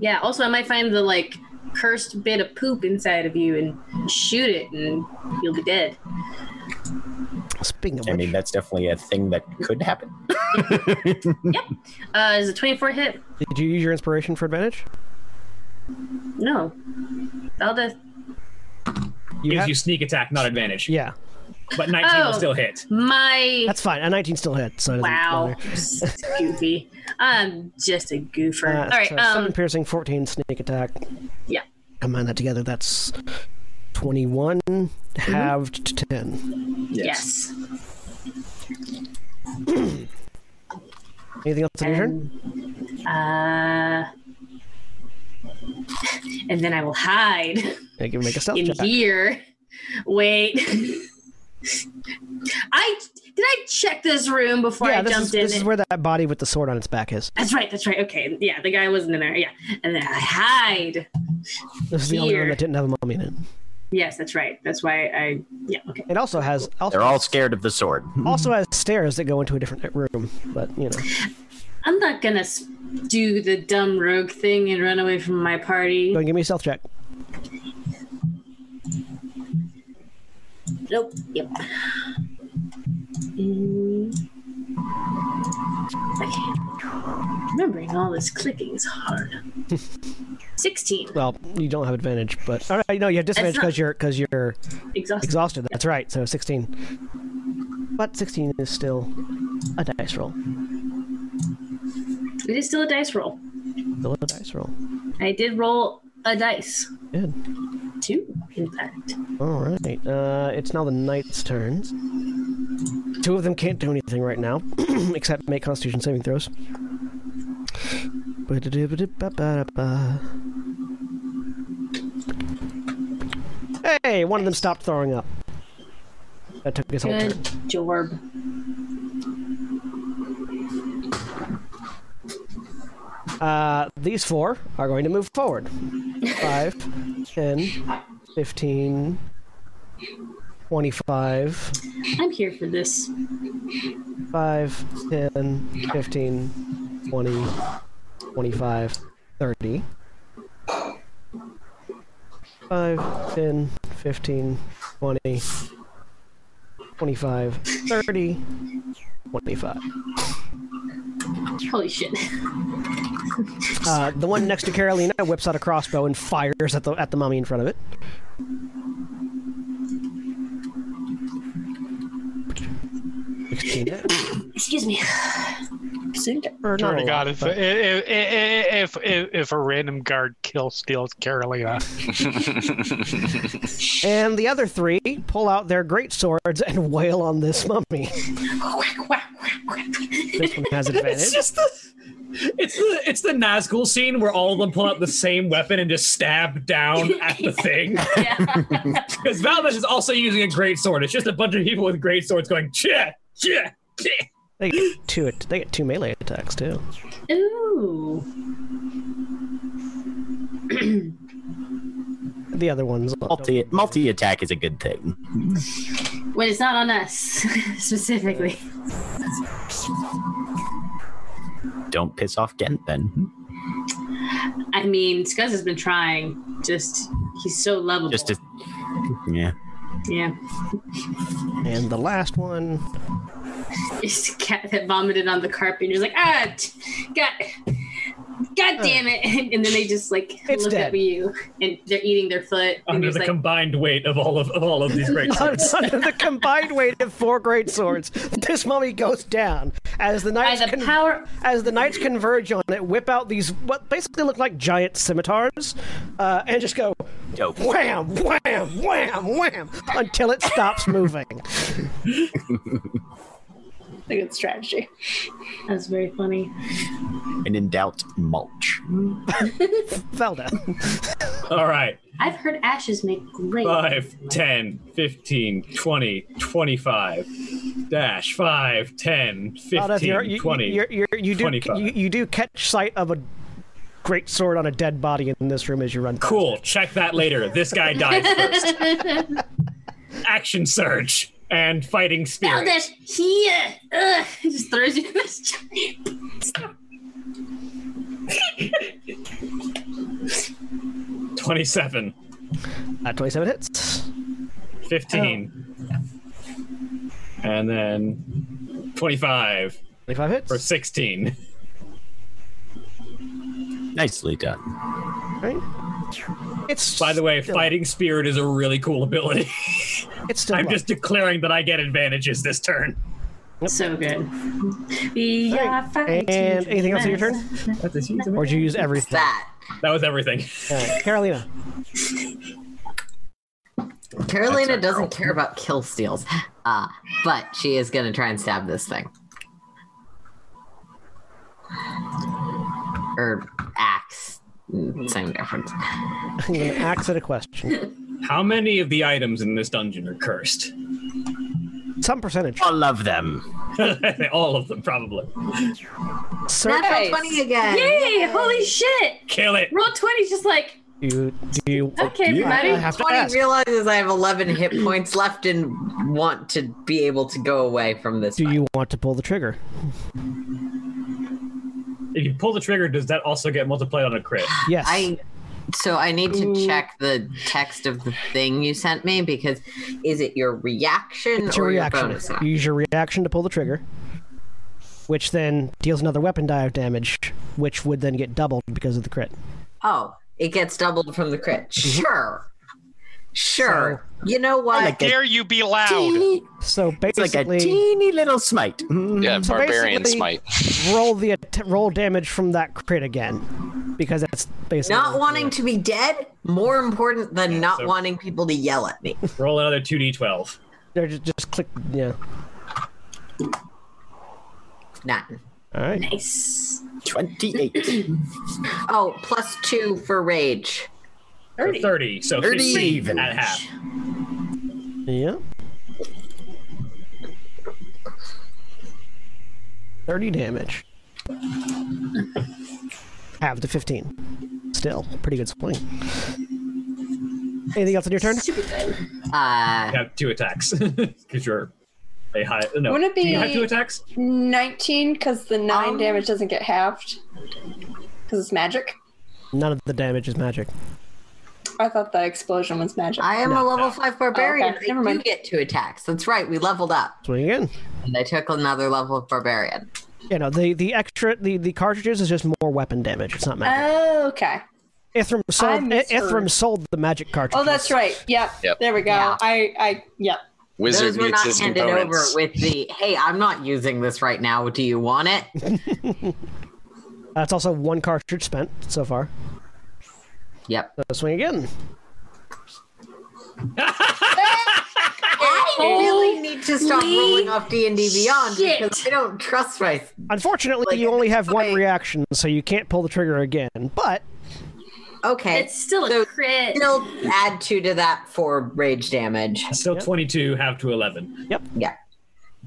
[SPEAKER 2] Yeah, also, I might find the, like, cursed bit of poop inside of you and shoot it, and you'll be dead.
[SPEAKER 1] Speaking of
[SPEAKER 7] I mean,
[SPEAKER 1] which,
[SPEAKER 7] that's definitely a thing that could happen.
[SPEAKER 2] Uh, is a 24 hit?
[SPEAKER 1] did you use your inspiration for advantage?
[SPEAKER 2] No. Valdez.
[SPEAKER 1] You
[SPEAKER 9] gives
[SPEAKER 1] had-
[SPEAKER 9] you sneak attack, not advantage.
[SPEAKER 1] yeah,
[SPEAKER 9] But 19
[SPEAKER 2] Oh.
[SPEAKER 9] will still hit.
[SPEAKER 2] My
[SPEAKER 1] that's fine. A 19 still hit, so it doesn't
[SPEAKER 2] wow,
[SPEAKER 1] matter.
[SPEAKER 2] goofy. I'm just a goofer.
[SPEAKER 1] Uh,
[SPEAKER 2] All right,
[SPEAKER 1] so
[SPEAKER 2] um,
[SPEAKER 1] seven piercing, 14 sneak attack.
[SPEAKER 2] Yeah.
[SPEAKER 1] Combine that together. That's 21 halved to 10.
[SPEAKER 2] yes.
[SPEAKER 1] Anything else on your turn?
[SPEAKER 2] Uh, and then I will hide.
[SPEAKER 1] Make, make a stealth
[SPEAKER 2] in
[SPEAKER 1] check.
[SPEAKER 2] here. Wait. I did I check this room before
[SPEAKER 1] yeah,
[SPEAKER 2] I
[SPEAKER 1] this,
[SPEAKER 2] jumped
[SPEAKER 1] is,
[SPEAKER 2] in.
[SPEAKER 1] this is where that body with the sword on its back is.
[SPEAKER 2] that's right. That's right. Okay. Yeah, the guy wasn't in there. Yeah, and then I hide.
[SPEAKER 1] This is the only room
[SPEAKER 2] Here.
[SPEAKER 1] that didn't have a mummy in it.
[SPEAKER 2] Yes, that's right. That's why I. Yeah. Okay.
[SPEAKER 1] It also has also,
[SPEAKER 7] They're all scared of the sword.
[SPEAKER 1] also has stairs that go into a different room, but you know.
[SPEAKER 2] I'm not gonna s- do the dumb rogue thing and run away from my party.
[SPEAKER 1] Go and give me a stealth check.
[SPEAKER 2] Nope. Yep. Mm. Okay. Remembering all this clicking is hard. Sixteen.
[SPEAKER 1] Well, you don't have advantage, but all right, no, you have disadvantage
[SPEAKER 2] not-
[SPEAKER 1] because you're because you're
[SPEAKER 2] Exhausted.
[SPEAKER 1] exhausted. That's right. So sixteen,
[SPEAKER 2] Mm.
[SPEAKER 1] but sixteen is still a dice roll.
[SPEAKER 2] It is still a dice roll.
[SPEAKER 1] Still a dice roll.
[SPEAKER 2] I did roll a dice.
[SPEAKER 1] Good.
[SPEAKER 2] Two, in fact.
[SPEAKER 1] All right. Uh, it's now the knight's turns. Two of them can't do anything right now, except make Constitution saving throws. Hey, one of them stopped throwing up. That took his whole turn.
[SPEAKER 2] Good job.
[SPEAKER 1] Uh, these four are going to move forward. 5, 10, 15, 25,
[SPEAKER 2] I'm here for this.
[SPEAKER 1] 5, 10, 15, 20, 25, 30. 5, 10, 15, 20, 25, 30, 25.
[SPEAKER 2] Holy shit.
[SPEAKER 1] Uh, the one next to Carolina whips out a crossbow and fires at the at the mummy in front of it. Sixteen hit.
[SPEAKER 2] Excuse me. Gesundheit.
[SPEAKER 6] Swear
[SPEAKER 1] Or not a
[SPEAKER 6] to
[SPEAKER 1] lot,
[SPEAKER 6] God, if,
[SPEAKER 1] but-
[SPEAKER 6] if, if, if, if a random guard kill steals Carolina,
[SPEAKER 1] and the other three pull out their great swords and wail on this mummy.
[SPEAKER 2] Quack, quack, quack, quack.
[SPEAKER 1] This one has
[SPEAKER 9] It's
[SPEAKER 1] advantage.
[SPEAKER 9] just the. It's the it's the Nazgul scene where all of them pull out the same weapon and just stab down at the thing. Because Valdez is also using a great sword. It's just a bunch of people with great swords going yeah yeah yeah.
[SPEAKER 1] They get two. They get two melee attacks too.
[SPEAKER 2] Ooh.
[SPEAKER 1] The other ones.
[SPEAKER 7] Multi multi attack is a good thing.
[SPEAKER 2] When it's not on us, specifically.
[SPEAKER 7] Don't piss off Gent then.
[SPEAKER 2] I mean, Scuzz has been trying. Just, he's so lovable.
[SPEAKER 7] Just to yeah.
[SPEAKER 2] yeah.
[SPEAKER 1] And the last one.
[SPEAKER 2] It's a cat that vomited on the carpet and you're like, ah, t- God, God damn it. And then they just like
[SPEAKER 1] Uh. It's
[SPEAKER 2] look
[SPEAKER 1] dead.
[SPEAKER 2] up at you and they're eating their foot. And
[SPEAKER 9] Under
[SPEAKER 2] there's
[SPEAKER 9] the
[SPEAKER 2] like,
[SPEAKER 9] combined weight of all of, of all of these great swords.
[SPEAKER 1] Under the combined weight of four great swords, this mummy goes down as the
[SPEAKER 2] by
[SPEAKER 1] knights
[SPEAKER 2] the
[SPEAKER 1] con-
[SPEAKER 2] power.
[SPEAKER 1] as the knights converge on it, whip out these what basically look like giant scimitars, uh, and just go
[SPEAKER 7] Dope.
[SPEAKER 1] wham, wham, wham, wham until it stops moving.
[SPEAKER 5] It's a good strategy.
[SPEAKER 2] That's very funny.
[SPEAKER 7] And in doubt, mulch.
[SPEAKER 1] Velda,
[SPEAKER 9] All right.
[SPEAKER 2] I've heard ashes make great.
[SPEAKER 9] 5, 10, 15, 20, 25. Dash 5, 10, 15,
[SPEAKER 1] Velda, you're, you,
[SPEAKER 9] 20.
[SPEAKER 1] you- you're, you're, you do
[SPEAKER 9] 25.
[SPEAKER 1] you, you do catch sight of a great sword on a dead body in this room as you run. past
[SPEAKER 9] cool. Check that later. This guy died first. Action surge and fighting
[SPEAKER 2] Found
[SPEAKER 9] spirit.
[SPEAKER 2] it here. Ugh. It just throws you in this giant. stuff.
[SPEAKER 9] 27,
[SPEAKER 1] it. Uh, Twenty-seven hits.
[SPEAKER 9] 15. And then 25
[SPEAKER 1] Twenty-five hits.
[SPEAKER 9] or 16.
[SPEAKER 7] Nicely done.
[SPEAKER 1] Right. It's
[SPEAKER 9] By the way,
[SPEAKER 1] still-
[SPEAKER 9] fighting spirit is a really cool ability.
[SPEAKER 1] It's still
[SPEAKER 9] I'm
[SPEAKER 1] up.
[SPEAKER 9] just declaring that I get advantages this turn.
[SPEAKER 2] So good. We
[SPEAKER 1] All
[SPEAKER 2] are
[SPEAKER 1] right.
[SPEAKER 2] fighting.
[SPEAKER 1] And anything else in your turn, or did you use everything?
[SPEAKER 8] That.
[SPEAKER 9] That was everything.
[SPEAKER 1] All right, Carolina.
[SPEAKER 8] Carolina doesn't care about kill steals, uh, but she is going to try and stab this thing. Or axe Mm, Same difference.
[SPEAKER 1] I'm going to axe at a question.
[SPEAKER 10] How many of the items in this dungeon are cursed?
[SPEAKER 1] Some percentage.
[SPEAKER 7] All of them.
[SPEAKER 10] All of them, probably.
[SPEAKER 1] Sir,
[SPEAKER 8] Natural
[SPEAKER 5] Nice.
[SPEAKER 8] 20 again.
[SPEAKER 2] Yay! Holy shit!
[SPEAKER 10] Kill it.
[SPEAKER 2] Roll 20 just like,
[SPEAKER 1] do you, do you
[SPEAKER 2] okay,
[SPEAKER 1] I
[SPEAKER 2] everybody.
[SPEAKER 1] have to
[SPEAKER 8] 20
[SPEAKER 1] ask,
[SPEAKER 8] realizes I have 11 hit points left and want to be able to go away from this.
[SPEAKER 1] do you want to pull the trigger?
[SPEAKER 10] If you pull the trigger, does that also get multiplied on a crit?
[SPEAKER 1] Yes.
[SPEAKER 8] I so I need
[SPEAKER 10] Mm.
[SPEAKER 8] to check the text of the thing you sent me because is it your reaction
[SPEAKER 1] It's
[SPEAKER 8] or
[SPEAKER 1] your reaction.
[SPEAKER 8] your bonus action?
[SPEAKER 1] you use your reaction to pull the trigger, which then deals another weapon die of damage, which would then get doubled because of the crit.
[SPEAKER 8] Oh, it gets doubled from the crit.
[SPEAKER 1] Mm-hmm.
[SPEAKER 8] Sure. Sure. you know what?
[SPEAKER 7] like
[SPEAKER 6] Dare you be loud?
[SPEAKER 7] Teeny,
[SPEAKER 1] So
[SPEAKER 7] it's like a
[SPEAKER 1] basically, Mm-hmm.
[SPEAKER 7] teeny little smite. Mm.
[SPEAKER 3] Yeah,
[SPEAKER 1] So
[SPEAKER 3] barbarian
[SPEAKER 1] basically-
[SPEAKER 3] smite.
[SPEAKER 1] roll the att- roll damage from that crit again, because that's basically
[SPEAKER 8] not wanting to be dead more important than not wanting people to yell at me.
[SPEAKER 10] Roll another 2d12.
[SPEAKER 1] They're just, just click. Yeah.
[SPEAKER 8] Nine.
[SPEAKER 1] All right.
[SPEAKER 2] Nice.
[SPEAKER 7] 28.
[SPEAKER 8] Oh, plus two for rage.
[SPEAKER 10] So 30. So
[SPEAKER 7] 30
[SPEAKER 10] 15
[SPEAKER 7] even.
[SPEAKER 10] At half.
[SPEAKER 1] Yeah. Thirty damage. Half to fifteen. Still pretty good swing. Anything else on your turn?
[SPEAKER 8] Uh
[SPEAKER 10] You have two attacks. Because you're a high. No.
[SPEAKER 5] Wouldn't it
[SPEAKER 10] Do you have
[SPEAKER 5] be-
[SPEAKER 10] two attacks?
[SPEAKER 5] 19 because the 9
[SPEAKER 8] Um,
[SPEAKER 5] damage doesn't get halved because it's magic.
[SPEAKER 1] None of the damage is magic.
[SPEAKER 5] I thought that explosion was magic. Oh,
[SPEAKER 8] I am a level five barbarian.
[SPEAKER 5] okay. Never
[SPEAKER 8] I do
[SPEAKER 5] mind.
[SPEAKER 8] get two attacks. That's right. We leveled up,
[SPEAKER 1] Swing again.
[SPEAKER 8] and I took another level of barbarian.
[SPEAKER 1] You know the the extra the the cartridges is just more weapon damage. It's not magic.
[SPEAKER 5] Oh, okay.
[SPEAKER 1] Ithram sold I-
[SPEAKER 5] misheard.
[SPEAKER 1] Ithram sold the magic cartridges.
[SPEAKER 5] Oh, that's right. Yep.
[SPEAKER 3] Yep.
[SPEAKER 5] There we go.
[SPEAKER 8] Yeah.
[SPEAKER 5] I, I, yep.
[SPEAKER 3] Wizard
[SPEAKER 8] Those were
[SPEAKER 3] needs
[SPEAKER 8] not
[SPEAKER 3] his
[SPEAKER 8] handed over
[SPEAKER 3] components.
[SPEAKER 8] with the "Hey, I'm not using this right now. Do you want it?"
[SPEAKER 1] That's also one cartridge spent so far.
[SPEAKER 8] Yep.
[SPEAKER 1] So swing again.
[SPEAKER 8] I really need to stop rolling off D and D Beyond
[SPEAKER 2] shit.
[SPEAKER 8] because I don't trust my.
[SPEAKER 1] Unfortunately,
[SPEAKER 8] Like,
[SPEAKER 1] you only have one
[SPEAKER 8] okay.
[SPEAKER 1] reaction, so you can't pull the trigger again. But
[SPEAKER 8] Okay,
[SPEAKER 2] It's still a
[SPEAKER 8] So-
[SPEAKER 2] crit.
[SPEAKER 8] still add two to that for rage damage.
[SPEAKER 10] Still 22, half to 11.
[SPEAKER 8] Yeah.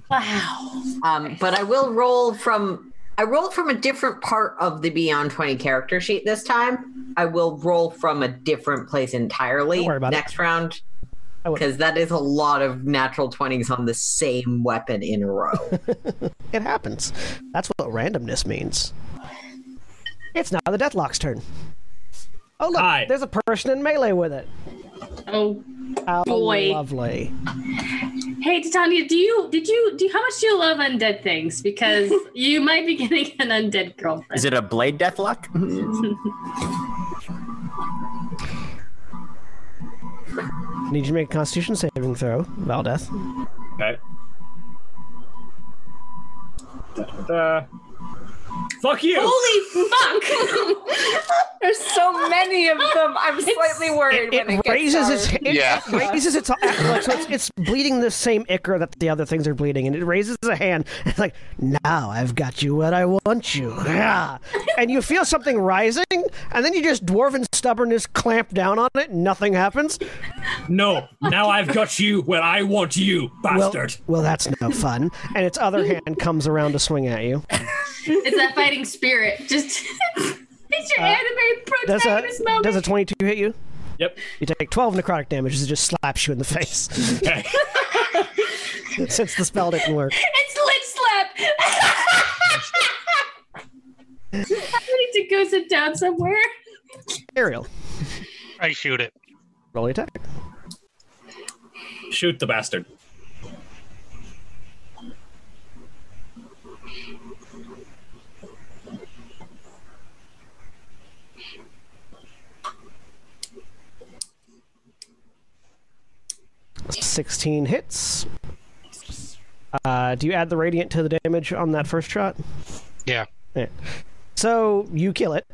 [SPEAKER 2] Wow.
[SPEAKER 8] Um, but I will roll from I rolled from a different part of the Beyond 20 character sheet this time. I will roll from a different place entirely
[SPEAKER 1] Don't worry about it.
[SPEAKER 8] next round.
[SPEAKER 1] I would-
[SPEAKER 8] Because that is a lot of natural 20s on the same weapon in a row. Uh,
[SPEAKER 1] it happens. That's what randomness means. It's now the Deathlock's turn. Oh look,
[SPEAKER 10] Hi.
[SPEAKER 1] there's a person in melee with it.
[SPEAKER 2] Oh,
[SPEAKER 1] How
[SPEAKER 2] Boy.
[SPEAKER 1] lovely.
[SPEAKER 2] hey, Titania, do you did you do how much do you love undead things? Because you might be getting an undead girlfriend.
[SPEAKER 7] Is it a blade deathlock?
[SPEAKER 1] Need you to make a Constitution saving throw, Valdeth.
[SPEAKER 10] Okay. Da, da, da. Fuck you!
[SPEAKER 2] Holy fuck!
[SPEAKER 5] There's so many of them. I'm slightly worried
[SPEAKER 1] It,
[SPEAKER 5] when it gets
[SPEAKER 1] raises
[SPEAKER 5] dark.
[SPEAKER 1] its it
[SPEAKER 3] Yeah.
[SPEAKER 1] raises its look, so it's, it's bleeding the same ichor that the other things are bleeding, and it raises a hand. And it's like now I've got you what I want you, Yeah. and you feel something rising, and then you just dwarven stubbornness clamp down on it. and Nothing happens.
[SPEAKER 10] No, now I've got you where I want you,
[SPEAKER 1] Well,
[SPEAKER 10] bastard.
[SPEAKER 1] well, that's no fun. And its other hand comes around to swing at you.
[SPEAKER 2] it's that fighting spirit. Just it's your anime
[SPEAKER 1] Does Uh, a
[SPEAKER 2] protagonist moment.
[SPEAKER 1] does a twenty two hit you?
[SPEAKER 10] Yep.
[SPEAKER 1] You take twelve necrotic damage. as It just slaps you in the face. Since the spell didn't work.
[SPEAKER 2] It's lip slap. I need to go sit down somewhere.
[SPEAKER 1] Ariel,
[SPEAKER 6] I shoot it.
[SPEAKER 1] roll the attack.
[SPEAKER 10] Shoot the bastard.
[SPEAKER 1] Sixteen hits. Uh, do you add the radiant to the damage on that first shot?
[SPEAKER 6] Yeah.
[SPEAKER 1] Yeah. So you kill it.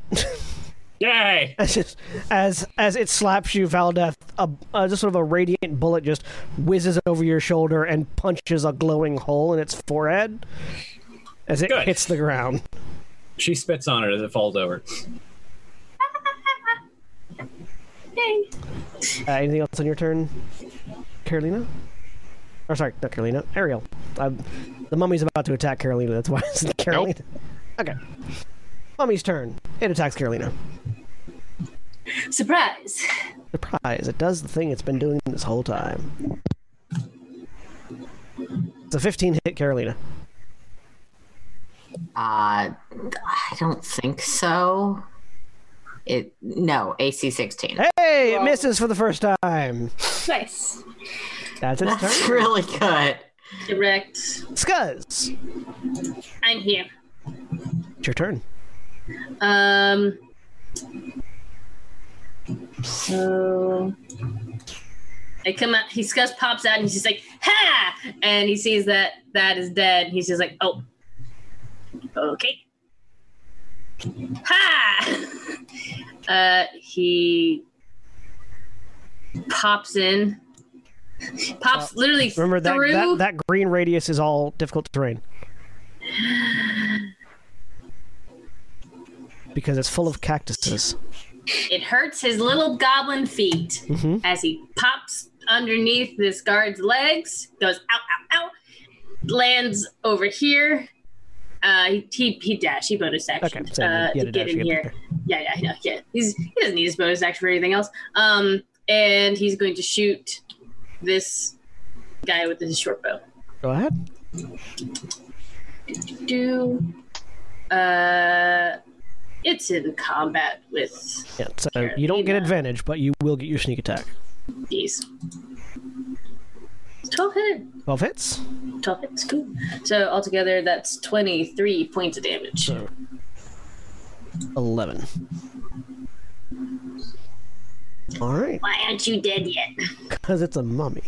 [SPEAKER 10] Yay!
[SPEAKER 1] As it- as as it slaps you, Valdeth, a, a just sort of a radiant bullet just whizzes over your shoulder and punches a glowing hole in its forehead as it
[SPEAKER 10] Good.
[SPEAKER 1] hits the ground.
[SPEAKER 10] She spits on it as it falls over.
[SPEAKER 2] Yay.
[SPEAKER 1] Uh, anything else on your turn, Carolina? Or sorry, not Carolina. Ariel. Um, the mummy's about to attack Carolina. That's why it's Carolina. Okay. Mummy's turn. It attacks Carolina.
[SPEAKER 2] Surprise.
[SPEAKER 1] Surprise! It does the thing it's been doing this whole time. It's a 15 hit, Carolina.
[SPEAKER 8] Uh, I don't think so. It no AC sixteen.
[SPEAKER 1] Hey, it misses for the first time.
[SPEAKER 5] Nice.
[SPEAKER 1] That's its
[SPEAKER 8] That's
[SPEAKER 1] turn.
[SPEAKER 8] really good.
[SPEAKER 2] Direct.
[SPEAKER 1] Scuzz,
[SPEAKER 2] I'm here.
[SPEAKER 1] it's your turn.
[SPEAKER 2] Um. So I come out. He Scuzz pops out, and she's like, "Ha!" And he sees that that is dead. He's just like, "Oh, okay." Ha! uh, he pops in. Pops literally
[SPEAKER 1] Uh, Remember that,
[SPEAKER 2] through.
[SPEAKER 1] that that green radius is all difficult terrain because it's full of cactuses.
[SPEAKER 2] It hurts his little goblin feet
[SPEAKER 1] Mhm.
[SPEAKER 2] as he pops underneath this guard's legs, goes ow, ow, ow, lands over here. Uh, he, he, he dash, he bonus action
[SPEAKER 1] Okay, so
[SPEAKER 2] uh,
[SPEAKER 1] you had
[SPEAKER 2] to get
[SPEAKER 1] a dash,
[SPEAKER 2] in
[SPEAKER 1] you
[SPEAKER 2] here.
[SPEAKER 1] had to-
[SPEAKER 2] Yeah, yeah, yeah, yeah. He's, he doesn't need his bonus action for anything else. Um, and he's going to shoot this guy with his short bow.
[SPEAKER 1] Go ahead.
[SPEAKER 2] Do uh, it's in combat with
[SPEAKER 1] Yeah, so you don't get
[SPEAKER 2] Carolina.
[SPEAKER 1] advantage, but you will get your sneak attack.
[SPEAKER 2] these. Twelve hit.
[SPEAKER 1] 12 hits.
[SPEAKER 2] 12 hits, cool. So altogether, that's 23 points of damage.
[SPEAKER 1] So 11. All right,
[SPEAKER 2] Why aren't you dead yet?
[SPEAKER 1] because it's a mummy.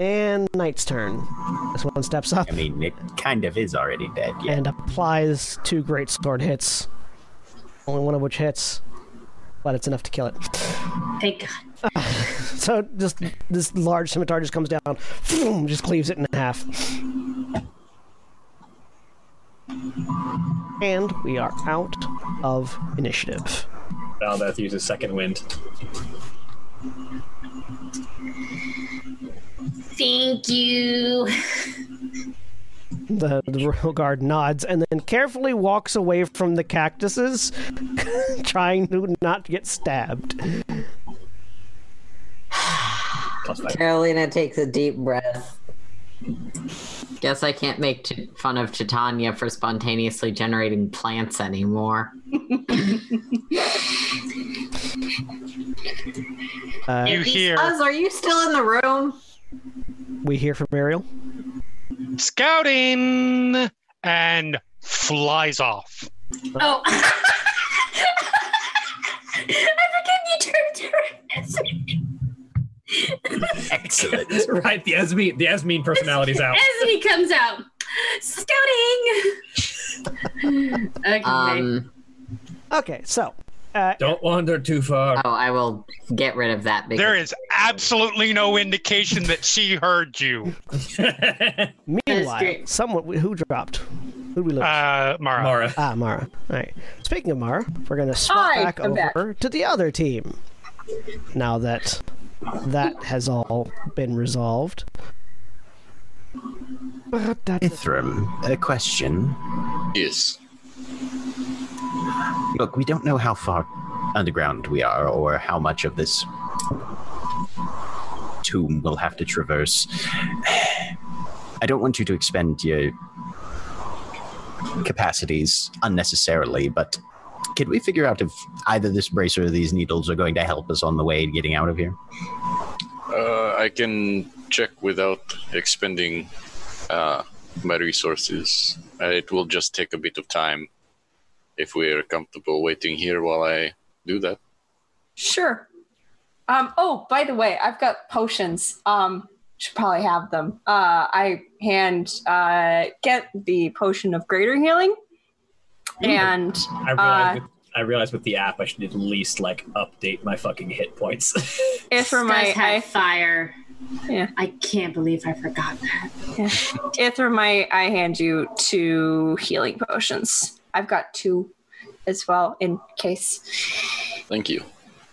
[SPEAKER 1] And Knight's turn. This one steps up
[SPEAKER 7] I mean, it kind of is already dead. Yeah.
[SPEAKER 1] and applies two great sword hits, only one of which hits, but it's enough to kill it.
[SPEAKER 2] Thank God.
[SPEAKER 1] So just this large scimitar just comes down, boom, just cleaves it in half. And we are out of initiative.
[SPEAKER 10] Valdeth uses second wind.
[SPEAKER 2] Thank you.
[SPEAKER 1] The, the royal guard nods and then carefully walks away from the cactuses, trying to not get stabbed.
[SPEAKER 8] Carolina takes a deep breath. Guess I can't make t- fun of Titania for spontaneously generating plants anymore.
[SPEAKER 1] Uh,
[SPEAKER 6] You hear
[SPEAKER 8] Oz, are you still in the room?
[SPEAKER 1] We hear from Ariel.
[SPEAKER 6] scouting and flies off.
[SPEAKER 2] Oh. I forget you turned around.
[SPEAKER 7] Excellent.
[SPEAKER 9] right, the Esme, the Esmeen personality's out.
[SPEAKER 2] As he comes out, scouting. okay.
[SPEAKER 8] Um,
[SPEAKER 1] Okay, so uh,
[SPEAKER 9] Don't wander too far.
[SPEAKER 8] oh, I will get rid of that. Because
[SPEAKER 6] There is absolutely no indication that she heard you,
[SPEAKER 1] meanwhile,
[SPEAKER 2] great.
[SPEAKER 1] someone who dropped? Who we lose?
[SPEAKER 6] uh, Mara.
[SPEAKER 9] Mara.
[SPEAKER 1] ah, Mara. All right. Speaking of Mara, we're gonna swap
[SPEAKER 5] Hi,
[SPEAKER 1] back
[SPEAKER 5] I'm
[SPEAKER 1] over
[SPEAKER 5] back.
[SPEAKER 1] to the other team. Now that that has all been resolved. But that
[SPEAKER 7] Ithram, a question.
[SPEAKER 3] Yes.
[SPEAKER 7] Look, we don't know how far underground we are or how much of this tomb we'll have to traverse. I don't want you to expend your capacities unnecessarily, but can we figure out if either this bracer or these needles are going to help us on the way to getting out of here?
[SPEAKER 3] Uh, I can check without expending uh, my resources. Uh, it will just take a bit of time if we're comfortable waiting here while I do that.
[SPEAKER 5] Sure. Um, oh, by the way, I've got potions. Um, should probably have them. Uh, I hand uh, get the potion of greater healing, and
[SPEAKER 10] I realize,
[SPEAKER 9] Uh,
[SPEAKER 10] with, I realize with the app, I should at least like update my fucking hit points.
[SPEAKER 5] if for my
[SPEAKER 2] Scuzz had
[SPEAKER 5] I,
[SPEAKER 2] fire.
[SPEAKER 5] Yeah.
[SPEAKER 2] I can't believe I forgot that.
[SPEAKER 5] Ithram, I, uh, I hand you two healing potions. I've got two as well in case.
[SPEAKER 3] Thank you.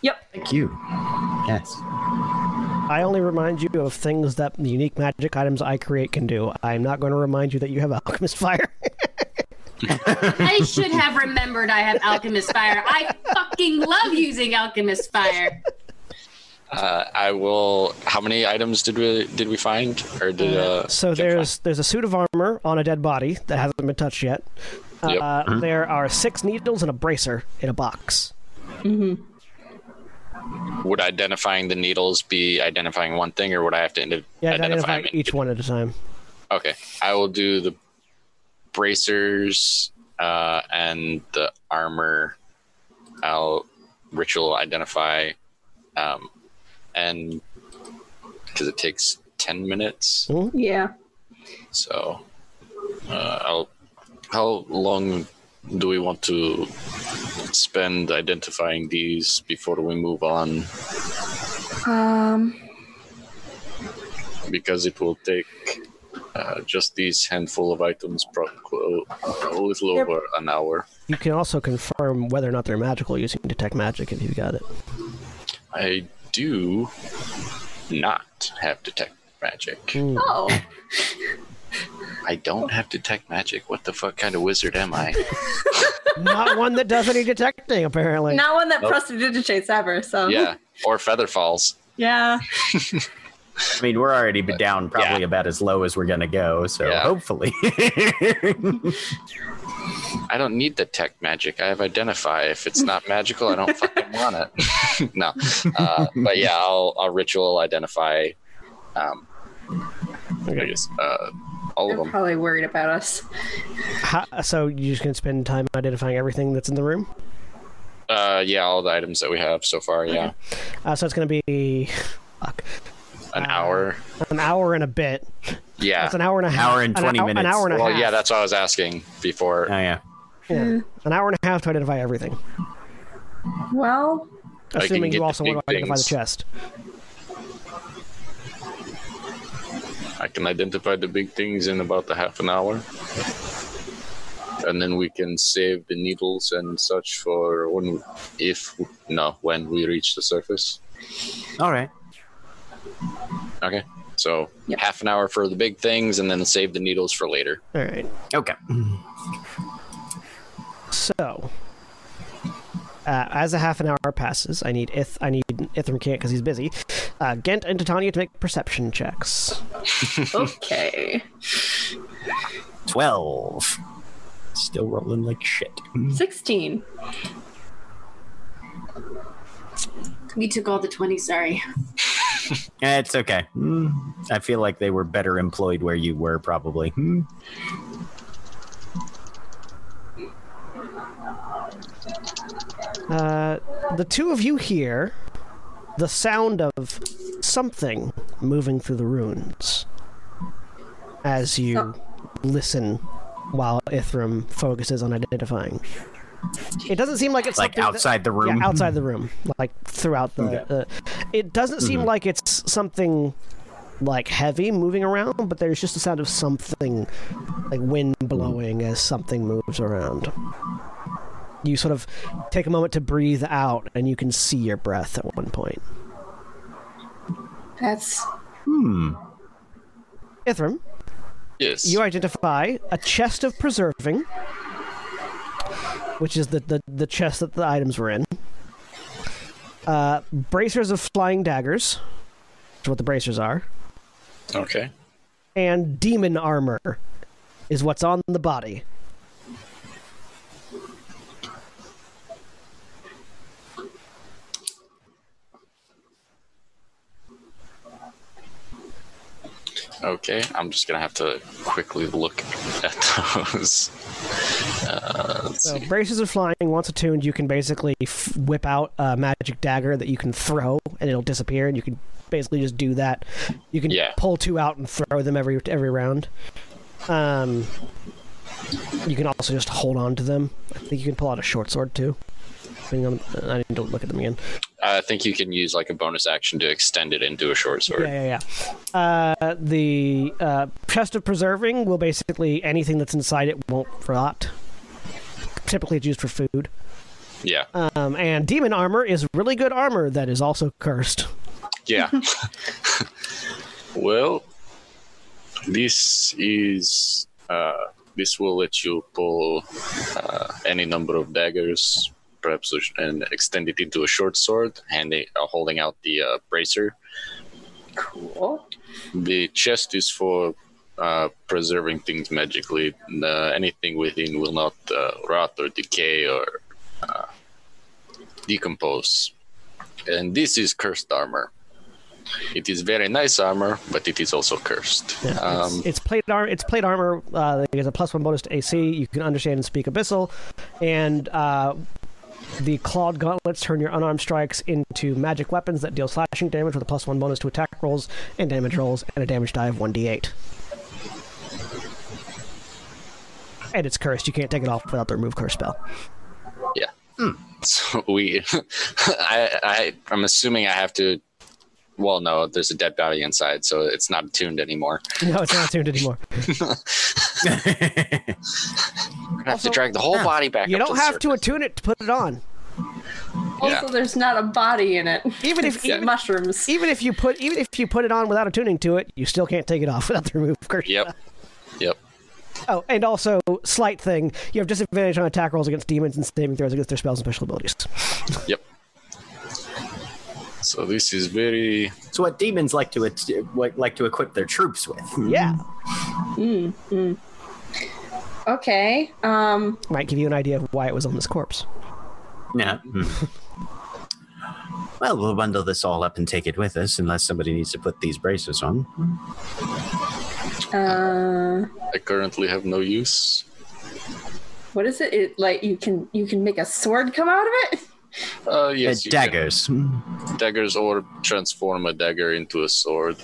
[SPEAKER 5] Yep.
[SPEAKER 7] Thank you. Yes.
[SPEAKER 1] I only remind you of things that the unique magic items I create can do. I'm not going to remind you that you have alchemist fire.
[SPEAKER 2] I should have remembered I have Alchemist Fire. I fucking love using Alchemist Fire.
[SPEAKER 3] Uh, I will. How many items did we did we find? Or did uh,
[SPEAKER 1] so
[SPEAKER 3] Jack
[SPEAKER 1] there's there's a suit of armor on a dead body that hasn't been touched yet. Uh,
[SPEAKER 3] Yep. Mm-hmm.
[SPEAKER 1] There are six needles and a bracer in a box.
[SPEAKER 3] Mm-hmm. find? would identifying the needles be identifying one thing, or would I have to indi-
[SPEAKER 1] Yeah,
[SPEAKER 3] identify,
[SPEAKER 1] identify
[SPEAKER 3] them
[SPEAKER 1] each one at a time.
[SPEAKER 3] Okay, I will do the bracers uh, and the armor. I'll ritual identify, um, and because it takes ten minutes,
[SPEAKER 5] Yeah.
[SPEAKER 3] so uh, I'll. How long do we want to spend identifying these before we move on?
[SPEAKER 5] Um.
[SPEAKER 3] Because it will take. Uh, just these handful of items, pro- a little
[SPEAKER 5] Yep.
[SPEAKER 3] over an hour.
[SPEAKER 1] You can also confirm whether or not they're magical using detect magic if you've got it.
[SPEAKER 3] I do not have detect magic.
[SPEAKER 5] Oh.
[SPEAKER 3] I don't have detect magic. What the fuck kind of wizard am I?
[SPEAKER 1] not one that does any detecting, apparently.
[SPEAKER 5] Not one that
[SPEAKER 3] Nope.
[SPEAKER 5] prestidigitates ever. So.
[SPEAKER 3] yeah, or feather falls.
[SPEAKER 5] Yeah.
[SPEAKER 7] I mean, we're already be down probably
[SPEAKER 3] Yeah.
[SPEAKER 7] about as low as we're going to go. So
[SPEAKER 3] Yeah.
[SPEAKER 7] hopefully.
[SPEAKER 3] I don't need detect magic. I have identify. If it's not magical, I don't fucking want it. no, uh, but yeah, I'll, I'll ritual identify. Um, I guess uh, all of
[SPEAKER 5] They're
[SPEAKER 3] them.
[SPEAKER 5] probably worried about us.
[SPEAKER 1] How, so you just can spend time identifying everything that's in the room.
[SPEAKER 3] Uh, yeah, all the items that we have so far. Yeah,
[SPEAKER 1] Uh, so it's going to be fuck,
[SPEAKER 3] an hour.
[SPEAKER 1] an hour and a bit.
[SPEAKER 3] Yeah.
[SPEAKER 1] That's an hour and a half.
[SPEAKER 7] and
[SPEAKER 1] an
[SPEAKER 7] 20
[SPEAKER 1] hou- An
[SPEAKER 7] minutes.
[SPEAKER 1] hour and a
[SPEAKER 3] Well,
[SPEAKER 1] half.
[SPEAKER 3] yeah, that's what I was asking before.
[SPEAKER 7] oh, yeah.
[SPEAKER 1] Yeah. An hour and a half to identify everything.
[SPEAKER 5] Well.
[SPEAKER 3] can
[SPEAKER 1] Assuming
[SPEAKER 3] get
[SPEAKER 1] you
[SPEAKER 3] the
[SPEAKER 1] also want to
[SPEAKER 3] big
[SPEAKER 1] identify the
[SPEAKER 3] things.
[SPEAKER 1] chest.
[SPEAKER 3] I can identify the big things in about the half an hour. And then we can save the needles and such for when, if, no, when we reach the surface.
[SPEAKER 7] All right.
[SPEAKER 3] Okay. So
[SPEAKER 5] Yep.
[SPEAKER 3] half an hour for the big things and then save the needles for later.
[SPEAKER 1] All right.
[SPEAKER 7] Okay.
[SPEAKER 1] So, uh, as a half an hour passes, I need Ith. I need Ithram can't because he's busy. Uh, Gent and Titania to make perception checks.
[SPEAKER 5] Okay.
[SPEAKER 7] 12. Still rolling like shit.
[SPEAKER 5] Sixteen.
[SPEAKER 2] We took all the 20, sorry.
[SPEAKER 7] Eh, It's okay. Hmm. I feel like they were better employed where you were, probably. Hmm.
[SPEAKER 1] Uh, the two of you hear the sound of something moving through the ruins as you listen while Ithram focuses on identifying. It doesn't seem like it's
[SPEAKER 7] Like
[SPEAKER 1] something that-
[SPEAKER 7] outside the room.
[SPEAKER 1] Yeah, outside the room, like throughout the. Uh, it doesn't seem
[SPEAKER 7] Mm-hmm.
[SPEAKER 1] like it's something like heavy moving around, but there's just the sound of something like wind
[SPEAKER 7] Mm-hmm.
[SPEAKER 1] blowing as something moves around. You sort of take a moment to breathe out, and you can see your breath at one point.
[SPEAKER 5] That's
[SPEAKER 1] Ithram,
[SPEAKER 3] Yes.
[SPEAKER 1] you identify a chest of preserving, which is the, the, the chest that the items were in. Uh, bracers of flying daggers, which is what the bracers are,
[SPEAKER 3] okay.
[SPEAKER 1] and demon armor is what's on the body.
[SPEAKER 3] Okay. I'm just going to have to quickly look at those. Uh, let's
[SPEAKER 1] So
[SPEAKER 3] see.
[SPEAKER 1] bracers of flying. Once attuned, you can basically f- whip out a magic dagger that you can throw, and it'll disappear. And you can basically just do that. You can
[SPEAKER 3] Yeah.
[SPEAKER 1] pull two out and throw them every every round. Um, you can also just hold on to them. I think you can pull out a short sword too. Depending on, I need to look at them again.
[SPEAKER 3] I think you can use like a bonus action to extend it into a short sword.
[SPEAKER 1] Yeah, yeah, yeah. Uh, the uh, chest of preserving will basically anything that's inside it won't rot. Typically, it's used for food.
[SPEAKER 3] Yeah.
[SPEAKER 1] Um, and demon armor is really good armor that is also cursed.
[SPEAKER 3] Yeah. well, this is. Uh, this will let you pull uh, any number of daggers, perhaps, a sh- and extend it into a short sword, handing, uh, holding out the uh, bracer.
[SPEAKER 5] Cool.
[SPEAKER 3] The chest is for uh, preserving things magically. and, uh, anything within will not uh, rot or decay or uh, decompose. And this is cursed armor. It is very nice armor, but it is also cursed. um,
[SPEAKER 1] It's plate armor. It's plate armor. Uh, that gives a plus one bonus to AC. You can understand and speak abyssal, and uh, the clawed gauntlets turn your unarmed strikes into magic weapons that deal slashing damage with a plus one bonus to attack rolls and damage rolls, and a damage die of one d8. And it's cursed. You can't take it off without the remove curse spell.
[SPEAKER 3] yeah. So we, I, I, I'm assuming I have to. Well, no, there's a dead body inside, so it's not tuned anymore.
[SPEAKER 1] No, it's not tuned anymore.
[SPEAKER 3] I have to drag the whole body back.
[SPEAKER 1] You
[SPEAKER 3] up
[SPEAKER 1] don't
[SPEAKER 3] the
[SPEAKER 1] have to
[SPEAKER 3] surface.
[SPEAKER 1] attune it to put it on.
[SPEAKER 5] Also, there's not a body in it.
[SPEAKER 1] Even if-
[SPEAKER 5] It's
[SPEAKER 1] even-
[SPEAKER 5] mushrooms.
[SPEAKER 1] Even if you put even if you put it on without attuning to it, you still can't take it off without the remove curse.
[SPEAKER 3] Yep. Yep.
[SPEAKER 1] Oh, and also slight thing, you have disadvantage on attack rolls against demons and saving throws against their spells and special abilities.
[SPEAKER 3] Yep. So this is very
[SPEAKER 7] It's what demons like to at- what like to equip their troops
[SPEAKER 3] Hmm.
[SPEAKER 7] with. Hmm.
[SPEAKER 1] Yeah,
[SPEAKER 5] Hmm, Okay. Um.
[SPEAKER 1] might give you an idea of why it was on this corpse.
[SPEAKER 7] Yeah. Hmm. Well, we'll bundle this all up and take it with us, unless somebody needs to put these braces on.
[SPEAKER 5] Uh.
[SPEAKER 3] I currently have no use.
[SPEAKER 5] What is it? It like you can you can make a sword come out of it.
[SPEAKER 3] Uh, yes,
[SPEAKER 7] Uh,
[SPEAKER 3] you can.
[SPEAKER 7] daggers.
[SPEAKER 3] daggers, or transform a dagger into a sword.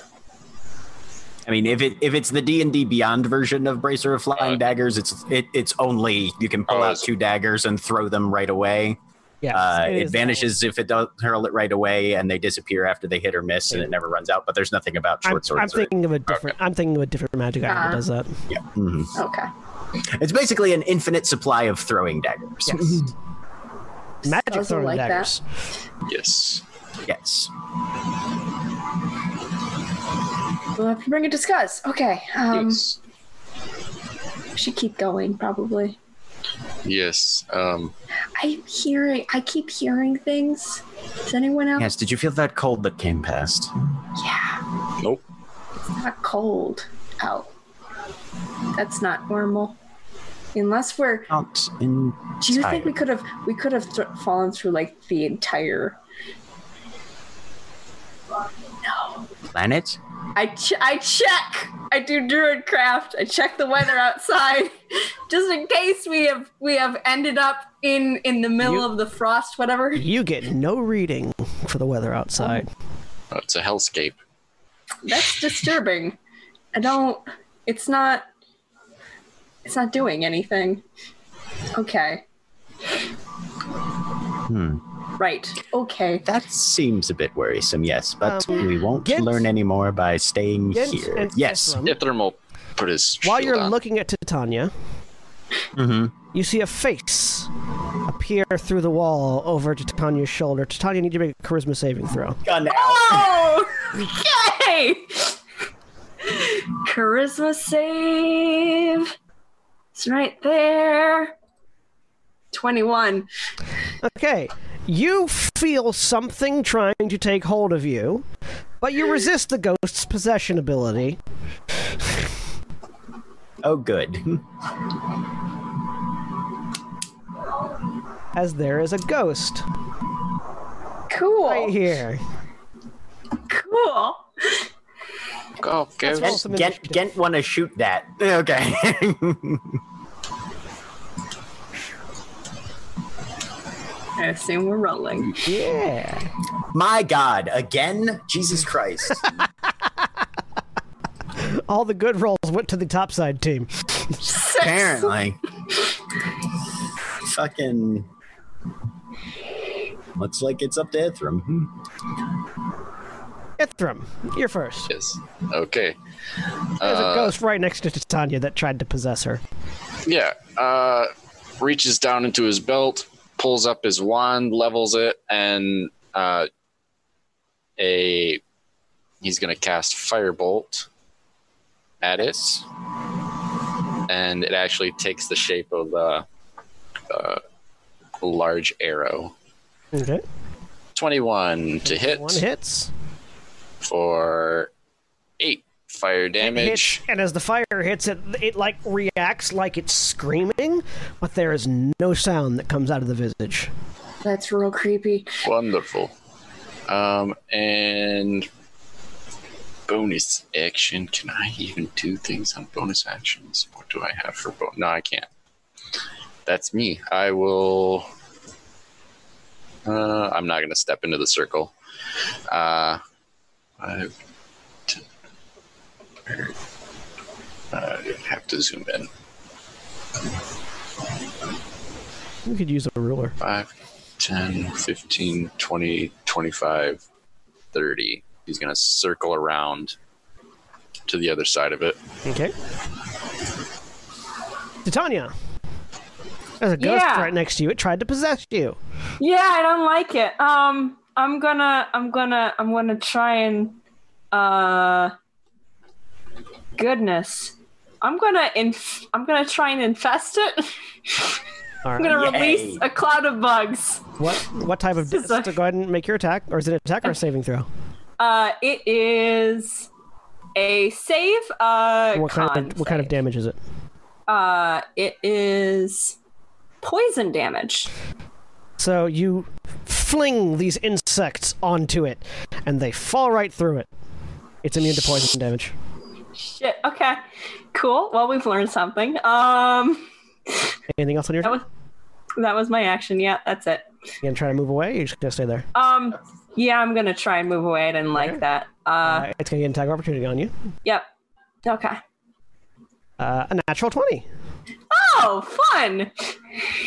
[SPEAKER 7] I mean, if it if it's the D and D Beyond version of Bracer of Flying
[SPEAKER 3] Uh,
[SPEAKER 7] Daggers, it's it, it's only you can pull
[SPEAKER 3] Oh,
[SPEAKER 7] out
[SPEAKER 3] is it?
[SPEAKER 7] two daggers and throw them right away.
[SPEAKER 1] Yeah,
[SPEAKER 7] Uh,
[SPEAKER 1] it
[SPEAKER 7] it
[SPEAKER 1] is-
[SPEAKER 7] vanishes if it doesn't hurl it right away, and they disappear after they hit or miss, and it never runs out. But there's nothing about
[SPEAKER 1] I'm,
[SPEAKER 7] short swords.
[SPEAKER 1] I'm
[SPEAKER 7] or-
[SPEAKER 1] thinking of a different. I'm thinking of a different magic item
[SPEAKER 5] Uh-huh.
[SPEAKER 1] that does that.
[SPEAKER 7] yeah. mhm.
[SPEAKER 5] Okay.
[SPEAKER 7] It's basically an infinite supply of throwing daggers.
[SPEAKER 1] Yes. Magic
[SPEAKER 5] Spells are
[SPEAKER 1] throwing
[SPEAKER 5] like that.
[SPEAKER 1] daggers.
[SPEAKER 3] Yes.
[SPEAKER 7] Yes.
[SPEAKER 5] We'll have to bring a discuss. Okay. Um.
[SPEAKER 3] yes.
[SPEAKER 5] we Should keep going probably.
[SPEAKER 3] Yes. Um,
[SPEAKER 5] I'm hearing. I keep hearing things. Is anyone else?
[SPEAKER 7] Yes. Did you feel that cold that came past?
[SPEAKER 5] Yeah.
[SPEAKER 3] nope.
[SPEAKER 5] It's not cold out. That's not normal. Unless we're.
[SPEAKER 7] Not in.
[SPEAKER 5] Do you think
[SPEAKER 7] tired.
[SPEAKER 5] we could have we could have th- fallen through like the entire?
[SPEAKER 7] planet?
[SPEAKER 5] I ch- I check. I do druid craft. I check the weather outside, just in case we have we have ended up in in the middle
[SPEAKER 1] You-
[SPEAKER 5] of the frost, whatever.
[SPEAKER 1] You get no reading for the weather outside.
[SPEAKER 3] Uh, It's a hellscape.
[SPEAKER 5] That's disturbing. I don't. It's not. It's not doing anything. Okay.
[SPEAKER 7] Hmm.
[SPEAKER 5] Right. Okay.
[SPEAKER 7] That seems a bit worrisome, yes, but
[SPEAKER 1] Oh.
[SPEAKER 7] we won't
[SPEAKER 1] Gent-
[SPEAKER 7] learn any more by staying
[SPEAKER 1] Gent
[SPEAKER 7] here.
[SPEAKER 1] and
[SPEAKER 7] yes.
[SPEAKER 1] Ithram,
[SPEAKER 3] Ithermal put his
[SPEAKER 1] While
[SPEAKER 3] shield
[SPEAKER 1] you're
[SPEAKER 3] on.
[SPEAKER 1] looking at Titania,
[SPEAKER 7] Mhm.
[SPEAKER 1] you see a face appear through the wall over Titania's shoulder. Titania, you need to make a charisma saving throw.
[SPEAKER 7] Gun out.
[SPEAKER 5] Oh. Yay! Charisma save. It's right there. Twenty-one.
[SPEAKER 1] Okay. You feel something trying to take hold of you, but you resist the ghost's possession ability.
[SPEAKER 7] Oh, good.
[SPEAKER 1] As there is a ghost
[SPEAKER 5] Cool.
[SPEAKER 1] right here.
[SPEAKER 5] Cool.
[SPEAKER 3] Oh, okay.
[SPEAKER 1] That's awesome.
[SPEAKER 7] Gent, Gent, Gent want to shoot that. Okay.
[SPEAKER 5] I assume we're rolling.
[SPEAKER 1] Yeah.
[SPEAKER 7] My God, again? Jesus Christ.
[SPEAKER 1] All the good rolls went to the topside team.
[SPEAKER 7] Apparently. Fucking. Looks like it's up to Ithram. Hmm.
[SPEAKER 1] Ithram, you're first.
[SPEAKER 3] Yes. Okay.
[SPEAKER 1] There's
[SPEAKER 3] uh,
[SPEAKER 1] a ghost right next to Titania that tried to possess her.
[SPEAKER 3] Yeah. Uh, reaches down into his belt, pulls up his wand, levels it, and uh, a he's going to cast firebolt at it, and it actually takes the shape of a, a large arrow.
[SPEAKER 1] Okay.
[SPEAKER 3] Twenty-one to hit
[SPEAKER 1] One hits.
[SPEAKER 3] for eight fire damage.
[SPEAKER 1] hits, and as the fire hits it, it like reacts like it's screaming, but there is no sound that comes out of the visage.
[SPEAKER 5] That's real creepy.
[SPEAKER 3] Wonderful. Um, and bonus action. Can I even do things on bonus actions? What do I have for bonus? No, I can't. That's me. I will. Uh, I'm not going to step into the circle. Uh, I've t- I have to zoom in.
[SPEAKER 1] You could use a ruler.
[SPEAKER 3] 5, 10, 15, 20, 25, 30. He's going to circle around to the other side of it.
[SPEAKER 1] Okay. Titania. There's a ghost
[SPEAKER 5] Yeah.
[SPEAKER 1] right next to you. It tried to possess you.
[SPEAKER 5] Yeah, I don't like it. Um, I'm gonna, I'm gonna, I'm gonna try and, uh, goodness, I'm gonna inf, I'm gonna try and infest it.
[SPEAKER 1] All
[SPEAKER 5] I'm
[SPEAKER 1] right.
[SPEAKER 5] gonna release a cloud of bugs.
[SPEAKER 1] What what type of
[SPEAKER 5] This is a-
[SPEAKER 1] so go ahead and make your attack, or is it an attack or a saving throw?
[SPEAKER 5] Uh, it is a save. Uh,
[SPEAKER 1] What kind
[SPEAKER 5] con
[SPEAKER 1] of what kind of
[SPEAKER 5] save.
[SPEAKER 1] damage is it?
[SPEAKER 5] Uh, it is poison damage.
[SPEAKER 1] So you fling these insects onto it, and they fall right through it. It's immune to poison damage.
[SPEAKER 5] Shit. Okay. Cool. Well, we've learned something. Um,
[SPEAKER 1] Anything else on your
[SPEAKER 5] that was that was my action. Yeah, that's it.
[SPEAKER 1] You gonna try to move away? Or you just gonna stay there?
[SPEAKER 5] Um, yeah, I'm gonna try and move away. I didn't like that. Uh,
[SPEAKER 1] Alright, it's gonna get an attack of opportunity on you.
[SPEAKER 5] yep. Okay.
[SPEAKER 1] Uh, a natural twenty.
[SPEAKER 5] Oh, fun.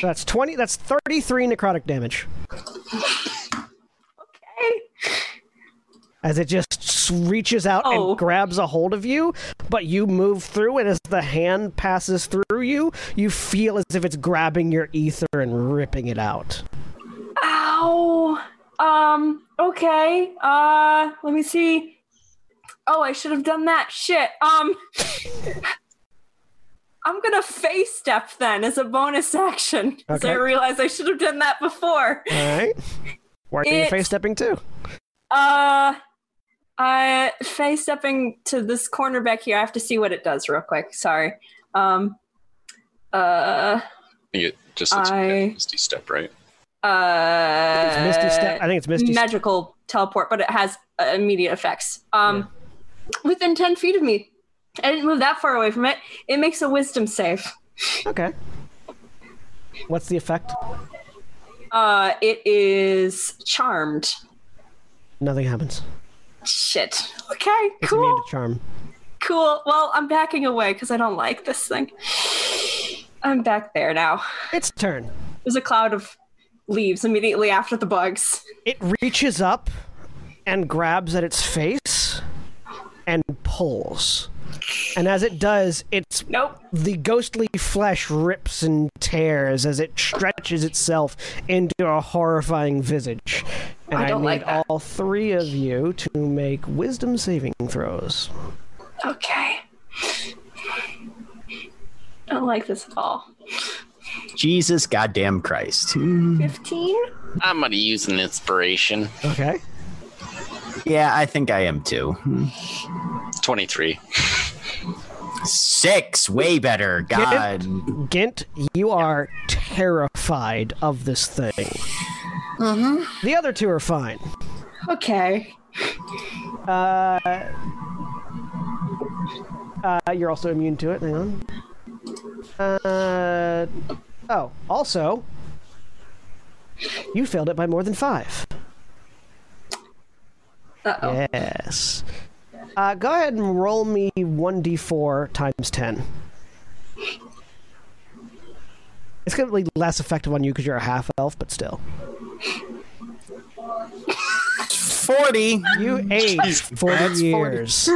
[SPEAKER 1] So that's twenty. That's thirty-three necrotic damage
[SPEAKER 5] Okay.
[SPEAKER 1] as it just s- reaches out
[SPEAKER 5] Oh.
[SPEAKER 1] and grabs a hold of you. But you move through, and as the hand passes through you, you feel as if it's grabbing your ether and ripping it out.
[SPEAKER 5] Ow. Um. Okay. Uh. Let me see. Oh, I should have done that. Shit. Um. I'm gonna face step then as a bonus action. 'cause I
[SPEAKER 1] Okay.
[SPEAKER 5] realized I should have done that before.
[SPEAKER 1] All right. Where are you
[SPEAKER 5] It-
[SPEAKER 1] face stepping to?
[SPEAKER 5] Uh, I face stepping to this corner back here. I have to see what it does real quick. Sorry. Um, uh,
[SPEAKER 3] I think it just looks like
[SPEAKER 5] I-
[SPEAKER 3] a misty step, right?
[SPEAKER 5] uh,
[SPEAKER 1] It's Misty Step. I think it's Misty. Step.
[SPEAKER 5] magical teleport, but it has uh, immediate effects. Um, within ten feet of me. I didn't move that far away from it. It makes a wisdom save.
[SPEAKER 1] Okay. What's the effect?
[SPEAKER 5] Uh, it is charmed.
[SPEAKER 1] Nothing happens.
[SPEAKER 5] Shit. Okay.
[SPEAKER 1] It's immune
[SPEAKER 5] Cool.
[SPEAKER 1] to charm.
[SPEAKER 5] Cool. Well, I'm backing away because I don't like this thing. I'm back there now.
[SPEAKER 1] Its turn.
[SPEAKER 5] There's a cloud of leaves immediately after the bugs.
[SPEAKER 1] It reaches up and grabs at its face and pulls. And as it does, it's
[SPEAKER 5] Nope.
[SPEAKER 1] the ghostly flesh rips and tears as it stretches itself into a horrifying visage. And
[SPEAKER 5] I
[SPEAKER 1] I,
[SPEAKER 5] don't
[SPEAKER 1] need
[SPEAKER 5] like that.
[SPEAKER 1] all three of you to make wisdom saving throws.
[SPEAKER 5] Okay. I don't like this at all.
[SPEAKER 7] Jesus goddamn Christ.
[SPEAKER 5] 15?
[SPEAKER 3] I'm going to use an inspiration.
[SPEAKER 1] Okay.
[SPEAKER 7] Yeah, I think I am too.
[SPEAKER 3] 23.
[SPEAKER 7] Six, way better. God.
[SPEAKER 1] Gint, you are terrified of this thing. Mm-hmm. The other two are fine.
[SPEAKER 5] Okay.
[SPEAKER 1] Uh, you're also immune to it. Hang on. Uh, oh, also, you failed it by more than five.
[SPEAKER 5] Uh-oh.
[SPEAKER 1] Yes. Uh, go ahead and roll me 1d4 times 10. It's going to be less effective on you because you're a half elf, but still.
[SPEAKER 7] 40.
[SPEAKER 1] You age 40 years.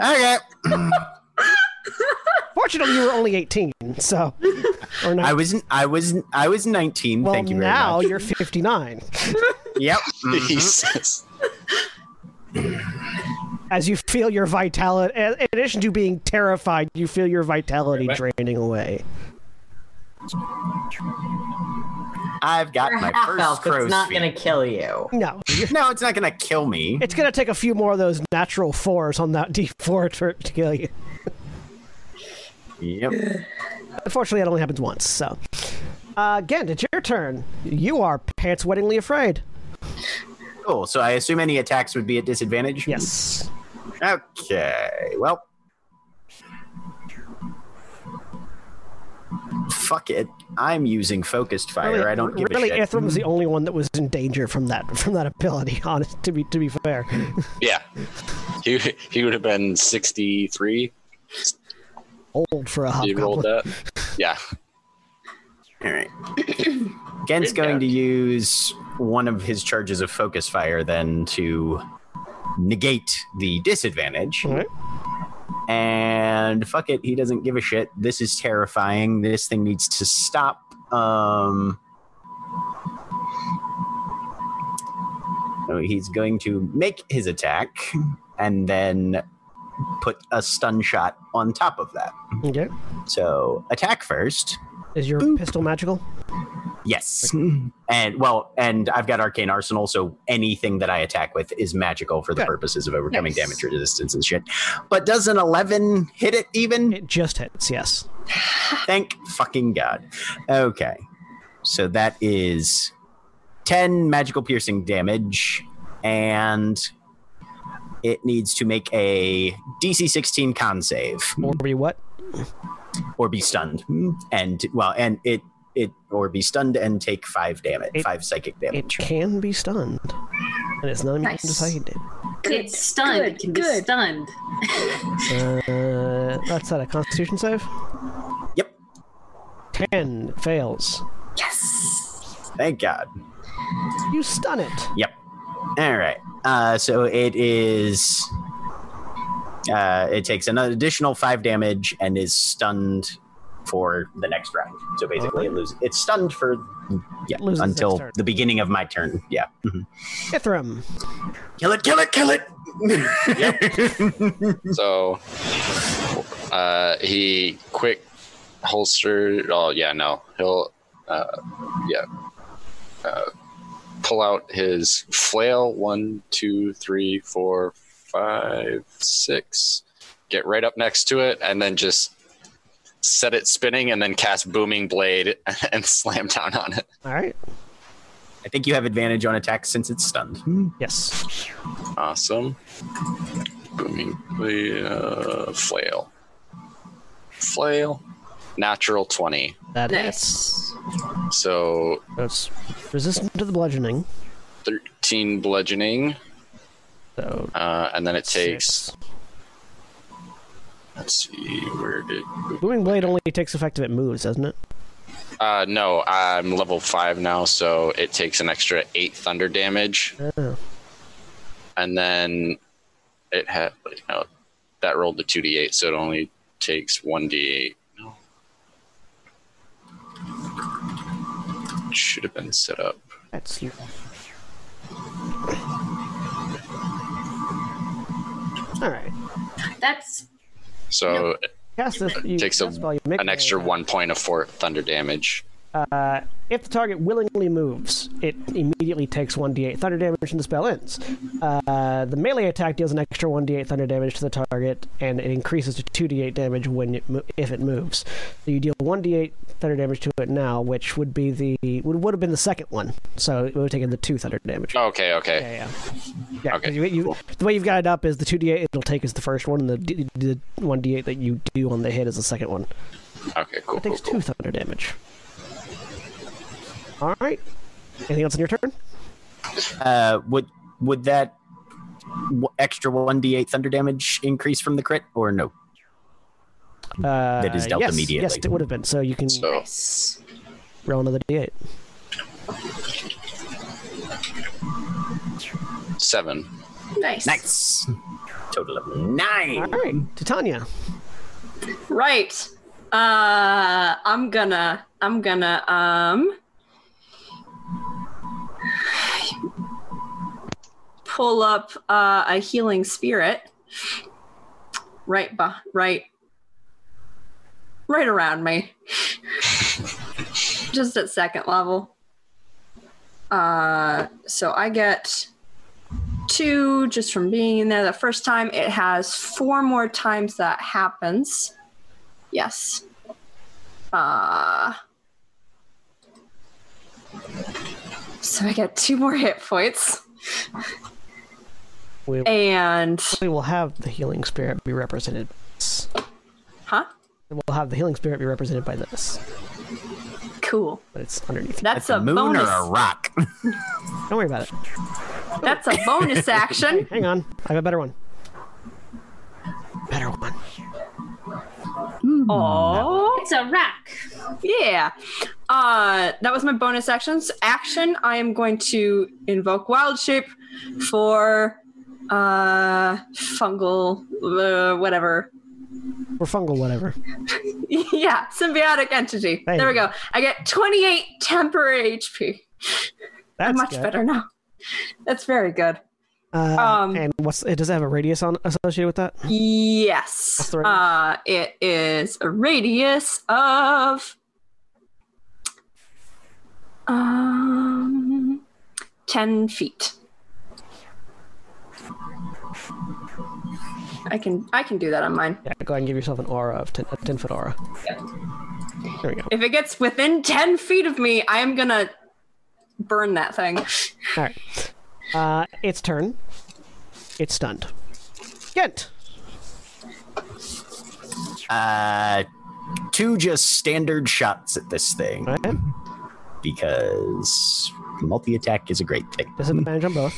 [SPEAKER 7] Okay.
[SPEAKER 1] Fortunately, you were only 18, so Or not?
[SPEAKER 7] I was I was I was 19.
[SPEAKER 1] well,
[SPEAKER 7] Thank you very
[SPEAKER 1] now
[SPEAKER 7] much.
[SPEAKER 1] you're 59.
[SPEAKER 7] Yep. Mhm.
[SPEAKER 3] Jesus.
[SPEAKER 1] As you feel your vitality, in addition to being terrified, you feel your vitality draining away.
[SPEAKER 7] I've got
[SPEAKER 8] You're
[SPEAKER 7] my
[SPEAKER 8] half
[SPEAKER 7] first
[SPEAKER 8] elf.
[SPEAKER 7] crow's
[SPEAKER 8] It's not
[SPEAKER 7] feet.
[SPEAKER 8] going to kill you.
[SPEAKER 1] No,
[SPEAKER 7] No, it's not gonna kill me.
[SPEAKER 1] it's gonna take a few more of those natural fours on that D4 to, to kill you.
[SPEAKER 7] Yep.
[SPEAKER 1] Unfortunately, that only happens once. So, uh, again, it's your turn. You are pants wettingly afraid.
[SPEAKER 7] Cool. So I assume any attacks would be at disadvantage.
[SPEAKER 1] Yes.
[SPEAKER 7] Okay. Well. Fuck it. I'm using focused fire. I don't give
[SPEAKER 1] really,
[SPEAKER 7] a shit. Mm-hmm.
[SPEAKER 1] Ithram's the only one that was in danger from that from that ability. Honest, to be to be fair,
[SPEAKER 3] Yeah. He he would have been 63.
[SPEAKER 1] old for a
[SPEAKER 3] He rolled
[SPEAKER 1] hobgoblin.
[SPEAKER 3] that. Yeah.
[SPEAKER 7] All right. Gen's going to use one of his charges of focus fire then to negate the disadvantage.
[SPEAKER 1] All right.
[SPEAKER 7] And fuck it, he doesn't give a shit. This is terrifying. This thing needs to stop. Um so he's going to make his attack and then put a stun shot on top of that.
[SPEAKER 1] Okay.
[SPEAKER 7] So attack first.
[SPEAKER 1] Is your pistol magical?
[SPEAKER 7] Yes.
[SPEAKER 1] hmm.
[SPEAKER 7] And well, and I've got arcane arsenal, so anything that I attack with is magical for the
[SPEAKER 1] Good.
[SPEAKER 7] purposes of overcoming
[SPEAKER 5] Nice.
[SPEAKER 7] damage resistance and shit. But does an eleven hit it even?
[SPEAKER 1] It just hits. Yes.
[SPEAKER 7] Thank fucking god. Okay. So that is ten magical piercing damage, and it needs to make a DC sixteen con save
[SPEAKER 1] Or be what?
[SPEAKER 7] or be stunned. And well, and it it or be stunned and take five damage,
[SPEAKER 1] It-
[SPEAKER 7] five psychic damage.
[SPEAKER 1] It can be stunned, and it's not
[SPEAKER 5] Nice.
[SPEAKER 1] decided.
[SPEAKER 2] It's stunned.
[SPEAKER 5] good,
[SPEAKER 2] it can be
[SPEAKER 5] good.
[SPEAKER 2] stunned.
[SPEAKER 1] Uh, that's not a Constitution save.
[SPEAKER 7] Yep.
[SPEAKER 1] Ten fails.
[SPEAKER 7] Thank God.
[SPEAKER 1] You stun it.
[SPEAKER 7] Yep. All right. Uh, so it is. Uh, it takes an additional five damage and is stunned for the next round. So basically, it loses. It's stunned for yeah
[SPEAKER 1] Loses its
[SPEAKER 7] until
[SPEAKER 1] turn.
[SPEAKER 7] the beginning of my turn. Yeah. Mhm.
[SPEAKER 1] Ithram.
[SPEAKER 7] Kill it! Kill it! Kill it!
[SPEAKER 3] So uh, he quick holster. Oh yeah, no, he'll uh, yeah uh, pull out his flail. One, two, three, four, five, six. Get right up next to it, and then just set it spinning, and then cast booming blade and slam down on it.
[SPEAKER 1] All right.
[SPEAKER 7] I think you have advantage on attacks since it's stunned.
[SPEAKER 1] Yes.
[SPEAKER 3] Awesome. Booming blade, uh, flail, flail, natural twenty.
[SPEAKER 1] That is.
[SPEAKER 2] Nice.
[SPEAKER 3] So
[SPEAKER 1] That's resistant to the bludgeoning.
[SPEAKER 3] 13 bludgeoning,
[SPEAKER 1] So
[SPEAKER 3] uh, and then it takes.
[SPEAKER 1] six.
[SPEAKER 3] Let's see, where did?
[SPEAKER 1] Booming blade only takes effect if it moves, doesn't it?
[SPEAKER 3] Uh, no, I'm level five now, so it takes an extra eight thunder damage,
[SPEAKER 1] Oh.
[SPEAKER 3] and then it had wait, no, that rolled the two d8, so it only takes one d8. No, should have been set up.
[SPEAKER 1] That's you. All right.
[SPEAKER 2] That's
[SPEAKER 3] So
[SPEAKER 1] Cast this. You,
[SPEAKER 3] takes a-
[SPEAKER 1] cast spell, you make
[SPEAKER 3] an extra
[SPEAKER 1] a-
[SPEAKER 3] one point of four thunder damage.
[SPEAKER 1] Uh, If the target willingly moves, it immediately takes 1d8 thunder damage and the spell ends. Uh, the melee attack deals an extra 1d8 thunder damage to the target, and it increases to 2d8 damage when it mo- if it moves. So you deal 1d8 thunder damage to it now, which would be the would, would have been the second one. So it would have taken the two thunder damage.
[SPEAKER 3] Oh, Okay, okay.
[SPEAKER 1] Yeah, yeah. yeah 'cause
[SPEAKER 3] Okay,
[SPEAKER 1] you- you- The way you've got it up is the 2d8 it'll take is the first one, and the, d- the 1d8 that you do on the hit is the second one.
[SPEAKER 3] Okay, cool.
[SPEAKER 1] It takes
[SPEAKER 3] cool,
[SPEAKER 1] two thunder damage. All right. Anything else on your turn?
[SPEAKER 7] Uh, would would that w- extra one d8 thunder damage increase from the crit or no?
[SPEAKER 1] Uh,
[SPEAKER 7] That is dealt
[SPEAKER 1] yes,
[SPEAKER 7] immediately.
[SPEAKER 1] Yes, it would have been. So you can
[SPEAKER 3] cool. So
[SPEAKER 2] nice.
[SPEAKER 1] roll another d8.
[SPEAKER 3] seven.
[SPEAKER 2] Nice.
[SPEAKER 7] Nice. Total of nine.
[SPEAKER 1] All right, Titania.
[SPEAKER 5] Right. Uh, I'm gonna, I'm gonna, um, pull up uh, a healing spirit right, bu- right, right around me, just at second level. Uh, so I get two just from being in there the first time. It has four more times that happens. Yes. Uh, so I get two more hit points.
[SPEAKER 1] We
[SPEAKER 5] And,
[SPEAKER 1] we will have the healing spirit be represented.
[SPEAKER 5] huh?
[SPEAKER 1] And we'll have the healing spirit be represented by this,
[SPEAKER 5] Cool.
[SPEAKER 1] but it's underneath. you.
[SPEAKER 5] That's a
[SPEAKER 7] moon
[SPEAKER 5] bonus.
[SPEAKER 7] or a rock?
[SPEAKER 1] Don't worry about it.
[SPEAKER 5] That's a bonus action.
[SPEAKER 1] Hang on, I have a better one. Better one.
[SPEAKER 5] Oh,
[SPEAKER 2] It's a rock.
[SPEAKER 5] yeah. Uh, that was my bonus actions. Action. I am going to invoke wild shape for uh fungal uh, whatever
[SPEAKER 1] Or fungal, whatever.
[SPEAKER 5] yeah symbiotic entity
[SPEAKER 1] There you
[SPEAKER 5] there we
[SPEAKER 1] go.
[SPEAKER 5] go i get 28 temporary hp
[SPEAKER 1] That's
[SPEAKER 5] much
[SPEAKER 1] good.
[SPEAKER 5] better now that's very good
[SPEAKER 1] Uh,
[SPEAKER 5] Um,
[SPEAKER 1] and what's it? Does it have a radius on associated with that?
[SPEAKER 5] Yes.
[SPEAKER 1] the radius?
[SPEAKER 5] Uh, it is a radius of um, 10 feet. I can I can do that on mine.
[SPEAKER 1] Yeah, go ahead and give yourself an aura of ten, a ten foot aura.
[SPEAKER 5] Um,
[SPEAKER 1] There we go.
[SPEAKER 5] If it gets within 10 feet of me, I am going to burn that thing.
[SPEAKER 1] All right. Uh, its turn. It's stunned. Gent.
[SPEAKER 7] Uh, two just standard shots at this thing
[SPEAKER 1] All right.
[SPEAKER 7] because multi attack is a great thing.
[SPEAKER 1] Disadvantage on both.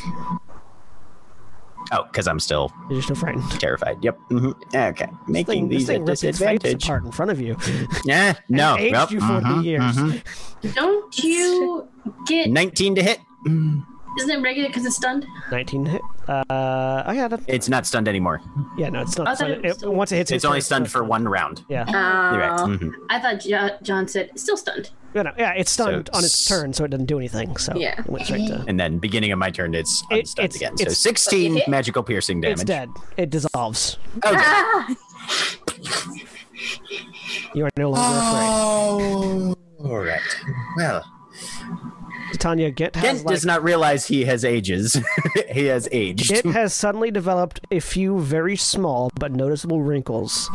[SPEAKER 7] Oh, because I'm still
[SPEAKER 1] You're still frightened.
[SPEAKER 7] terrified. Yep. hmm Okay. Making
[SPEAKER 1] Thing- this
[SPEAKER 7] these at
[SPEAKER 1] thing ripped its face
[SPEAKER 7] disadvantage.
[SPEAKER 1] apart in front of you.
[SPEAKER 7] Yeah. No.
[SPEAKER 1] aged
[SPEAKER 7] Yep.
[SPEAKER 1] you 40
[SPEAKER 7] mhm,
[SPEAKER 1] years.
[SPEAKER 7] mhm.
[SPEAKER 2] Don't you get?
[SPEAKER 7] Nineteen to hit.
[SPEAKER 2] Isn't it regular because it's stunned?
[SPEAKER 1] 19 hit. Uh, oh yeah, that,
[SPEAKER 7] It's not stunned anymore.
[SPEAKER 1] yeah, no, it's
[SPEAKER 2] I
[SPEAKER 1] not.
[SPEAKER 2] thought
[SPEAKER 1] Stunned.
[SPEAKER 2] it was
[SPEAKER 1] It-
[SPEAKER 2] still-
[SPEAKER 1] once it hits,
[SPEAKER 7] It's, only stunned for one round.
[SPEAKER 1] Yeah,
[SPEAKER 7] Uh-huh. You're
[SPEAKER 2] Oh.
[SPEAKER 7] right.
[SPEAKER 5] Uh,
[SPEAKER 7] mhm.
[SPEAKER 2] I thought jo- John said still stunned.
[SPEAKER 1] No, no, yeah, it's stunned on
[SPEAKER 7] it's-
[SPEAKER 1] its turn, so it doesn't do anything. So
[SPEAKER 5] Yeah.
[SPEAKER 1] it went straight to.
[SPEAKER 7] And then beginning of my turn, it's
[SPEAKER 1] It-
[SPEAKER 7] unstunned
[SPEAKER 1] it's-
[SPEAKER 7] again. so
[SPEAKER 1] it's-
[SPEAKER 7] sixteen magical piercing damage.
[SPEAKER 1] It's dead. It dissolves.
[SPEAKER 7] Okay.
[SPEAKER 1] You are no longer afraid.
[SPEAKER 7] Oh, all right. Well,
[SPEAKER 1] Titania, Git has
[SPEAKER 7] Gent
[SPEAKER 1] like,
[SPEAKER 7] does not realize he has ages. he has aged.
[SPEAKER 1] It has suddenly developed a few very small but noticeable wrinkles,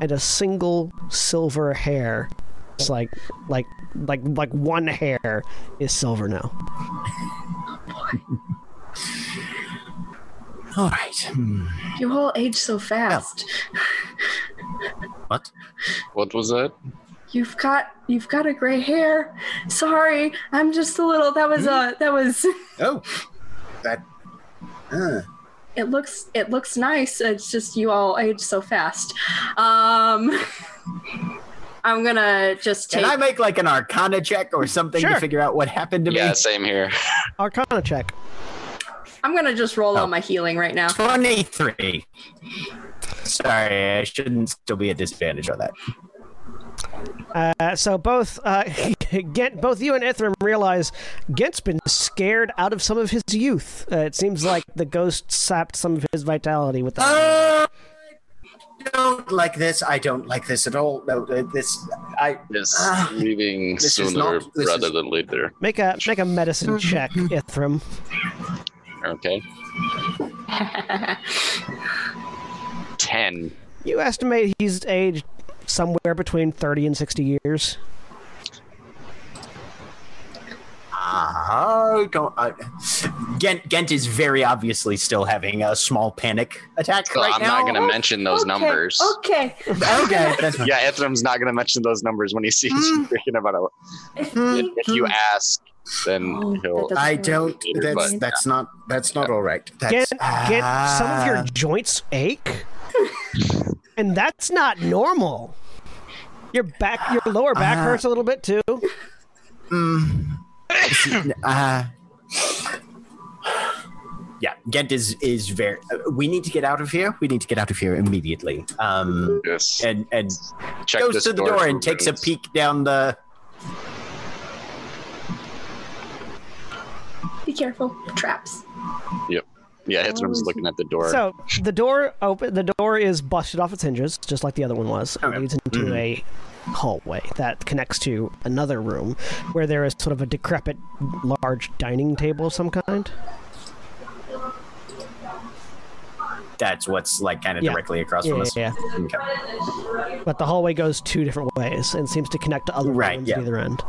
[SPEAKER 1] and a single silver hair. It's like, like, like, like one hair is silver now.
[SPEAKER 7] all right. Hmm.
[SPEAKER 5] you all age so fast.
[SPEAKER 7] What?
[SPEAKER 3] What was that?
[SPEAKER 5] You've got you've got a gray hair. Sorry, I'm just a little that was
[SPEAKER 7] Hmm?
[SPEAKER 5] uh that was
[SPEAKER 7] Oh, that. Uh,
[SPEAKER 5] it looks it looks nice it's just you all age so fast um i'm gonna just
[SPEAKER 7] can
[SPEAKER 5] take
[SPEAKER 7] I make like an Arcana check or something
[SPEAKER 1] Sure.
[SPEAKER 7] to figure out what happened to
[SPEAKER 3] Yeah,
[SPEAKER 7] me?
[SPEAKER 3] same here.
[SPEAKER 1] Arcana check.
[SPEAKER 5] i'm gonna just roll
[SPEAKER 7] Oh.
[SPEAKER 5] on my healing right now
[SPEAKER 7] Twenty-three. Sorry, I shouldn't still be at disadvantage on that.
[SPEAKER 1] Uh, so both uh, Gent, both you and Ithram realize Gent's been scared out of some of his youth. Uh, it seems like the ghost sapped some of his vitality with
[SPEAKER 7] Uh,
[SPEAKER 1] that.
[SPEAKER 7] I don't like this. I don't like this at all. No, uh, this. I.
[SPEAKER 3] It's
[SPEAKER 7] Ah,
[SPEAKER 3] leaving
[SPEAKER 7] this is
[SPEAKER 3] sooner
[SPEAKER 7] not- this
[SPEAKER 3] rather
[SPEAKER 7] is-
[SPEAKER 3] than later.
[SPEAKER 1] make a make a medicine check, Ithram.
[SPEAKER 3] Okay. Ten.
[SPEAKER 1] You estimate he's aged somewhere between thirty and sixty years.
[SPEAKER 7] I don't. I, Uh, Gent Gent is very obviously still having a small panic attack
[SPEAKER 3] Well,
[SPEAKER 7] right
[SPEAKER 3] I'm
[SPEAKER 7] now.
[SPEAKER 3] not going to mention those
[SPEAKER 5] Okay,
[SPEAKER 3] numbers.
[SPEAKER 5] okay
[SPEAKER 7] okay, that's fine.
[SPEAKER 3] Yeah, Ithram's not going to mention those numbers when he sees
[SPEAKER 7] Hmm.
[SPEAKER 3] you freaking about it. If- If you ask, then
[SPEAKER 5] Oh,
[SPEAKER 3] he'll.
[SPEAKER 5] that
[SPEAKER 7] I don't.
[SPEAKER 3] Later,
[SPEAKER 7] That's
[SPEAKER 3] but-
[SPEAKER 7] that's not that's not all right.
[SPEAKER 1] Get
[SPEAKER 7] That's,
[SPEAKER 1] get some of your
[SPEAKER 7] ah.
[SPEAKER 1] joints ache, and that's not normal. Your back, your lower back
[SPEAKER 7] Uh,
[SPEAKER 1] hurts a little bit too.
[SPEAKER 7] Mm. Uh, yeah, Gent is is very. uh, We need to get out of here. We need to get out of here immediately. Um,
[SPEAKER 3] Yes.
[SPEAKER 7] and and
[SPEAKER 3] Check
[SPEAKER 7] goes
[SPEAKER 3] this
[SPEAKER 7] to the door
[SPEAKER 3] for
[SPEAKER 7] and takes a
[SPEAKER 3] runes.
[SPEAKER 7] peek down the.
[SPEAKER 5] Be careful. Traps.
[SPEAKER 7] Ah.
[SPEAKER 3] Yeah, Hitzman's looking at the door.
[SPEAKER 1] Oh, So the door open. The door is busted off its hinges, just like the other one was. and
[SPEAKER 7] Okay. Mm-hmm.
[SPEAKER 1] leads into a hallway that connects to another room, where there is sort of a decrepit, large dining table of some kind.
[SPEAKER 7] That's what's like kind of
[SPEAKER 1] Yeah.
[SPEAKER 7] directly across
[SPEAKER 1] Yeah,
[SPEAKER 7] from
[SPEAKER 1] yeah,
[SPEAKER 7] us.
[SPEAKER 1] yeah.
[SPEAKER 7] Okay.
[SPEAKER 1] But the hallway goes two different ways and seems to connect to other
[SPEAKER 7] Right,
[SPEAKER 1] rooms
[SPEAKER 7] yeah.
[SPEAKER 1] at either end.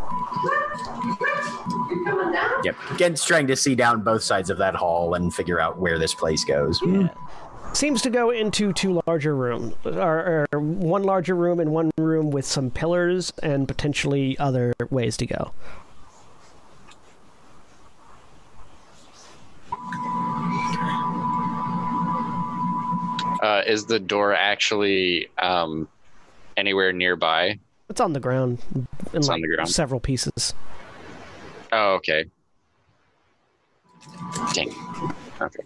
[SPEAKER 7] Yep. Gen's trying to see down both sides of that hall and figure out where this place goes.
[SPEAKER 1] Seems to go into two larger rooms, or, or one larger room and one room with some pillars and potentially other ways to go.
[SPEAKER 3] Uh, is the door actually um, anywhere nearby?
[SPEAKER 1] It's on the ground. In
[SPEAKER 3] It's on
[SPEAKER 1] like
[SPEAKER 3] the ground.
[SPEAKER 1] Several pieces.
[SPEAKER 3] Oh, okay. Dang. Okay.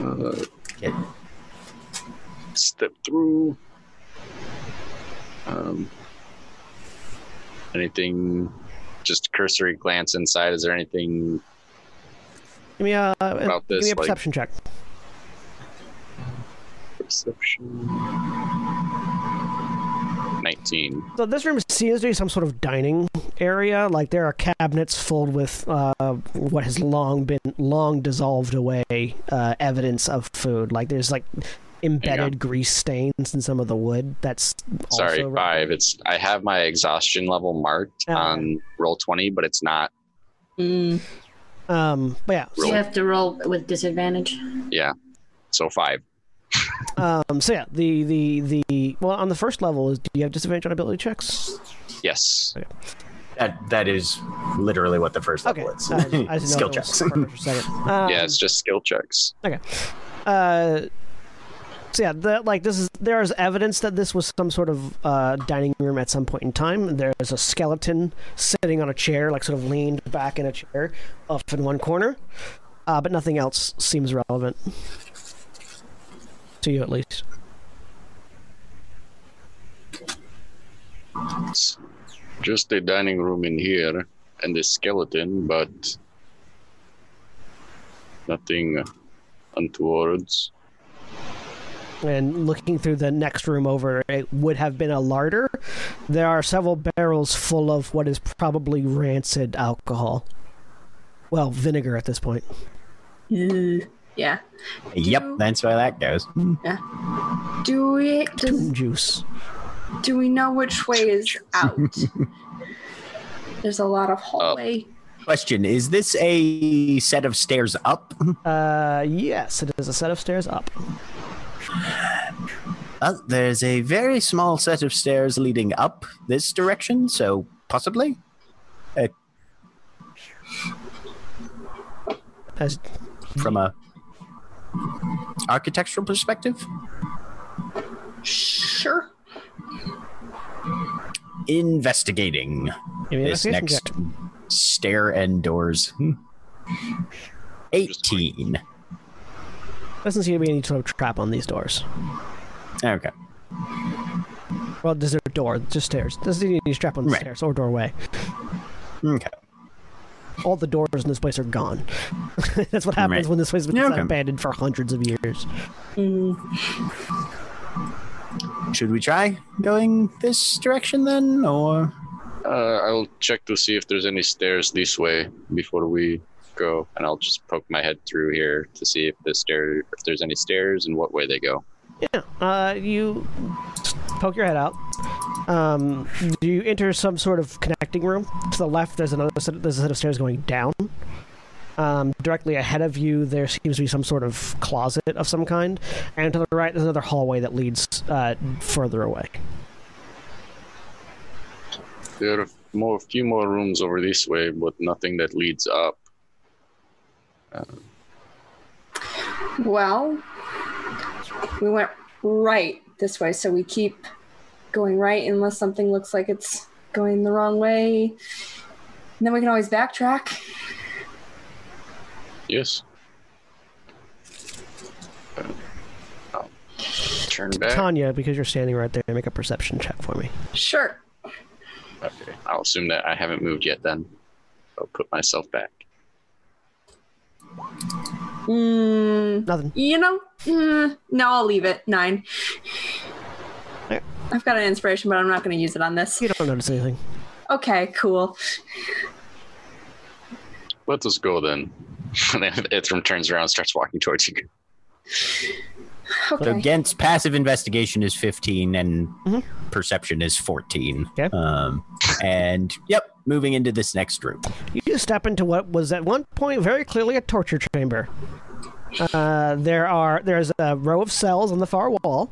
[SPEAKER 7] Mm. Get-
[SPEAKER 3] Step through. Um, anything? Just cursory glance inside. Is there anything?
[SPEAKER 1] Give me a, uh,
[SPEAKER 3] About
[SPEAKER 1] give
[SPEAKER 3] this,
[SPEAKER 1] me a
[SPEAKER 3] like-
[SPEAKER 1] perception check.
[SPEAKER 3] Perception. Nineteen.
[SPEAKER 1] So this room seems to be some sort of dining area. Like there are cabinets filled with uh, what has long been long dissolved away uh, evidence of food. Like there's like embedded grease stains in some of the wood. That's
[SPEAKER 3] Sorry,
[SPEAKER 1] also
[SPEAKER 3] five. It's I have my exhaustion level marked
[SPEAKER 1] Oh.
[SPEAKER 3] on roll twenty, but it's not.
[SPEAKER 1] Um, but yeah.
[SPEAKER 2] So you have to roll with disadvantage.
[SPEAKER 3] Yeah. So five.
[SPEAKER 1] Um, so yeah, the the the well on the first level is do you have disadvantage on ability checks?
[SPEAKER 3] Yes.
[SPEAKER 7] That that is literally what the first
[SPEAKER 1] Okay,
[SPEAKER 7] level is.
[SPEAKER 1] I, I didn't know
[SPEAKER 7] Skill
[SPEAKER 1] if it was
[SPEAKER 7] checks.
[SPEAKER 1] for a second. Um,
[SPEAKER 3] yeah, it's just skill checks.
[SPEAKER 1] Okay. Uh, so yeah, the, like this is there is evidence that this was some sort of uh, dining room at some point in time. There's a skeleton sitting on a chair, like sort of leaned back in a chair, up in one corner, uh, but nothing else seems relevant to you, at least.
[SPEAKER 3] It's just a dining room in here and a skeleton, but nothing untowards.
[SPEAKER 1] And looking through the next room over, it would have been a larder. There are several barrels full of what is probably rancid alcohol. Well, vinegar at this point.
[SPEAKER 5] Yeah.
[SPEAKER 7] Yep, that's where that goes.
[SPEAKER 5] Do we does,
[SPEAKER 1] Tomb juice.
[SPEAKER 5] do we know which way is out? There's a lot of
[SPEAKER 7] Oh.
[SPEAKER 5] hallway.
[SPEAKER 7] Question: Is this a set of stairs up?
[SPEAKER 1] Uh, yes, it is a set of stairs up.
[SPEAKER 7] Uh, there's a very small set of stairs leading up this direction, so possibly. Uh,
[SPEAKER 1] As
[SPEAKER 7] from a architectural perspective.
[SPEAKER 5] Sure.
[SPEAKER 7] Investigating
[SPEAKER 1] give me an
[SPEAKER 7] this
[SPEAKER 1] investigation
[SPEAKER 7] next
[SPEAKER 1] check.
[SPEAKER 7] stair and doors. Hmm. 18.
[SPEAKER 1] Doesn't seem to be any sort of trap on these doors.
[SPEAKER 7] Okay.
[SPEAKER 1] Well, there's a door, just stairs. Doesn't seem to be any trap on the
[SPEAKER 7] Right.
[SPEAKER 1] stairs or doorway.
[SPEAKER 7] Okay.
[SPEAKER 1] All the doors in this place are gone. That's what happens
[SPEAKER 7] Right.
[SPEAKER 1] when this place has been
[SPEAKER 7] Yeah, okay.
[SPEAKER 1] abandoned for hundreds of years.
[SPEAKER 7] Should we try going this direction then? Or.
[SPEAKER 3] Uh, I'll check to see if there's any stairs this way before we go, and I'll just poke my head through here to see if the stair, if there's any stairs and what way they go.
[SPEAKER 1] Uh, you poke your head out. Um, do you enter some sort of connecting room? To the left, there's another set, there's a set of stairs going down. Um, directly ahead of you, there seems to be some sort of closet of some kind, and to the right, there's another hallway that leads uh, further away.
[SPEAKER 3] There are more, a few more rooms over this way, but nothing that leads up.
[SPEAKER 5] Well, we went right this way, so we keep going right unless something looks like it's going the wrong way. And then we can always backtrack.
[SPEAKER 3] Yes. Uh, I'll turn back.
[SPEAKER 1] Tanya, because you're standing right there, make a perception check for me.
[SPEAKER 5] Sure.
[SPEAKER 3] Okay. I'll assume that I haven't moved yet then. I'll put myself back.
[SPEAKER 5] Mm,
[SPEAKER 1] Nothing.
[SPEAKER 5] you know, mm, no, I'll leave it. Nine.
[SPEAKER 1] There.
[SPEAKER 5] I've got an inspiration, but I'm not going to use it on this.
[SPEAKER 1] You don't notice anything.
[SPEAKER 5] Okay, cool.
[SPEAKER 3] Let us go then. and then Ithram turns around and starts walking towards you.
[SPEAKER 5] Okay.
[SPEAKER 7] So Gent's passive investigation is 15 and
[SPEAKER 1] Mhm.
[SPEAKER 7] perception is 14.
[SPEAKER 1] Okay.
[SPEAKER 7] Um, and yep, moving into this next room.
[SPEAKER 1] You step into what was at one point very clearly a torture chamber. Uh, there are there's a row of cells on the far wall,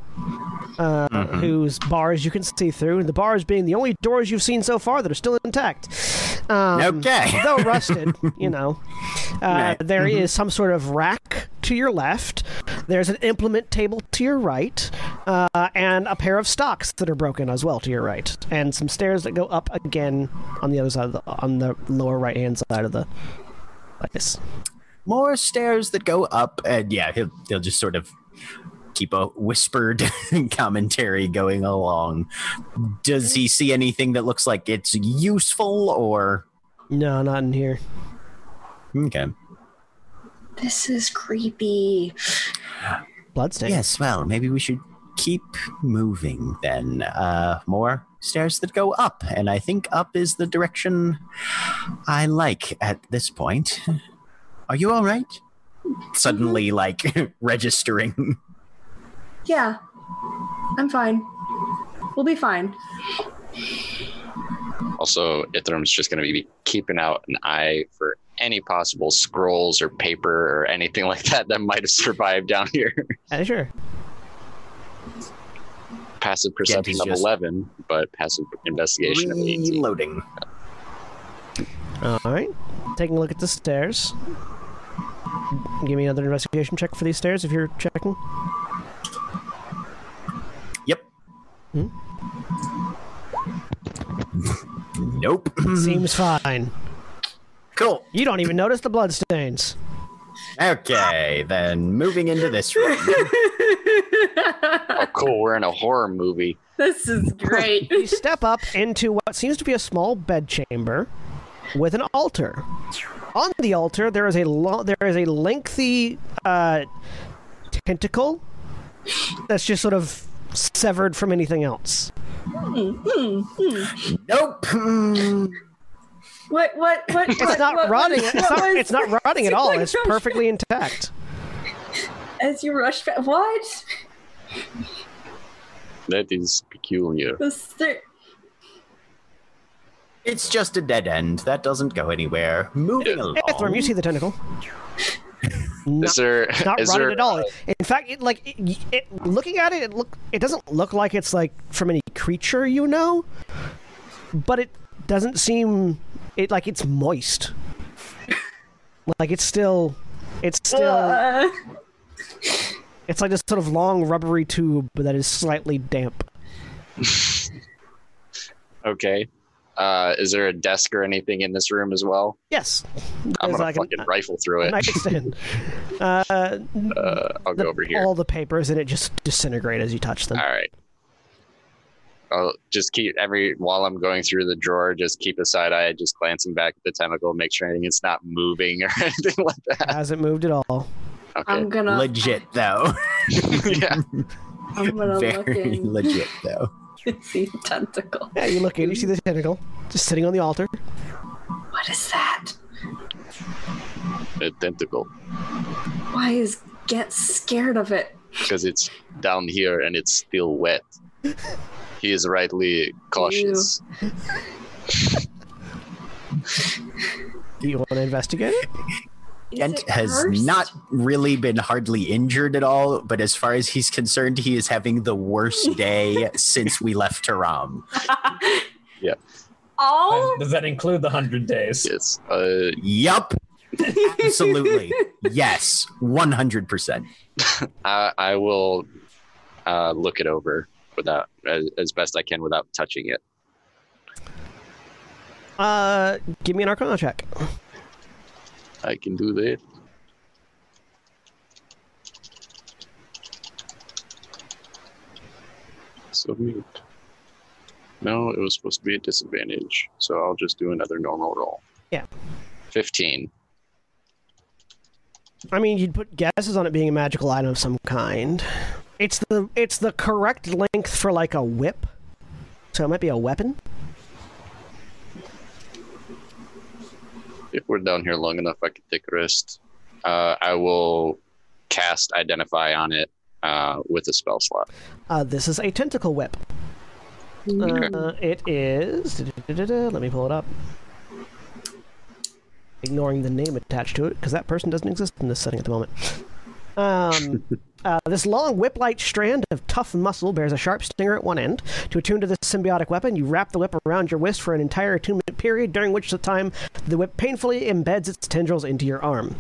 [SPEAKER 1] uh, whose bars you can see through, and the bars being the only doors you've seen so far that are still intact. Um,
[SPEAKER 7] Okay.
[SPEAKER 1] though rusted, you know. Uh,
[SPEAKER 7] Right.
[SPEAKER 1] there is some sort of rack to your left. There's an implement table to your right, uh, and a pair of stocks that are broken as well to your right, and some stairs that go up again on the other side of the on the lower right hand side of the place.
[SPEAKER 7] More stairs that go up, and yeah, he'll, he'll just sort of keep a whispered commentary going along. Does he see anything that looks like it's useful or.
[SPEAKER 1] No, not in here.
[SPEAKER 7] Okay.
[SPEAKER 5] This is creepy.
[SPEAKER 1] Bloodstain.
[SPEAKER 7] Yes, well, maybe we should keep moving then. Uh, more stairs that go up, and I think up is the direction I like at this point. Are you all right? Suddenly,
[SPEAKER 1] Mm-hmm.
[SPEAKER 7] like registering.
[SPEAKER 5] Yeah, I'm fine. We'll be fine.
[SPEAKER 3] Also, Ithram's just going to be keeping out an eye for any possible scrolls or paper or anything like that that might have survived down here.
[SPEAKER 1] Yeah, sure.
[SPEAKER 3] passive perception of
[SPEAKER 7] just-
[SPEAKER 3] 11, but passive investigation of 18.
[SPEAKER 7] Reloading.
[SPEAKER 1] All right. Taking a look at the stairs. Give me another investigation check for these stairs if you're checking.
[SPEAKER 7] Yep.
[SPEAKER 1] Hmm?
[SPEAKER 7] nope.
[SPEAKER 1] Seems fine.
[SPEAKER 7] cool.
[SPEAKER 1] You don't even notice the bloodstains.
[SPEAKER 7] Okay, then moving into this room.
[SPEAKER 3] Oh, cool. We're in a horror movie.
[SPEAKER 2] This is great.
[SPEAKER 1] You step up into what seems to be a small bedchamber with an altar. On the altar, there is a lo- there is a lengthy uh, tentacle that's just sort of severed from anything else.
[SPEAKER 5] Hmm,
[SPEAKER 7] Nope.
[SPEAKER 5] What? What? What?
[SPEAKER 1] It's not rotting. It's not, it's not rotting at all.
[SPEAKER 5] like
[SPEAKER 1] It's
[SPEAKER 5] some-
[SPEAKER 1] perfectly intact.
[SPEAKER 5] As you rush back, what?
[SPEAKER 3] That is peculiar.
[SPEAKER 5] The stair-
[SPEAKER 7] It's just a dead end. That doesn't go anywhere. Moving along.
[SPEAKER 1] Ethram, you see the tentacle. Not-
[SPEAKER 3] Is there
[SPEAKER 1] not
[SPEAKER 3] is
[SPEAKER 1] rotted
[SPEAKER 3] there
[SPEAKER 1] at all. In fact, it like it, it- looking at it, it look it doesn't look like it's like from any creature you know, but it doesn't seem it like it's moist. Like it's still, it's still,
[SPEAKER 5] uh,
[SPEAKER 1] it's like this sort of long rubbery tube that is slightly damp.
[SPEAKER 3] Okay. Uh, is there a desk or anything in this room as well?
[SPEAKER 1] Yes,
[SPEAKER 3] I'm
[SPEAKER 1] There's
[SPEAKER 3] gonna
[SPEAKER 1] like an-
[SPEAKER 3] fucking rifle through it.
[SPEAKER 1] nightstand. uh,
[SPEAKER 3] Uh, I'll
[SPEAKER 1] the-
[SPEAKER 3] go over here.
[SPEAKER 1] All the papers and it just disintegrate as you touch them.
[SPEAKER 3] All right. I'll just keep every while I'm going through the drawer. Just keep a side eye, just glancing back at the tentacle, make sure anything it's not moving or anything like that.
[SPEAKER 1] Hasn't moved at all.
[SPEAKER 3] Okay.
[SPEAKER 5] I'm gonna.
[SPEAKER 7] legit though.
[SPEAKER 3] yeah.
[SPEAKER 5] I'm gonna look
[SPEAKER 7] Very
[SPEAKER 5] in.
[SPEAKER 7] legit though.
[SPEAKER 5] see the tentacle.
[SPEAKER 1] Yeah, you look in, you see the tentacle just sitting on the altar.
[SPEAKER 5] What is that?
[SPEAKER 3] A tentacle,
[SPEAKER 5] Why is get scared of it?
[SPEAKER 3] because it's down here and it's still wet. He is rightly cautious.
[SPEAKER 1] Do you want to investigate it?
[SPEAKER 5] Is
[SPEAKER 7] Gent
[SPEAKER 5] it
[SPEAKER 7] has
[SPEAKER 5] cursed?
[SPEAKER 7] not really been hardly injured at all, but as far as he's concerned, he is having the worst day since we left Taram.
[SPEAKER 5] Oh,
[SPEAKER 4] Does that include the 100 days?
[SPEAKER 3] Yes. Uh,
[SPEAKER 7] Yup. Absolutely. yes. 100%.
[SPEAKER 3] I, I will uh, look it over without as, as best I can without touching it.
[SPEAKER 1] Uh, give me an Arcana check.
[SPEAKER 3] I can do that.
[SPEAKER 11] piece of meat. No, it was supposed to be a disadvantage, so I'll just do another normal roll.
[SPEAKER 1] Yeah.
[SPEAKER 11] 15.
[SPEAKER 1] I mean, you'd put guesses on it being a magical item of some kind. It's the it's the correct length for like a whip, so it might be a weapon.
[SPEAKER 11] If we're down here long enough, I could take a wrist. Uh, I will cast Identify on it uh, with a spell slot.
[SPEAKER 1] Uh, this is a tentacle whip.
[SPEAKER 5] Mm-hmm.
[SPEAKER 1] Uh, it is. Let me pull it up. Ignoring the name attached to it because that person doesn't exist in this setting at the moment. Um, uh, this long whip-like strand of tough muscle bears a sharp stinger at one end. To attune to this symbiotic weapon, you wrap the whip around your wrist for an entire attunement period, during which the time the whip painfully embeds its tendrils into your arm.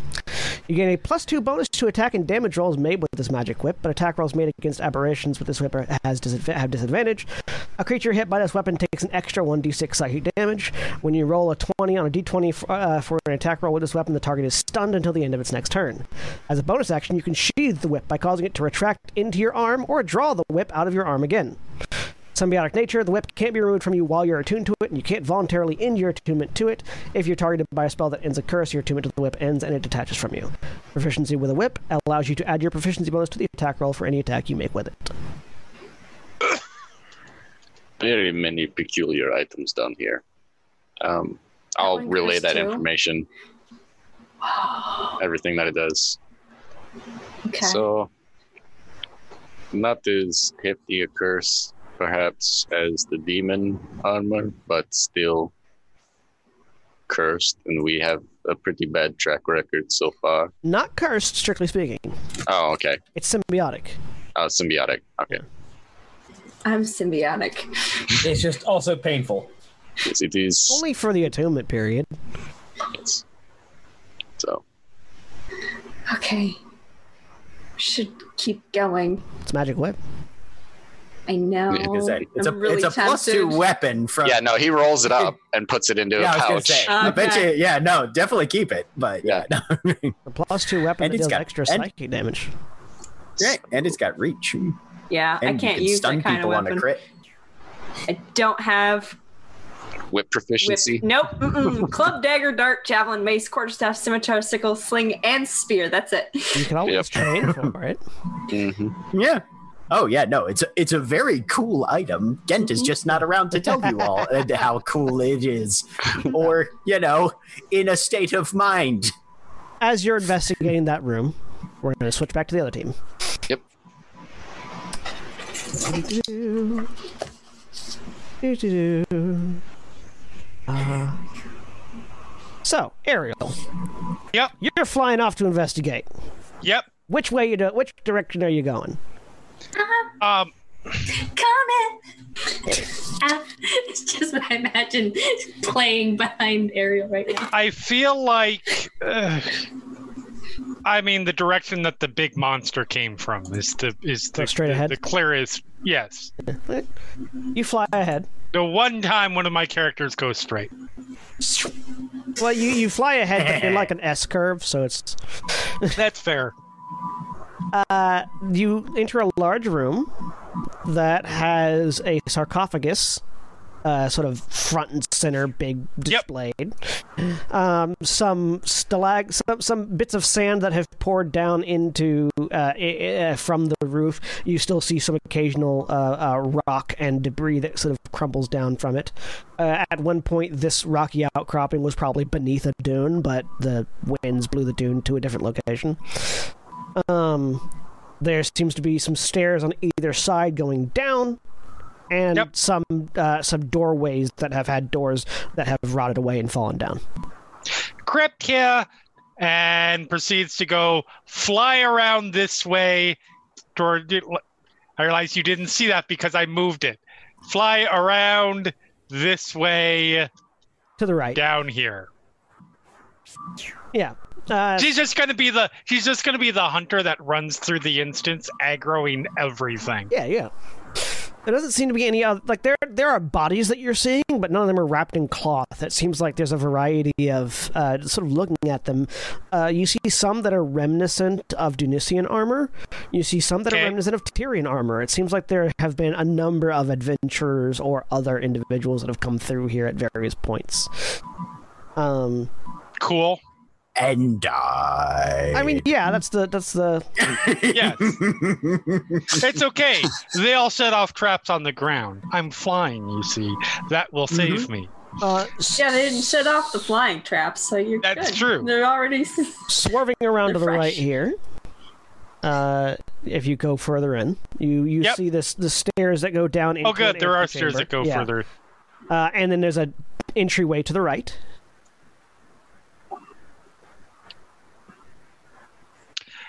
[SPEAKER 1] You gain a plus two bonus to attack and damage rolls made with this magic whip, but attack rolls made against aberrations with this whip are- has disadva- have disadvantage. A creature hit by this weapon takes an extra 1d6 psychic damage. When you roll a 20 on a d20 f- uh, for an attack roll with this weapon, the target is stunned until the end of its next turn. As a bonus action, you can sheathe the whip by causing it to retract into your arm or draw the whip out of your arm again. Symbiotic nature, the whip can't be removed from you while you're attuned to it, and you can't voluntarily end your attunement to it. If you're targeted by a spell that ends a curse, your attunement to the whip ends and it detaches from you. Proficiency with a whip allows you to add your proficiency bonus to the attack roll for any attack you make with it.
[SPEAKER 11] Very many peculiar items down here. Um, I'll
[SPEAKER 5] one
[SPEAKER 11] relay
[SPEAKER 5] goes
[SPEAKER 11] that
[SPEAKER 5] to-
[SPEAKER 11] information, everything that it does.
[SPEAKER 5] Okay.
[SPEAKER 11] So, not as hefty a curse, perhaps, as the demon armor, but still cursed, and we have a pretty bad track record so far.
[SPEAKER 1] Not cursed, strictly speaking.
[SPEAKER 11] Oh, okay.
[SPEAKER 1] It's symbiotic.
[SPEAKER 11] Uh, symbiotic. Okay.
[SPEAKER 5] I'm symbiotic.
[SPEAKER 4] It's just also painful.
[SPEAKER 11] Yes, it is.
[SPEAKER 1] Only for the attunement period.
[SPEAKER 11] Yes. So,
[SPEAKER 5] Okay. Should keep going.
[SPEAKER 1] It's magic whip.
[SPEAKER 5] I know.
[SPEAKER 11] It
[SPEAKER 7] Is that- it's a,
[SPEAKER 5] I'm really
[SPEAKER 7] it's a plus two
[SPEAKER 5] tempted.
[SPEAKER 7] weapon from.
[SPEAKER 11] yeah, no, he rolls it up and puts it into a
[SPEAKER 7] Yeah, I was gonna
[SPEAKER 11] pouch.
[SPEAKER 7] say.
[SPEAKER 10] Uh,
[SPEAKER 7] I bet
[SPEAKER 5] Okay.
[SPEAKER 7] you. Yeah, no, definitely keep it. But yeah, no.
[SPEAKER 1] A plus two weapon
[SPEAKER 7] And
[SPEAKER 1] that
[SPEAKER 7] it's
[SPEAKER 1] deals
[SPEAKER 7] got-
[SPEAKER 1] extra
[SPEAKER 7] and-
[SPEAKER 1] psychic damage.
[SPEAKER 7] Right, and it's got reach. And
[SPEAKER 5] Yeah, I
[SPEAKER 7] you
[SPEAKER 5] can't
[SPEAKER 7] can
[SPEAKER 5] use
[SPEAKER 7] stun
[SPEAKER 5] that kind
[SPEAKER 7] people
[SPEAKER 5] of
[SPEAKER 7] on
[SPEAKER 5] weapon.
[SPEAKER 7] a crit.
[SPEAKER 5] I don't have
[SPEAKER 11] Whip
[SPEAKER 5] Whip.
[SPEAKER 11] proficiency.
[SPEAKER 5] Nope. Mm-mm. Club, dagger, dart, javelin, mace, quarterstaff, scimitar, sickle, sling, and spear. That's it.
[SPEAKER 1] You can always train for it.
[SPEAKER 11] hmm
[SPEAKER 7] Yeah. Oh yeah, no, it's a, it's a very cool item. Gent
[SPEAKER 5] Mm-hmm.
[SPEAKER 7] is just not around to tell you all and how cool it is, or you know, in a state of mind.
[SPEAKER 1] As you're investigating that room, we're going to switch back to the other team.
[SPEAKER 11] Yep.
[SPEAKER 1] Do-do-do. Do-do-do. Uh, so, Ariel.
[SPEAKER 6] Yep.
[SPEAKER 1] You're flying off to investigate.
[SPEAKER 6] Yep.
[SPEAKER 1] Which way you do? Which direction are you going?
[SPEAKER 6] Um,
[SPEAKER 2] Comet! Ah, it's just what I imagine playing behind Ariel right now.
[SPEAKER 6] I feel like. Uh, I mean, the direction that the big monster came from is the is the,
[SPEAKER 1] Go straight
[SPEAKER 6] the-
[SPEAKER 1] ahead?
[SPEAKER 6] the clearest. Yes,
[SPEAKER 1] You fly ahead.
[SPEAKER 6] the one time one of my characters goes straight.
[SPEAKER 1] Well, you, you fly ahead but in like an S curve, so it's
[SPEAKER 6] That's fair.
[SPEAKER 1] Uh, you enter a large room that has a sarcophagus, uh, sort of front and center, big displayed. Um, some stalag, some some bits of sand that have poured down into uh, i- i- from the roof. You still see some occasional uh, uh, rock and debris that sort of crumbles down from it. Uh, at one point, this rocky outcropping was probably beneath a dune, but the winds blew the dune to a different location. Um, there seems to be some stairs on either side going down, and
[SPEAKER 6] Yep.
[SPEAKER 1] some uh, some doorways that have had doors that have rotted away and fallen down.
[SPEAKER 6] Crypt here, and proceeds to go fly around this way. Toward, I realize you didn't see that because I moved it. Fly around this way
[SPEAKER 1] To the right,
[SPEAKER 6] down here.
[SPEAKER 1] yeah. Uh,
[SPEAKER 6] She's just gonna be the she's just gonna be the hunter that runs through the instance, aggroing everything.
[SPEAKER 1] yeah, yeah. There doesn't seem to be any other like there there are bodies that you're seeing, but none of them are wrapped in cloth. It seems like there's a variety of uh, sort of looking at them. Uh, you see some that are reminiscent of Dunisian armor. You see some that are reminiscent of Tyrian armor. It seems like there have been a number of adventurers or other individuals that have come through here at various points. Um,
[SPEAKER 6] cool.
[SPEAKER 7] And I.
[SPEAKER 1] I mean, yeah, that's the that's the
[SPEAKER 6] yes. it's okay. They all set off traps on the ground. I'm flying, you see. That will save me.
[SPEAKER 1] Uh,
[SPEAKER 5] yeah, they didn't shut off the flying traps, so you're
[SPEAKER 6] That's
[SPEAKER 5] good.
[SPEAKER 6] true.
[SPEAKER 5] They're already.
[SPEAKER 1] swerving around to the
[SPEAKER 5] They're
[SPEAKER 1] right
[SPEAKER 5] fresh.
[SPEAKER 1] here. Uh, if you go further in, you you
[SPEAKER 6] Yep.
[SPEAKER 1] see this the stairs that go down.
[SPEAKER 6] Oh,
[SPEAKER 1] into
[SPEAKER 6] good.
[SPEAKER 1] an
[SPEAKER 6] There are
[SPEAKER 1] antechamber.
[SPEAKER 6] stairs that go
[SPEAKER 1] Yeah.
[SPEAKER 6] further.
[SPEAKER 1] Uh, and then there's a entryway to the right.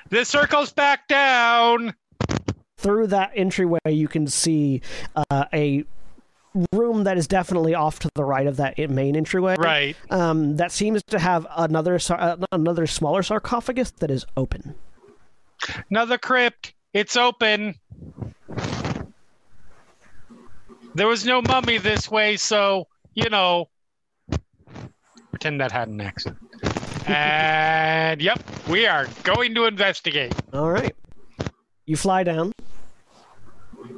[SPEAKER 6] This circles back down.
[SPEAKER 1] Through that entryway, you can see uh, a room that is definitely off to the right of that i- main entryway.
[SPEAKER 6] Right.
[SPEAKER 1] Um, that seems to have another sar- uh, another smaller sarcophagus that is open.
[SPEAKER 6] Another crypt. It's open. There was no mummy this way, so you know. Pretend that had an accident. And yep, we are going to investigate.
[SPEAKER 1] All right. You fly down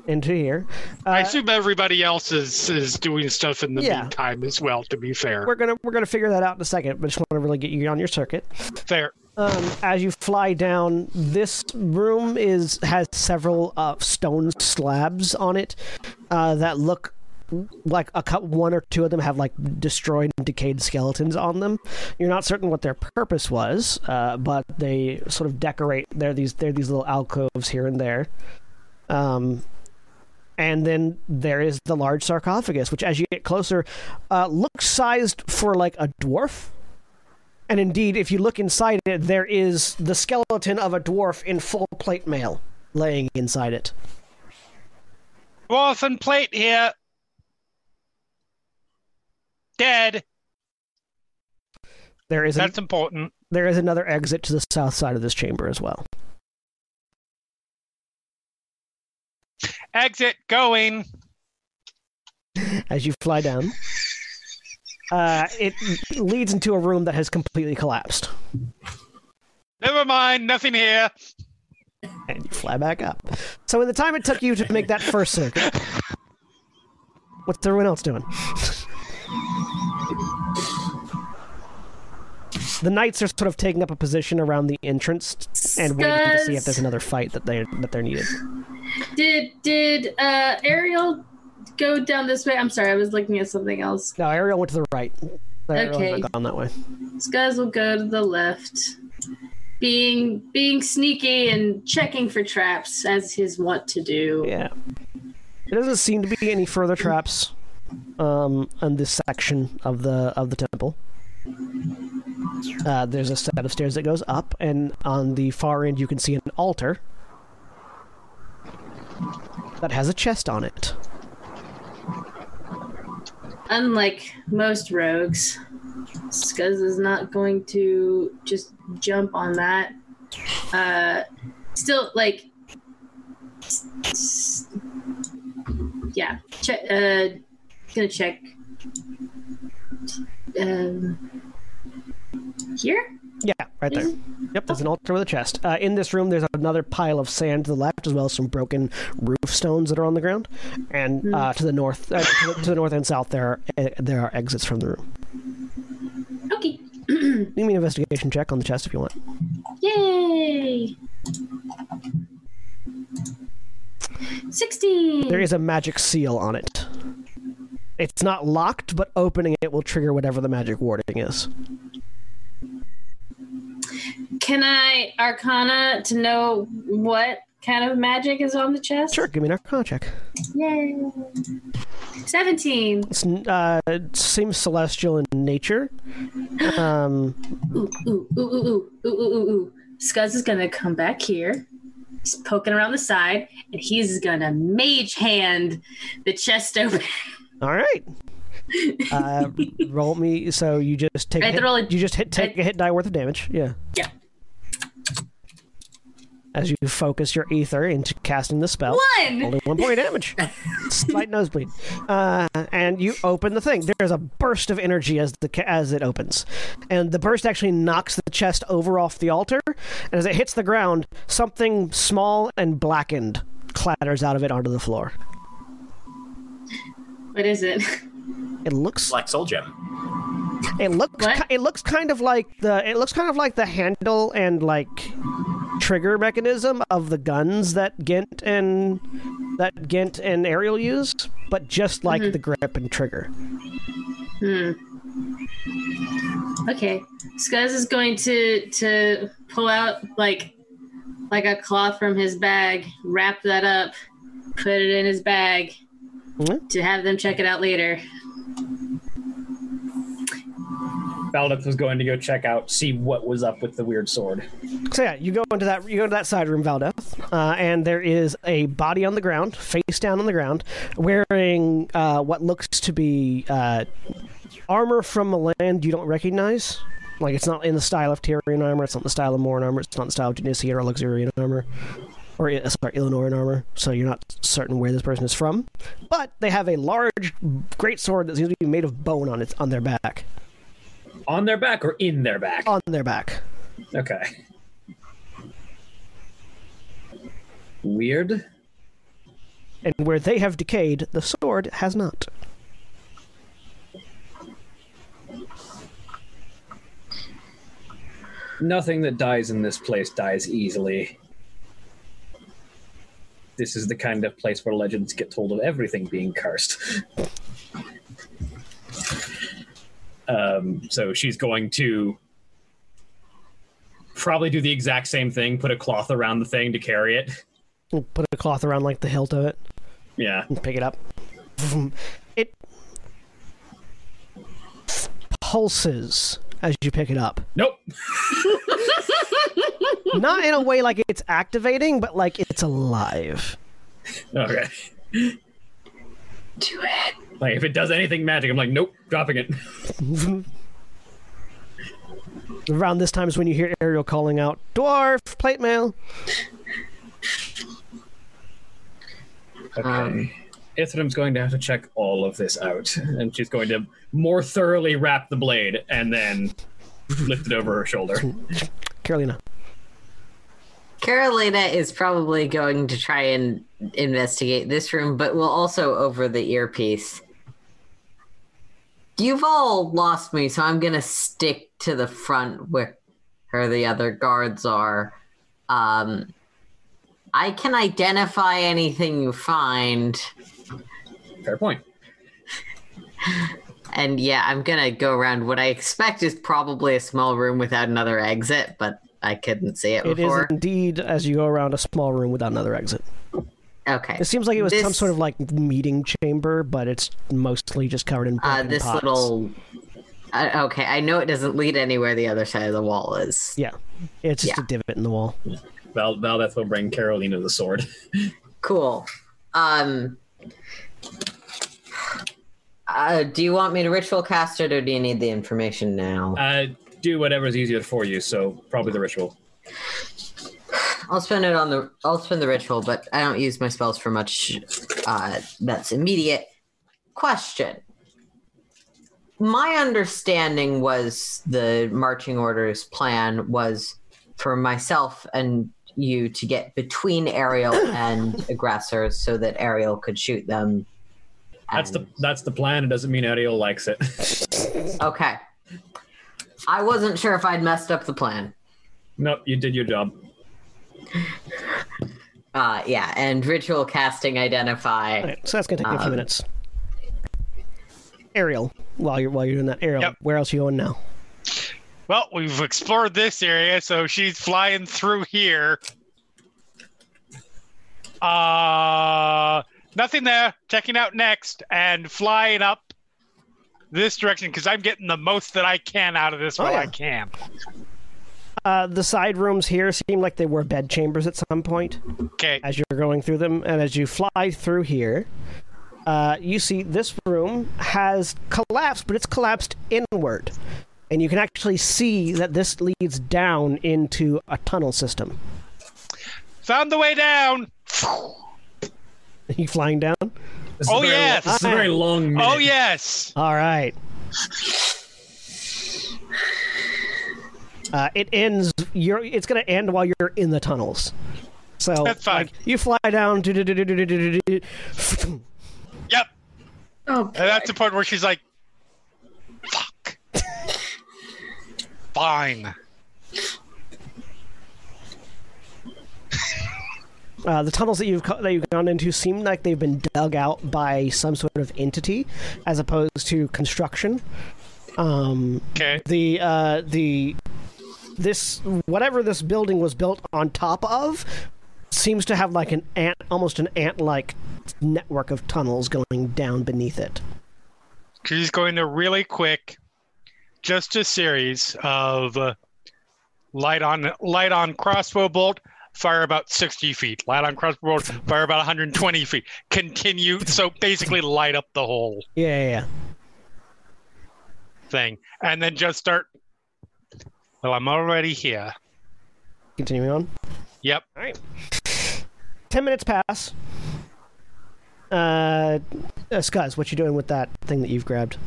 [SPEAKER 1] into here.
[SPEAKER 6] I
[SPEAKER 1] Uh,
[SPEAKER 6] assume everybody else is is doing stuff in the
[SPEAKER 1] Yeah.
[SPEAKER 6] meantime as well. To be fair,
[SPEAKER 1] we're gonna we're gonna figure that out in a second, but just want to really get you on your circuit.
[SPEAKER 6] fair.
[SPEAKER 1] Um, as you fly down, this room is has several uh, stone slabs on it uh, that look like a cut one or two of them have like destroyed and decayed skeletons on them you're not certain what their purpose was uh, but they sort of decorate they're these they're these little alcoves here and there um, and then there is the large sarcophagus which as you get closer uh, looks sized for like a dwarf and indeed, if you look inside it, there is the skeleton of a dwarf in full plate mail laying inside it.
[SPEAKER 6] Dwarf and plate here. Dead.
[SPEAKER 1] There is an,
[SPEAKER 6] That's important.
[SPEAKER 1] there is another exit to the south side of this chamber as well.
[SPEAKER 6] Exit going.
[SPEAKER 1] As you fly down, uh, it leads into a room that has completely collapsed,
[SPEAKER 6] Never mind. Nothing here.
[SPEAKER 1] and you fly back up. So, in the time it took you to make that first circuit, what's everyone else doing? The knights are sort of taking up a position around the entrance and waiting to see if there's another fight that they that they're needed.
[SPEAKER 2] Did did uh, Ariel go down this way? I'm sorry, I was looking at something else.
[SPEAKER 1] No, Ariel went to the right. Ariel
[SPEAKER 2] Okay.
[SPEAKER 1] gone that way.
[SPEAKER 2] Scuzz will go to the left, being being sneaky and checking for traps as his want to do.
[SPEAKER 1] Yeah. There doesn't seem to be any further traps um, on this section of the of the temple. Uh, there's a set of stairs that goes up, and on the far end you can see an altar that has a chest on it.
[SPEAKER 2] Unlike most rogues, Scuzz is not going to just jump on that. Uh, still, like, s- s- yeah, check. Uh, gonna check. Um, here.
[SPEAKER 1] Yeah, right there. Yep, there's an altar with a chest. Uh, in this room, there's another pile of sand to the left, as well as some broken roof stones that are on the ground. And uh, to the north, uh, to, the, to the north and south, there are, uh, there are exits from the room.
[SPEAKER 2] Okay.
[SPEAKER 1] You can make an investigation check on the chest if you want.
[SPEAKER 2] Yay! 16!
[SPEAKER 1] There is a magic seal on it. It's not locked, but opening it will trigger whatever the magic warding is.
[SPEAKER 2] Can I arcana to know what kind of magic is on the chest?
[SPEAKER 1] Sure, give me an arcana check.
[SPEAKER 2] Yay! 17.
[SPEAKER 1] It's, uh, it seems celestial in nature. Um,
[SPEAKER 2] Ooh, ooh, ooh, ooh, ooh, ooh, ooh, ooh, ooh. Scuzz is gonna come back here. He's poking around the side, and he's gonna mage hand the chest open.
[SPEAKER 1] all right. Uh, roll me. So you just take.
[SPEAKER 2] I
[SPEAKER 1] A
[SPEAKER 2] have to roll a-
[SPEAKER 1] hit, you just hit take a hit die worth of damage. Yeah.
[SPEAKER 2] Yeah.
[SPEAKER 1] as you focus your ether into casting the spell.
[SPEAKER 2] One!
[SPEAKER 1] Only one point of damage. Slight nosebleed. Uh, and you open the thing. There's a burst of energy as the ca- as it opens, and the burst actually knocks the chest over off the altar. And as it hits the ground, something small and blackened clatters out of it onto the floor.
[SPEAKER 2] What is it?
[SPEAKER 1] It looks
[SPEAKER 7] like soul gem.
[SPEAKER 1] It looks ki- it looks kind of like the it looks kind of like the handle and like trigger mechanism of the guns that Gint and that Gint and Ariel used, but just like the grip and trigger.
[SPEAKER 2] Hmm. Okay. Scuzz is going to to pull out like like a cloth from his bag, wrap that up, put it in his bag
[SPEAKER 1] Mhm.
[SPEAKER 2] to have them check it out later.
[SPEAKER 9] Valdeth was going to go check out, see what was up with the weird sword.
[SPEAKER 1] So yeah, you go into that you go into that side room, Valdeth, uh, and there is a body on the ground, face down on the ground, wearing uh, what looks to be uh, armor from a land you don't recognize. Like it's not in the style of Tyrian armor, it's not the style of Morin armor, it's not the style of Genisian or Luxurian armor, or uh, sorry, Illinoran armor. So you're not certain where this person is from, but they have a large, great sword that seems to be made of bone on its on their back,
[SPEAKER 9] On their back or in their back?
[SPEAKER 1] on their back.
[SPEAKER 9] Okay. Weird.
[SPEAKER 1] And where they have decayed, the sword has not.
[SPEAKER 9] Nothing that dies in this place dies easily. This is the kind of place where legends get told of everything being cursed.
[SPEAKER 10] Um, so she's going to probably do the exact same thing, put a cloth around the thing to carry it.
[SPEAKER 1] We'll put a cloth around like the hilt of it
[SPEAKER 10] Yeah.
[SPEAKER 1] and pick it up. Vroom. It pulses as you pick it up.
[SPEAKER 10] Nope.
[SPEAKER 1] Not in a way like it's activating, but like it's alive.
[SPEAKER 10] Okay.
[SPEAKER 5] Do it.
[SPEAKER 10] Like if it does anything magic, I'm like, nope, dropping it.
[SPEAKER 1] Vroom. Around this time is when you hear Ariel calling out, "Dwarf plate mail."
[SPEAKER 9] Okay. Um, Ithram's going to have to check all of this out, and she's going to more thoroughly wrap the blade and then lift it over her shoulder.
[SPEAKER 1] Carolina.
[SPEAKER 8] Carolina is probably going to try and investigate this room, but will also over the earpiece. You've all lost me, so I'm going to stick to the front where where the other guards are. Um, I can identify anything you find.
[SPEAKER 9] Fair point.
[SPEAKER 8] And yeah, I'm going to go around what I expect is probably a small room without another exit, but I couldn't see it,
[SPEAKER 1] It is
[SPEAKER 8] before.
[SPEAKER 1] indeed as you go around a small room without another exit.
[SPEAKER 8] Okay.
[SPEAKER 1] It seems like it was
[SPEAKER 8] This-
[SPEAKER 1] some sort of like meeting chamber, but it's mostly just covered in
[SPEAKER 8] uh,
[SPEAKER 1] broken
[SPEAKER 8] this
[SPEAKER 1] pots.
[SPEAKER 8] little. Uh, okay, I know it doesn't lead anywhere the other side of the wall is.
[SPEAKER 1] Yeah, it's just a divot in the wall.
[SPEAKER 10] Val Valdeth will bring Carolina the sword.
[SPEAKER 8] Cool. Um. Uh, do you want me to ritual cast it, or do you need the information now?
[SPEAKER 10] Uh, do whatever's easier for you. So probably the ritual.
[SPEAKER 8] I'll spend it on the. I'll spend the ritual, but I don't use my spells for much. Uh, that's immediate. Question. My understanding was the marching orders plan was for myself and you to get between Ariel and aggressors so that Ariel could shoot them.
[SPEAKER 10] That's the that's the plan. It doesn't mean Ariel likes it.
[SPEAKER 8] Okay. I wasn't sure if I'd messed up the plan.
[SPEAKER 10] nope, you did your job.
[SPEAKER 8] Uh, yeah, and ritual casting identify.
[SPEAKER 1] Alright, so that's gonna take a few
[SPEAKER 8] Um,
[SPEAKER 1] minutes. Ariel, while you're while you're doing that, Ariel, where else are you going now?
[SPEAKER 6] Well, we've explored this area, so she's flying through here. Uh nothing there. Checking out next and flying up this direction because I'm getting the most that I can out of this
[SPEAKER 1] Oh,
[SPEAKER 6] while I
[SPEAKER 1] yeah.
[SPEAKER 6] can.
[SPEAKER 1] Uh, the side rooms here seem like they were bed chambers at some point.
[SPEAKER 6] Okay.
[SPEAKER 1] As you're going through them, and as you fly through here, uh, you see this room has collapsed, but it's collapsed inward, and you can actually see that this leads down into a tunnel system.
[SPEAKER 6] Found the way down.
[SPEAKER 1] you flying down?
[SPEAKER 6] oh yes. Oh
[SPEAKER 1] yeah.
[SPEAKER 6] yes.
[SPEAKER 1] All right. Uh, it ends. You're. It's gonna end while you're in the tunnels. So
[SPEAKER 6] That's fine.
[SPEAKER 1] Like, you fly down. to
[SPEAKER 6] Yep. Oh, and that's the part where she's like, "Fuck." Fine.
[SPEAKER 1] Uh, the tunnels that you've co- that you've gone into seem like they've been dug out by some sort of entity, as opposed to construction. Um,
[SPEAKER 6] okay.
[SPEAKER 1] The uh, the this whatever this building was built on top of seems to have like an ant, almost an ant-like network of tunnels going down beneath it.
[SPEAKER 6] She's going to really quick, just a series of uh, light on light on crossbow bolt, fire about sixty feet. Light on crossbow bolt, fire about one hundred twenty feet. Continue. So basically, light up the whole
[SPEAKER 1] Yeah, yeah, yeah.
[SPEAKER 6] thing, and then just start. Well, I'm already here.
[SPEAKER 1] Continuing on.
[SPEAKER 6] Yep.
[SPEAKER 1] All right. Ten minutes pass. Uh, uh Scuzz, what you doing with that thing that you've grabbed?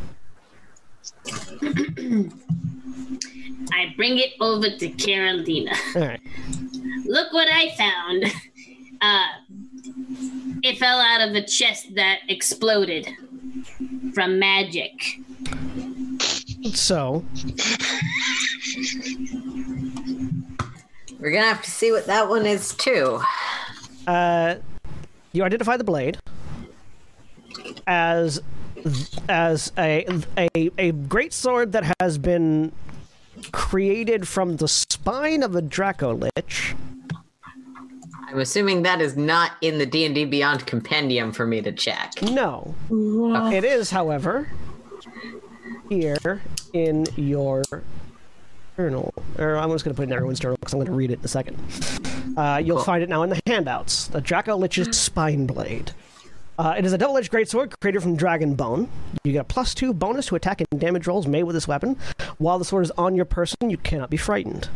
[SPEAKER 2] I bring it over to Carolina.
[SPEAKER 1] All right.
[SPEAKER 2] Look what I found. Uh, it fell out of a chest that exploded from magic.
[SPEAKER 1] So
[SPEAKER 8] We're gonna have to see what that one is too.
[SPEAKER 1] Uh, you identify the blade as as a a a great sword that has been created from the spine of a draco lich.
[SPEAKER 8] I'm assuming that is not in the D and D Beyond compendium for me to check.
[SPEAKER 1] No, it is, however, here in your journal. Or I'm just going to put it in everyone's journal because I'm going to read it in a second. Uh, you'll find it now in the handouts. The Draco Lich's Spine Blade. Uh, it is a double-edged greatsword created from dragon bone. You get a plus two bonus to attack and damage rolls made with this weapon. While the sword is on your person, you cannot be frightened.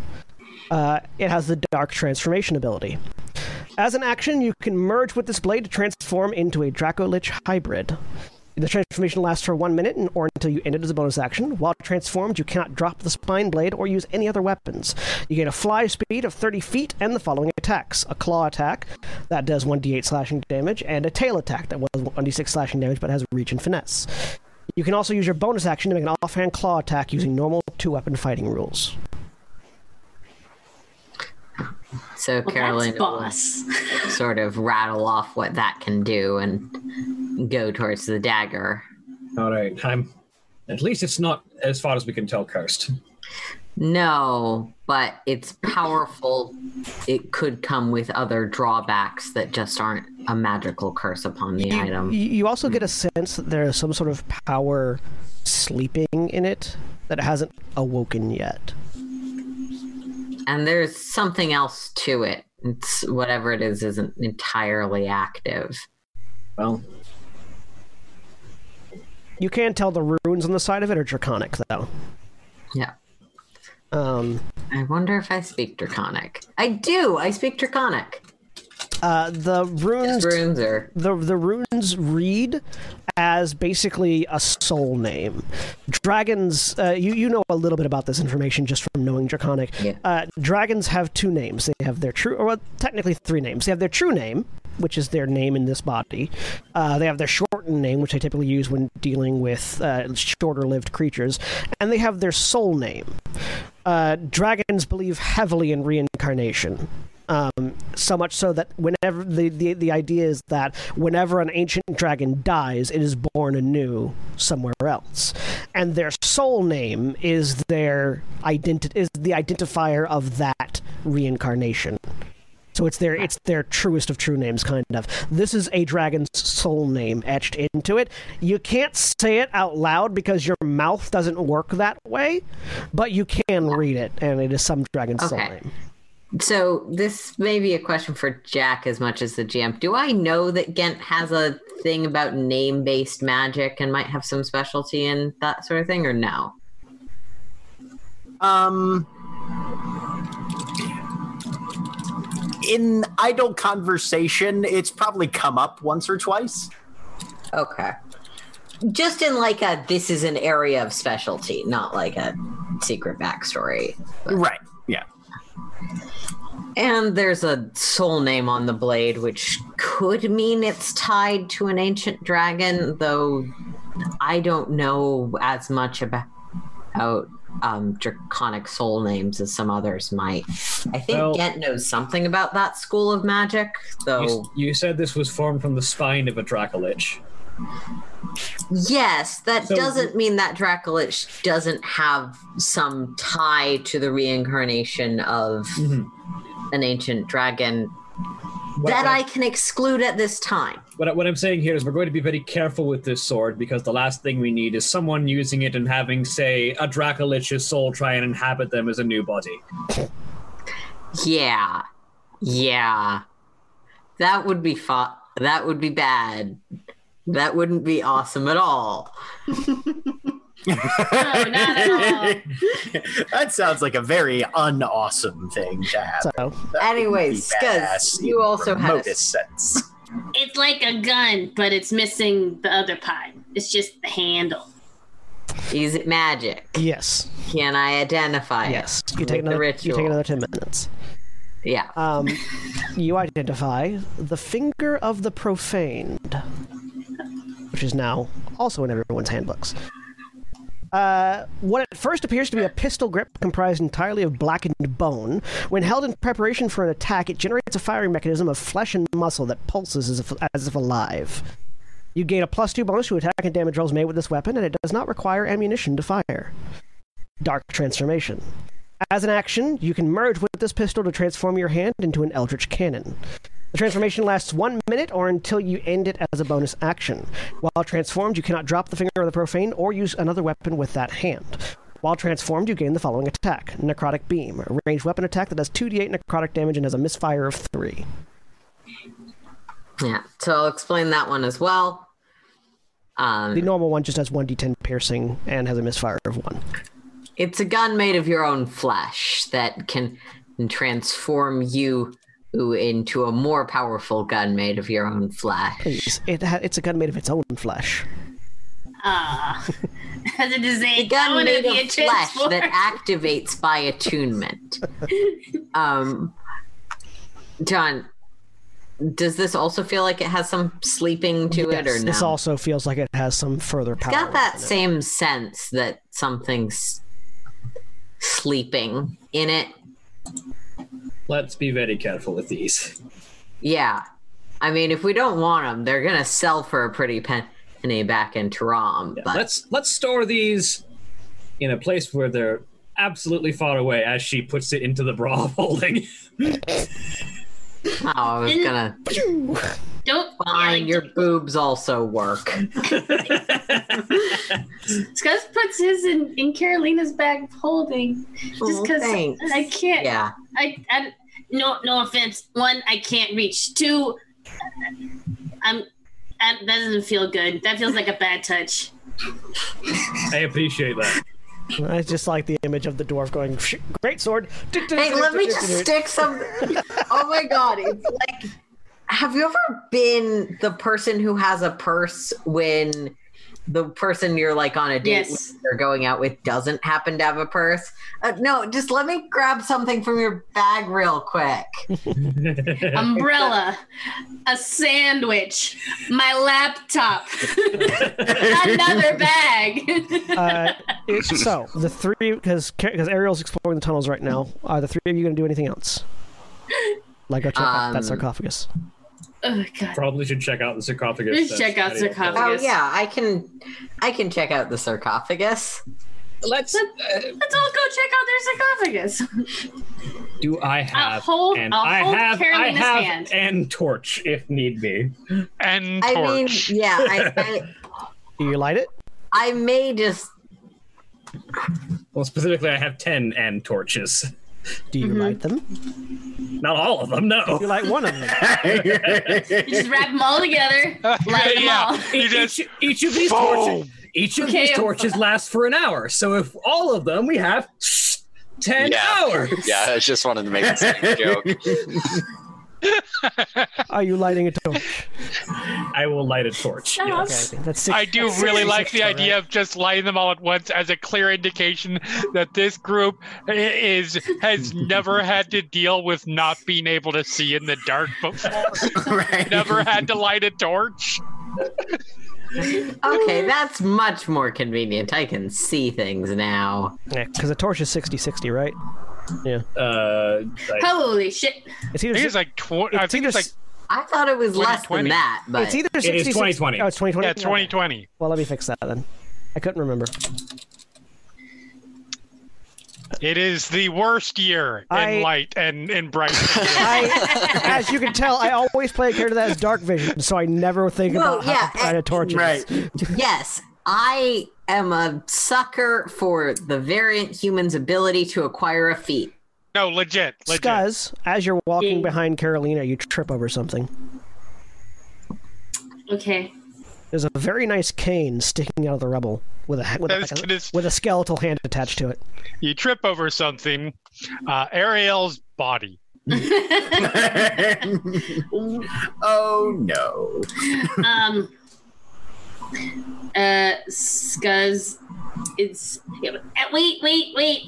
[SPEAKER 1] Uh, it has the dark transformation ability. As an action, you can merge with this blade to transform into a Dracolich hybrid. The transformation lasts for one minute and, or until you end it as a bonus action. While transformed, you cannot drop the spine blade or use any other weapons. You gain a fly speed of 30 feet and the following attacks a claw attack that does 1d8 slashing damage, and a tail attack that was 1d6 slashing damage but has reach and finesse. You can also use your bonus action to make an offhand claw attack using normal two weapon fighting rules.
[SPEAKER 8] So
[SPEAKER 2] that's
[SPEAKER 8] Carolina will
[SPEAKER 2] boss.
[SPEAKER 8] sort of rattle off what that can do and go towards the dagger.
[SPEAKER 9] All right, I'm. At least it's not, as far as we can tell, cursed.
[SPEAKER 8] No, but it's powerful. It could come with other drawbacks that just aren't a magical curse upon the
[SPEAKER 1] You,
[SPEAKER 8] item.
[SPEAKER 1] you also get a sense that there is some sort of power sleeping in it that it hasn't awoken yet.
[SPEAKER 8] And there's something else to it. It's whatever it is isn't entirely active.
[SPEAKER 9] Well,
[SPEAKER 1] You can tell the runes on the side of it are draconic, though.
[SPEAKER 8] Yeah.
[SPEAKER 1] Um,
[SPEAKER 8] I wonder if I speak Draconic. I do. I speak Draconic.
[SPEAKER 1] Uh, the runes,
[SPEAKER 8] runes are
[SPEAKER 1] the the runes read as basically a soul name. Dragons, uh, you you know a little bit about this information just from knowing Draconic. Uh, dragons have two names. They have their true, or well, technically three names. They have their true name, which is their name in this body. Uh, they have their shortened name, which they typically use when dealing with uh, shorter-lived creatures, and they have their soul name. Uh, dragons believe heavily in reincarnation. Um, so much so that whenever the, the the idea is that whenever an ancient dragon dies, it is born anew somewhere else, and their soul name is their identi- is the identifier of that reincarnation. So it's their it's their truest of true names, kind of. This is a dragon's soul name etched into it. You can't say it out loud because your mouth doesn't work that way, but you can read it, and it is some dragon's soul
[SPEAKER 8] Okay.
[SPEAKER 1] name.
[SPEAKER 8] So this may be a question for Jack as much as the GM. Do I know that Ghent has a thing about name-based magic and might have some specialty in that sort of thing, or no?
[SPEAKER 7] Hmm. Um, in idle conversation, it's probably come up once or twice.
[SPEAKER 8] Okay. Just in like a this is an area of specialty, not like a secret backstory.
[SPEAKER 7] Right. Yeah.
[SPEAKER 8] And there's a soul name on the blade, which could mean it's tied to an ancient dragon, though I don't know as much about um, draconic soul names as some others might. I think
[SPEAKER 10] Well-
[SPEAKER 8] Gent knows something about that school of magic, though.
[SPEAKER 10] You, you said this was formed from the spine of a Dracolich.
[SPEAKER 8] Yes, that
[SPEAKER 10] So-
[SPEAKER 8] doesn't mean that Dracolich doesn't have some tie to the reincarnation of an ancient dragon that I can exclude at this time.
[SPEAKER 10] What, I- what I'm saying here is we're going to be very careful with this sword because the last thing we need is someone using it and having, say, a Dracolich's soul try and inhabit them as a new body.
[SPEAKER 8] Yeah. Yeah. That would be fu- that would be bad. That wouldn't be awesome at all.
[SPEAKER 7] that sounds like a very unawesome thing to happen.
[SPEAKER 8] Anyways,
[SPEAKER 7] Yes,
[SPEAKER 8] Scuzz, you also had a
[SPEAKER 7] remotest sense.
[SPEAKER 2] It's like a gun, but it's missing the other part. It's just the handle.
[SPEAKER 8] Is it magic?
[SPEAKER 1] Yes.
[SPEAKER 8] Can I identify
[SPEAKER 1] Yes.
[SPEAKER 8] it?
[SPEAKER 1] You take
[SPEAKER 8] with the
[SPEAKER 1] another. You
[SPEAKER 8] ritual.
[SPEAKER 1] take another ten minutes.
[SPEAKER 8] Yeah.
[SPEAKER 1] Um, you identify the finger of the profaned, which is now also in everyone's handbooks. Uh, what at first appears to be a pistol grip comprised entirely of blackened bone, when held in preparation for an attack, it generates a firing mechanism of flesh and muscle that pulses as if, as if alive. You gain a plus two bonus to attack and damage rolls made with this weapon, and it does not require ammunition to fire. Dark Transformation. As an action, you can merge with this pistol to transform your hand into an Eldritch Cannon. The transformation lasts one minute or until you end it as a bonus action. While transformed, you cannot drop the finger of the profane or use another weapon with that hand. While transformed, you gain the following attack Necrotic Beam, a ranged weapon attack that does 2d8 necrotic damage and has a misfire of 3.
[SPEAKER 8] Yeah. So I'll explain that one as well. Um,
[SPEAKER 1] The normal one just has 1d10 piercing and has a misfire of 1.
[SPEAKER 8] It's a gun made of your own flesh that can transform you into a more powerful gun made of your own flesh.
[SPEAKER 1] Please, it ha- it's a gun made of its own flesh.
[SPEAKER 2] Ah. As it is a
[SPEAKER 8] Gun
[SPEAKER 2] gun
[SPEAKER 8] made
[SPEAKER 2] be
[SPEAKER 8] of
[SPEAKER 2] a
[SPEAKER 8] flesh
[SPEAKER 2] transform-
[SPEAKER 8] that activates by attunement. um, John, does this also feel like it has some sleeping to it, or
[SPEAKER 1] Yes,
[SPEAKER 8] no?
[SPEAKER 1] This also feels like it has some further
[SPEAKER 8] It's
[SPEAKER 1] power.
[SPEAKER 8] got that same sense that something's sleeping in it.
[SPEAKER 10] Let's be very careful with these.
[SPEAKER 8] Yeah. I mean, if we don't want them, they're going to sell for a pretty penny back in Taram. but
[SPEAKER 10] Let's let's store these in a place where they're absolutely far away. As she puts it into the bra holding.
[SPEAKER 8] oh, I was
[SPEAKER 2] In-
[SPEAKER 8] going to.
[SPEAKER 2] Don't
[SPEAKER 8] Fine, your boobs also work.
[SPEAKER 2] Scuzz puts his in, in Carolina's bag of holding. Just
[SPEAKER 8] Oh,
[SPEAKER 2] because
[SPEAKER 8] thanks.
[SPEAKER 2] I can't.
[SPEAKER 8] Yeah.
[SPEAKER 2] I, I no no offense. One, I can't reach. Two, I'm that doesn't feel good. That feels like a bad touch.
[SPEAKER 10] I appreciate that.
[SPEAKER 1] I just like the image of the dwarf going, "Psh, great sword.
[SPEAKER 8] Hey, let me just stick some. Oh my god, it's like. Have you ever been the person who has a purse when the person you're like on a date
[SPEAKER 2] Yes.
[SPEAKER 8] with or going out with doesn't happen to have a purse? Uh, no, just let me grab something from your bag real quick.
[SPEAKER 2] Umbrella, a sandwich, my laptop, another bag.
[SPEAKER 1] Uh, it- so, the three, because because Ariel's exploring the tunnels right now, are the three of you going to do anything else? Like go check out
[SPEAKER 8] Um,
[SPEAKER 1] that sarcophagus.
[SPEAKER 2] oh god.
[SPEAKER 10] Probably should check out the sarcophagus.
[SPEAKER 2] Let's
[SPEAKER 10] that's
[SPEAKER 2] check out
[SPEAKER 10] ready.
[SPEAKER 8] Oh
[SPEAKER 2] sarcophagus.
[SPEAKER 8] yeah, I can, I can check out the sarcophagus.
[SPEAKER 10] Let's. uh,
[SPEAKER 2] Let's all go check out their sarcophagus.
[SPEAKER 10] do I
[SPEAKER 2] I'll
[SPEAKER 10] have?
[SPEAKER 2] hold,
[SPEAKER 10] And
[SPEAKER 2] I'll
[SPEAKER 10] I
[SPEAKER 2] hold
[SPEAKER 10] have. I
[SPEAKER 2] Carolina's
[SPEAKER 10] have
[SPEAKER 2] hand.
[SPEAKER 10] and torch if need be.
[SPEAKER 6] And
[SPEAKER 8] I mean,
[SPEAKER 6] torch.
[SPEAKER 8] yeah, I, I,
[SPEAKER 1] Do you light it?
[SPEAKER 8] I may just
[SPEAKER 10] Well, specifically, I have ten and torches.
[SPEAKER 1] Do
[SPEAKER 8] Mm-hmm.
[SPEAKER 1] you light them?
[SPEAKER 10] Not all of them, no.
[SPEAKER 1] You light one of them.
[SPEAKER 2] You just wrap them all together, light them all.
[SPEAKER 6] You just
[SPEAKER 10] E-, Each, each of these
[SPEAKER 6] boom.
[SPEAKER 10] torches, each of
[SPEAKER 2] Okay.
[SPEAKER 10] these torches lasts for an hour. So if all of them, we have ten
[SPEAKER 3] Yeah.
[SPEAKER 10] hours.
[SPEAKER 3] Yeah, I just wanted to make the same joke.
[SPEAKER 1] Are you lighting a torch?
[SPEAKER 10] I will light a torch.
[SPEAKER 5] Shut up.
[SPEAKER 10] yes.
[SPEAKER 1] That's six,
[SPEAKER 6] I do
[SPEAKER 1] that's
[SPEAKER 6] really
[SPEAKER 1] 66
[SPEAKER 6] like the
[SPEAKER 1] though,
[SPEAKER 6] idea
[SPEAKER 1] right?
[SPEAKER 6] of just lighting them all at once as a clear indication that this group i- is has never had to deal with not being able to see in the dark before.
[SPEAKER 7] right.
[SPEAKER 6] never had to light a torch.
[SPEAKER 8] Okay, that's much more convenient. I can see things now.
[SPEAKER 1] Yeah, because a torch is 60 60, right? Yeah.
[SPEAKER 10] Uh, I-
[SPEAKER 2] Holy shit.
[SPEAKER 1] It's either,
[SPEAKER 6] I think it's
[SPEAKER 1] it's
[SPEAKER 6] like tw- I
[SPEAKER 1] It's
[SPEAKER 6] think it's
[SPEAKER 1] either
[SPEAKER 6] like
[SPEAKER 1] s-
[SPEAKER 8] I thought it was less than
[SPEAKER 6] 2020.
[SPEAKER 8] that, but
[SPEAKER 1] either 60
[SPEAKER 10] is 2020.
[SPEAKER 1] Oh, it's 2020.
[SPEAKER 6] yeah, 2020.
[SPEAKER 1] Well, let me fix that then. I couldn't remember.
[SPEAKER 6] It is the worst year in
[SPEAKER 1] I-
[SPEAKER 6] light and in bright.
[SPEAKER 1] I, as you can tell, I always play a character that has dark vision, so I never think
[SPEAKER 8] Well,
[SPEAKER 1] about
[SPEAKER 8] yeah,
[SPEAKER 1] how to light a torch. is.
[SPEAKER 7] Right.
[SPEAKER 8] yes, I am a sucker for the variant human's ability to acquire a feat.
[SPEAKER 6] no, legit, legit.
[SPEAKER 1] Scuzz, as you're walking
[SPEAKER 2] Yeah.
[SPEAKER 1] behind Carolina, you trip over something.
[SPEAKER 2] Okay.
[SPEAKER 1] There's a very nice cane sticking out of the rubble with a with,
[SPEAKER 6] I was
[SPEAKER 1] a,
[SPEAKER 6] gonna s-
[SPEAKER 1] with a skeletal hand attached to it.
[SPEAKER 6] You trip over something. Uh, Ariel's body.
[SPEAKER 7] oh no.
[SPEAKER 2] Um. Uh, Scuzz, it's yeah, but- uh, wait, wait, wait.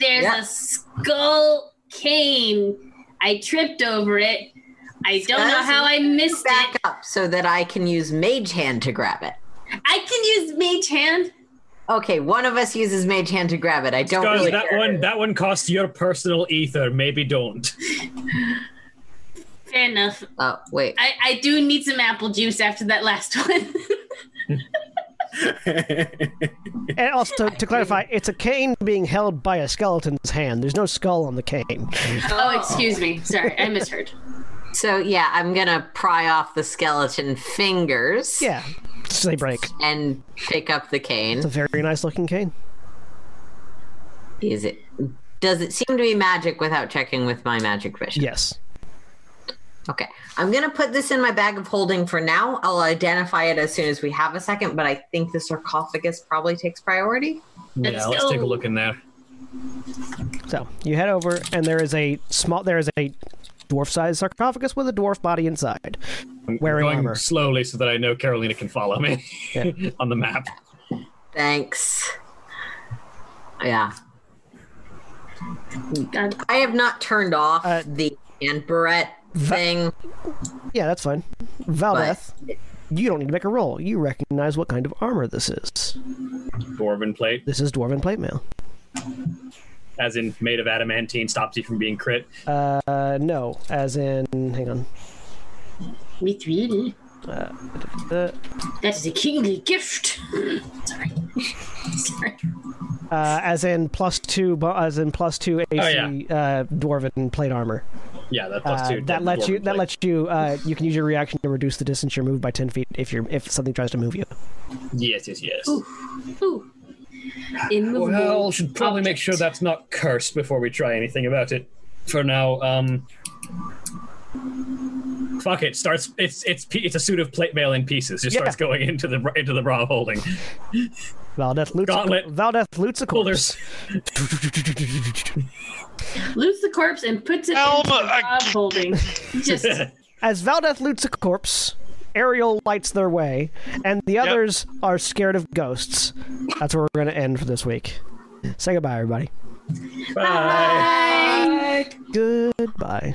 [SPEAKER 2] There's
[SPEAKER 8] Yeah.
[SPEAKER 2] a skull cane. I tripped over it. I don't know
[SPEAKER 8] Scuzz,
[SPEAKER 2] how I missed
[SPEAKER 8] Back
[SPEAKER 2] it.
[SPEAKER 8] up so that I can use Mage Hand to grab it.
[SPEAKER 2] I can use mage hand.
[SPEAKER 8] Okay, one of us uses Mage Hand to grab it. I don't
[SPEAKER 10] Guys,
[SPEAKER 8] really
[SPEAKER 10] that
[SPEAKER 8] care.
[SPEAKER 10] one that one costs your personal ether. Maybe don't.
[SPEAKER 2] Fair enough.
[SPEAKER 8] Oh wait,
[SPEAKER 2] I, I do need some apple juice after that last one.
[SPEAKER 1] And also to clarify, it's a cane being held by a skeleton's hand. There's no skull on the cane.
[SPEAKER 2] oh, excuse me. Sorry, I misheard.
[SPEAKER 8] so yeah, I'm gonna pry off the skeleton fingers.
[SPEAKER 1] Yeah, so they break.
[SPEAKER 8] and pick up the cane.
[SPEAKER 1] It's a very nice looking cane.
[SPEAKER 8] Is it? Does it seem to be magic without checking with my magic vision?
[SPEAKER 1] Yes.
[SPEAKER 8] Okay. I'm gonna put this in my bag of holding for now. I'll identify it as soon as we have a second, but I think the sarcophagus probably takes priority.
[SPEAKER 10] Yeah, let's take a look in there.
[SPEAKER 1] So you head over, and there is a small, there is a dwarf-sized sarcophagus with a dwarf body inside, wearing
[SPEAKER 10] Going
[SPEAKER 1] armor.
[SPEAKER 10] slowly so that I know Carolina can follow me
[SPEAKER 1] Yeah.
[SPEAKER 10] on the map.
[SPEAKER 8] Thanks. Yeah.
[SPEAKER 2] God.
[SPEAKER 8] I have not turned off
[SPEAKER 1] Uh,
[SPEAKER 8] the hand barrette thing.
[SPEAKER 1] Yeah, that's fine. Valbeth, you don't need to make a roll. You recognize what kind of armor this is.
[SPEAKER 10] Dwarven plate,
[SPEAKER 1] This is dwarven plate mail.
[SPEAKER 10] as in made of adamantine, stops you from being crit.
[SPEAKER 1] Uh, no, as in, hang on.
[SPEAKER 2] With really,
[SPEAKER 1] Uh,
[SPEAKER 2] that is a kingly gift. Sorry. Sorry.
[SPEAKER 1] uh, as in plus two, bo- as in plus two AC uh, dwarven plate armor.
[SPEAKER 10] Oh, Yeah, that
[SPEAKER 1] Uh,
[SPEAKER 10] plus two.
[SPEAKER 1] that
[SPEAKER 10] dwar-
[SPEAKER 1] lets you.
[SPEAKER 10] dwarven
[SPEAKER 1] That
[SPEAKER 10] plate.
[SPEAKER 1] lets you. Uh, you can use your reaction to reduce the distance you're moved by ten feet if you're if something tries to move you.
[SPEAKER 10] Yes, yes, yes.
[SPEAKER 2] Ooh. Immovable.
[SPEAKER 10] Well, should probably make sure that's not cursed before we try anything about it. For now, um, fuck it. Starts. It's it's pe- it's a suit of plate mail in pieces. Just
[SPEAKER 1] Yeah.
[SPEAKER 10] starts going into the into the raw holding.
[SPEAKER 1] Valdeth loots.
[SPEAKER 10] Gauntlet.
[SPEAKER 1] Valdeth loots a
[SPEAKER 10] Well,
[SPEAKER 1] corpse.
[SPEAKER 10] there's
[SPEAKER 2] Loots the corpse and puts it
[SPEAKER 6] Elm,
[SPEAKER 2] into the
[SPEAKER 6] I-
[SPEAKER 2] Bob holding. Just
[SPEAKER 1] As Valdeth loots a corpse, Ariel lights their way, and the others are scared of ghosts. That's where we're going to end for this week. Say goodbye, everybody.
[SPEAKER 10] Bye.
[SPEAKER 1] Goodbye.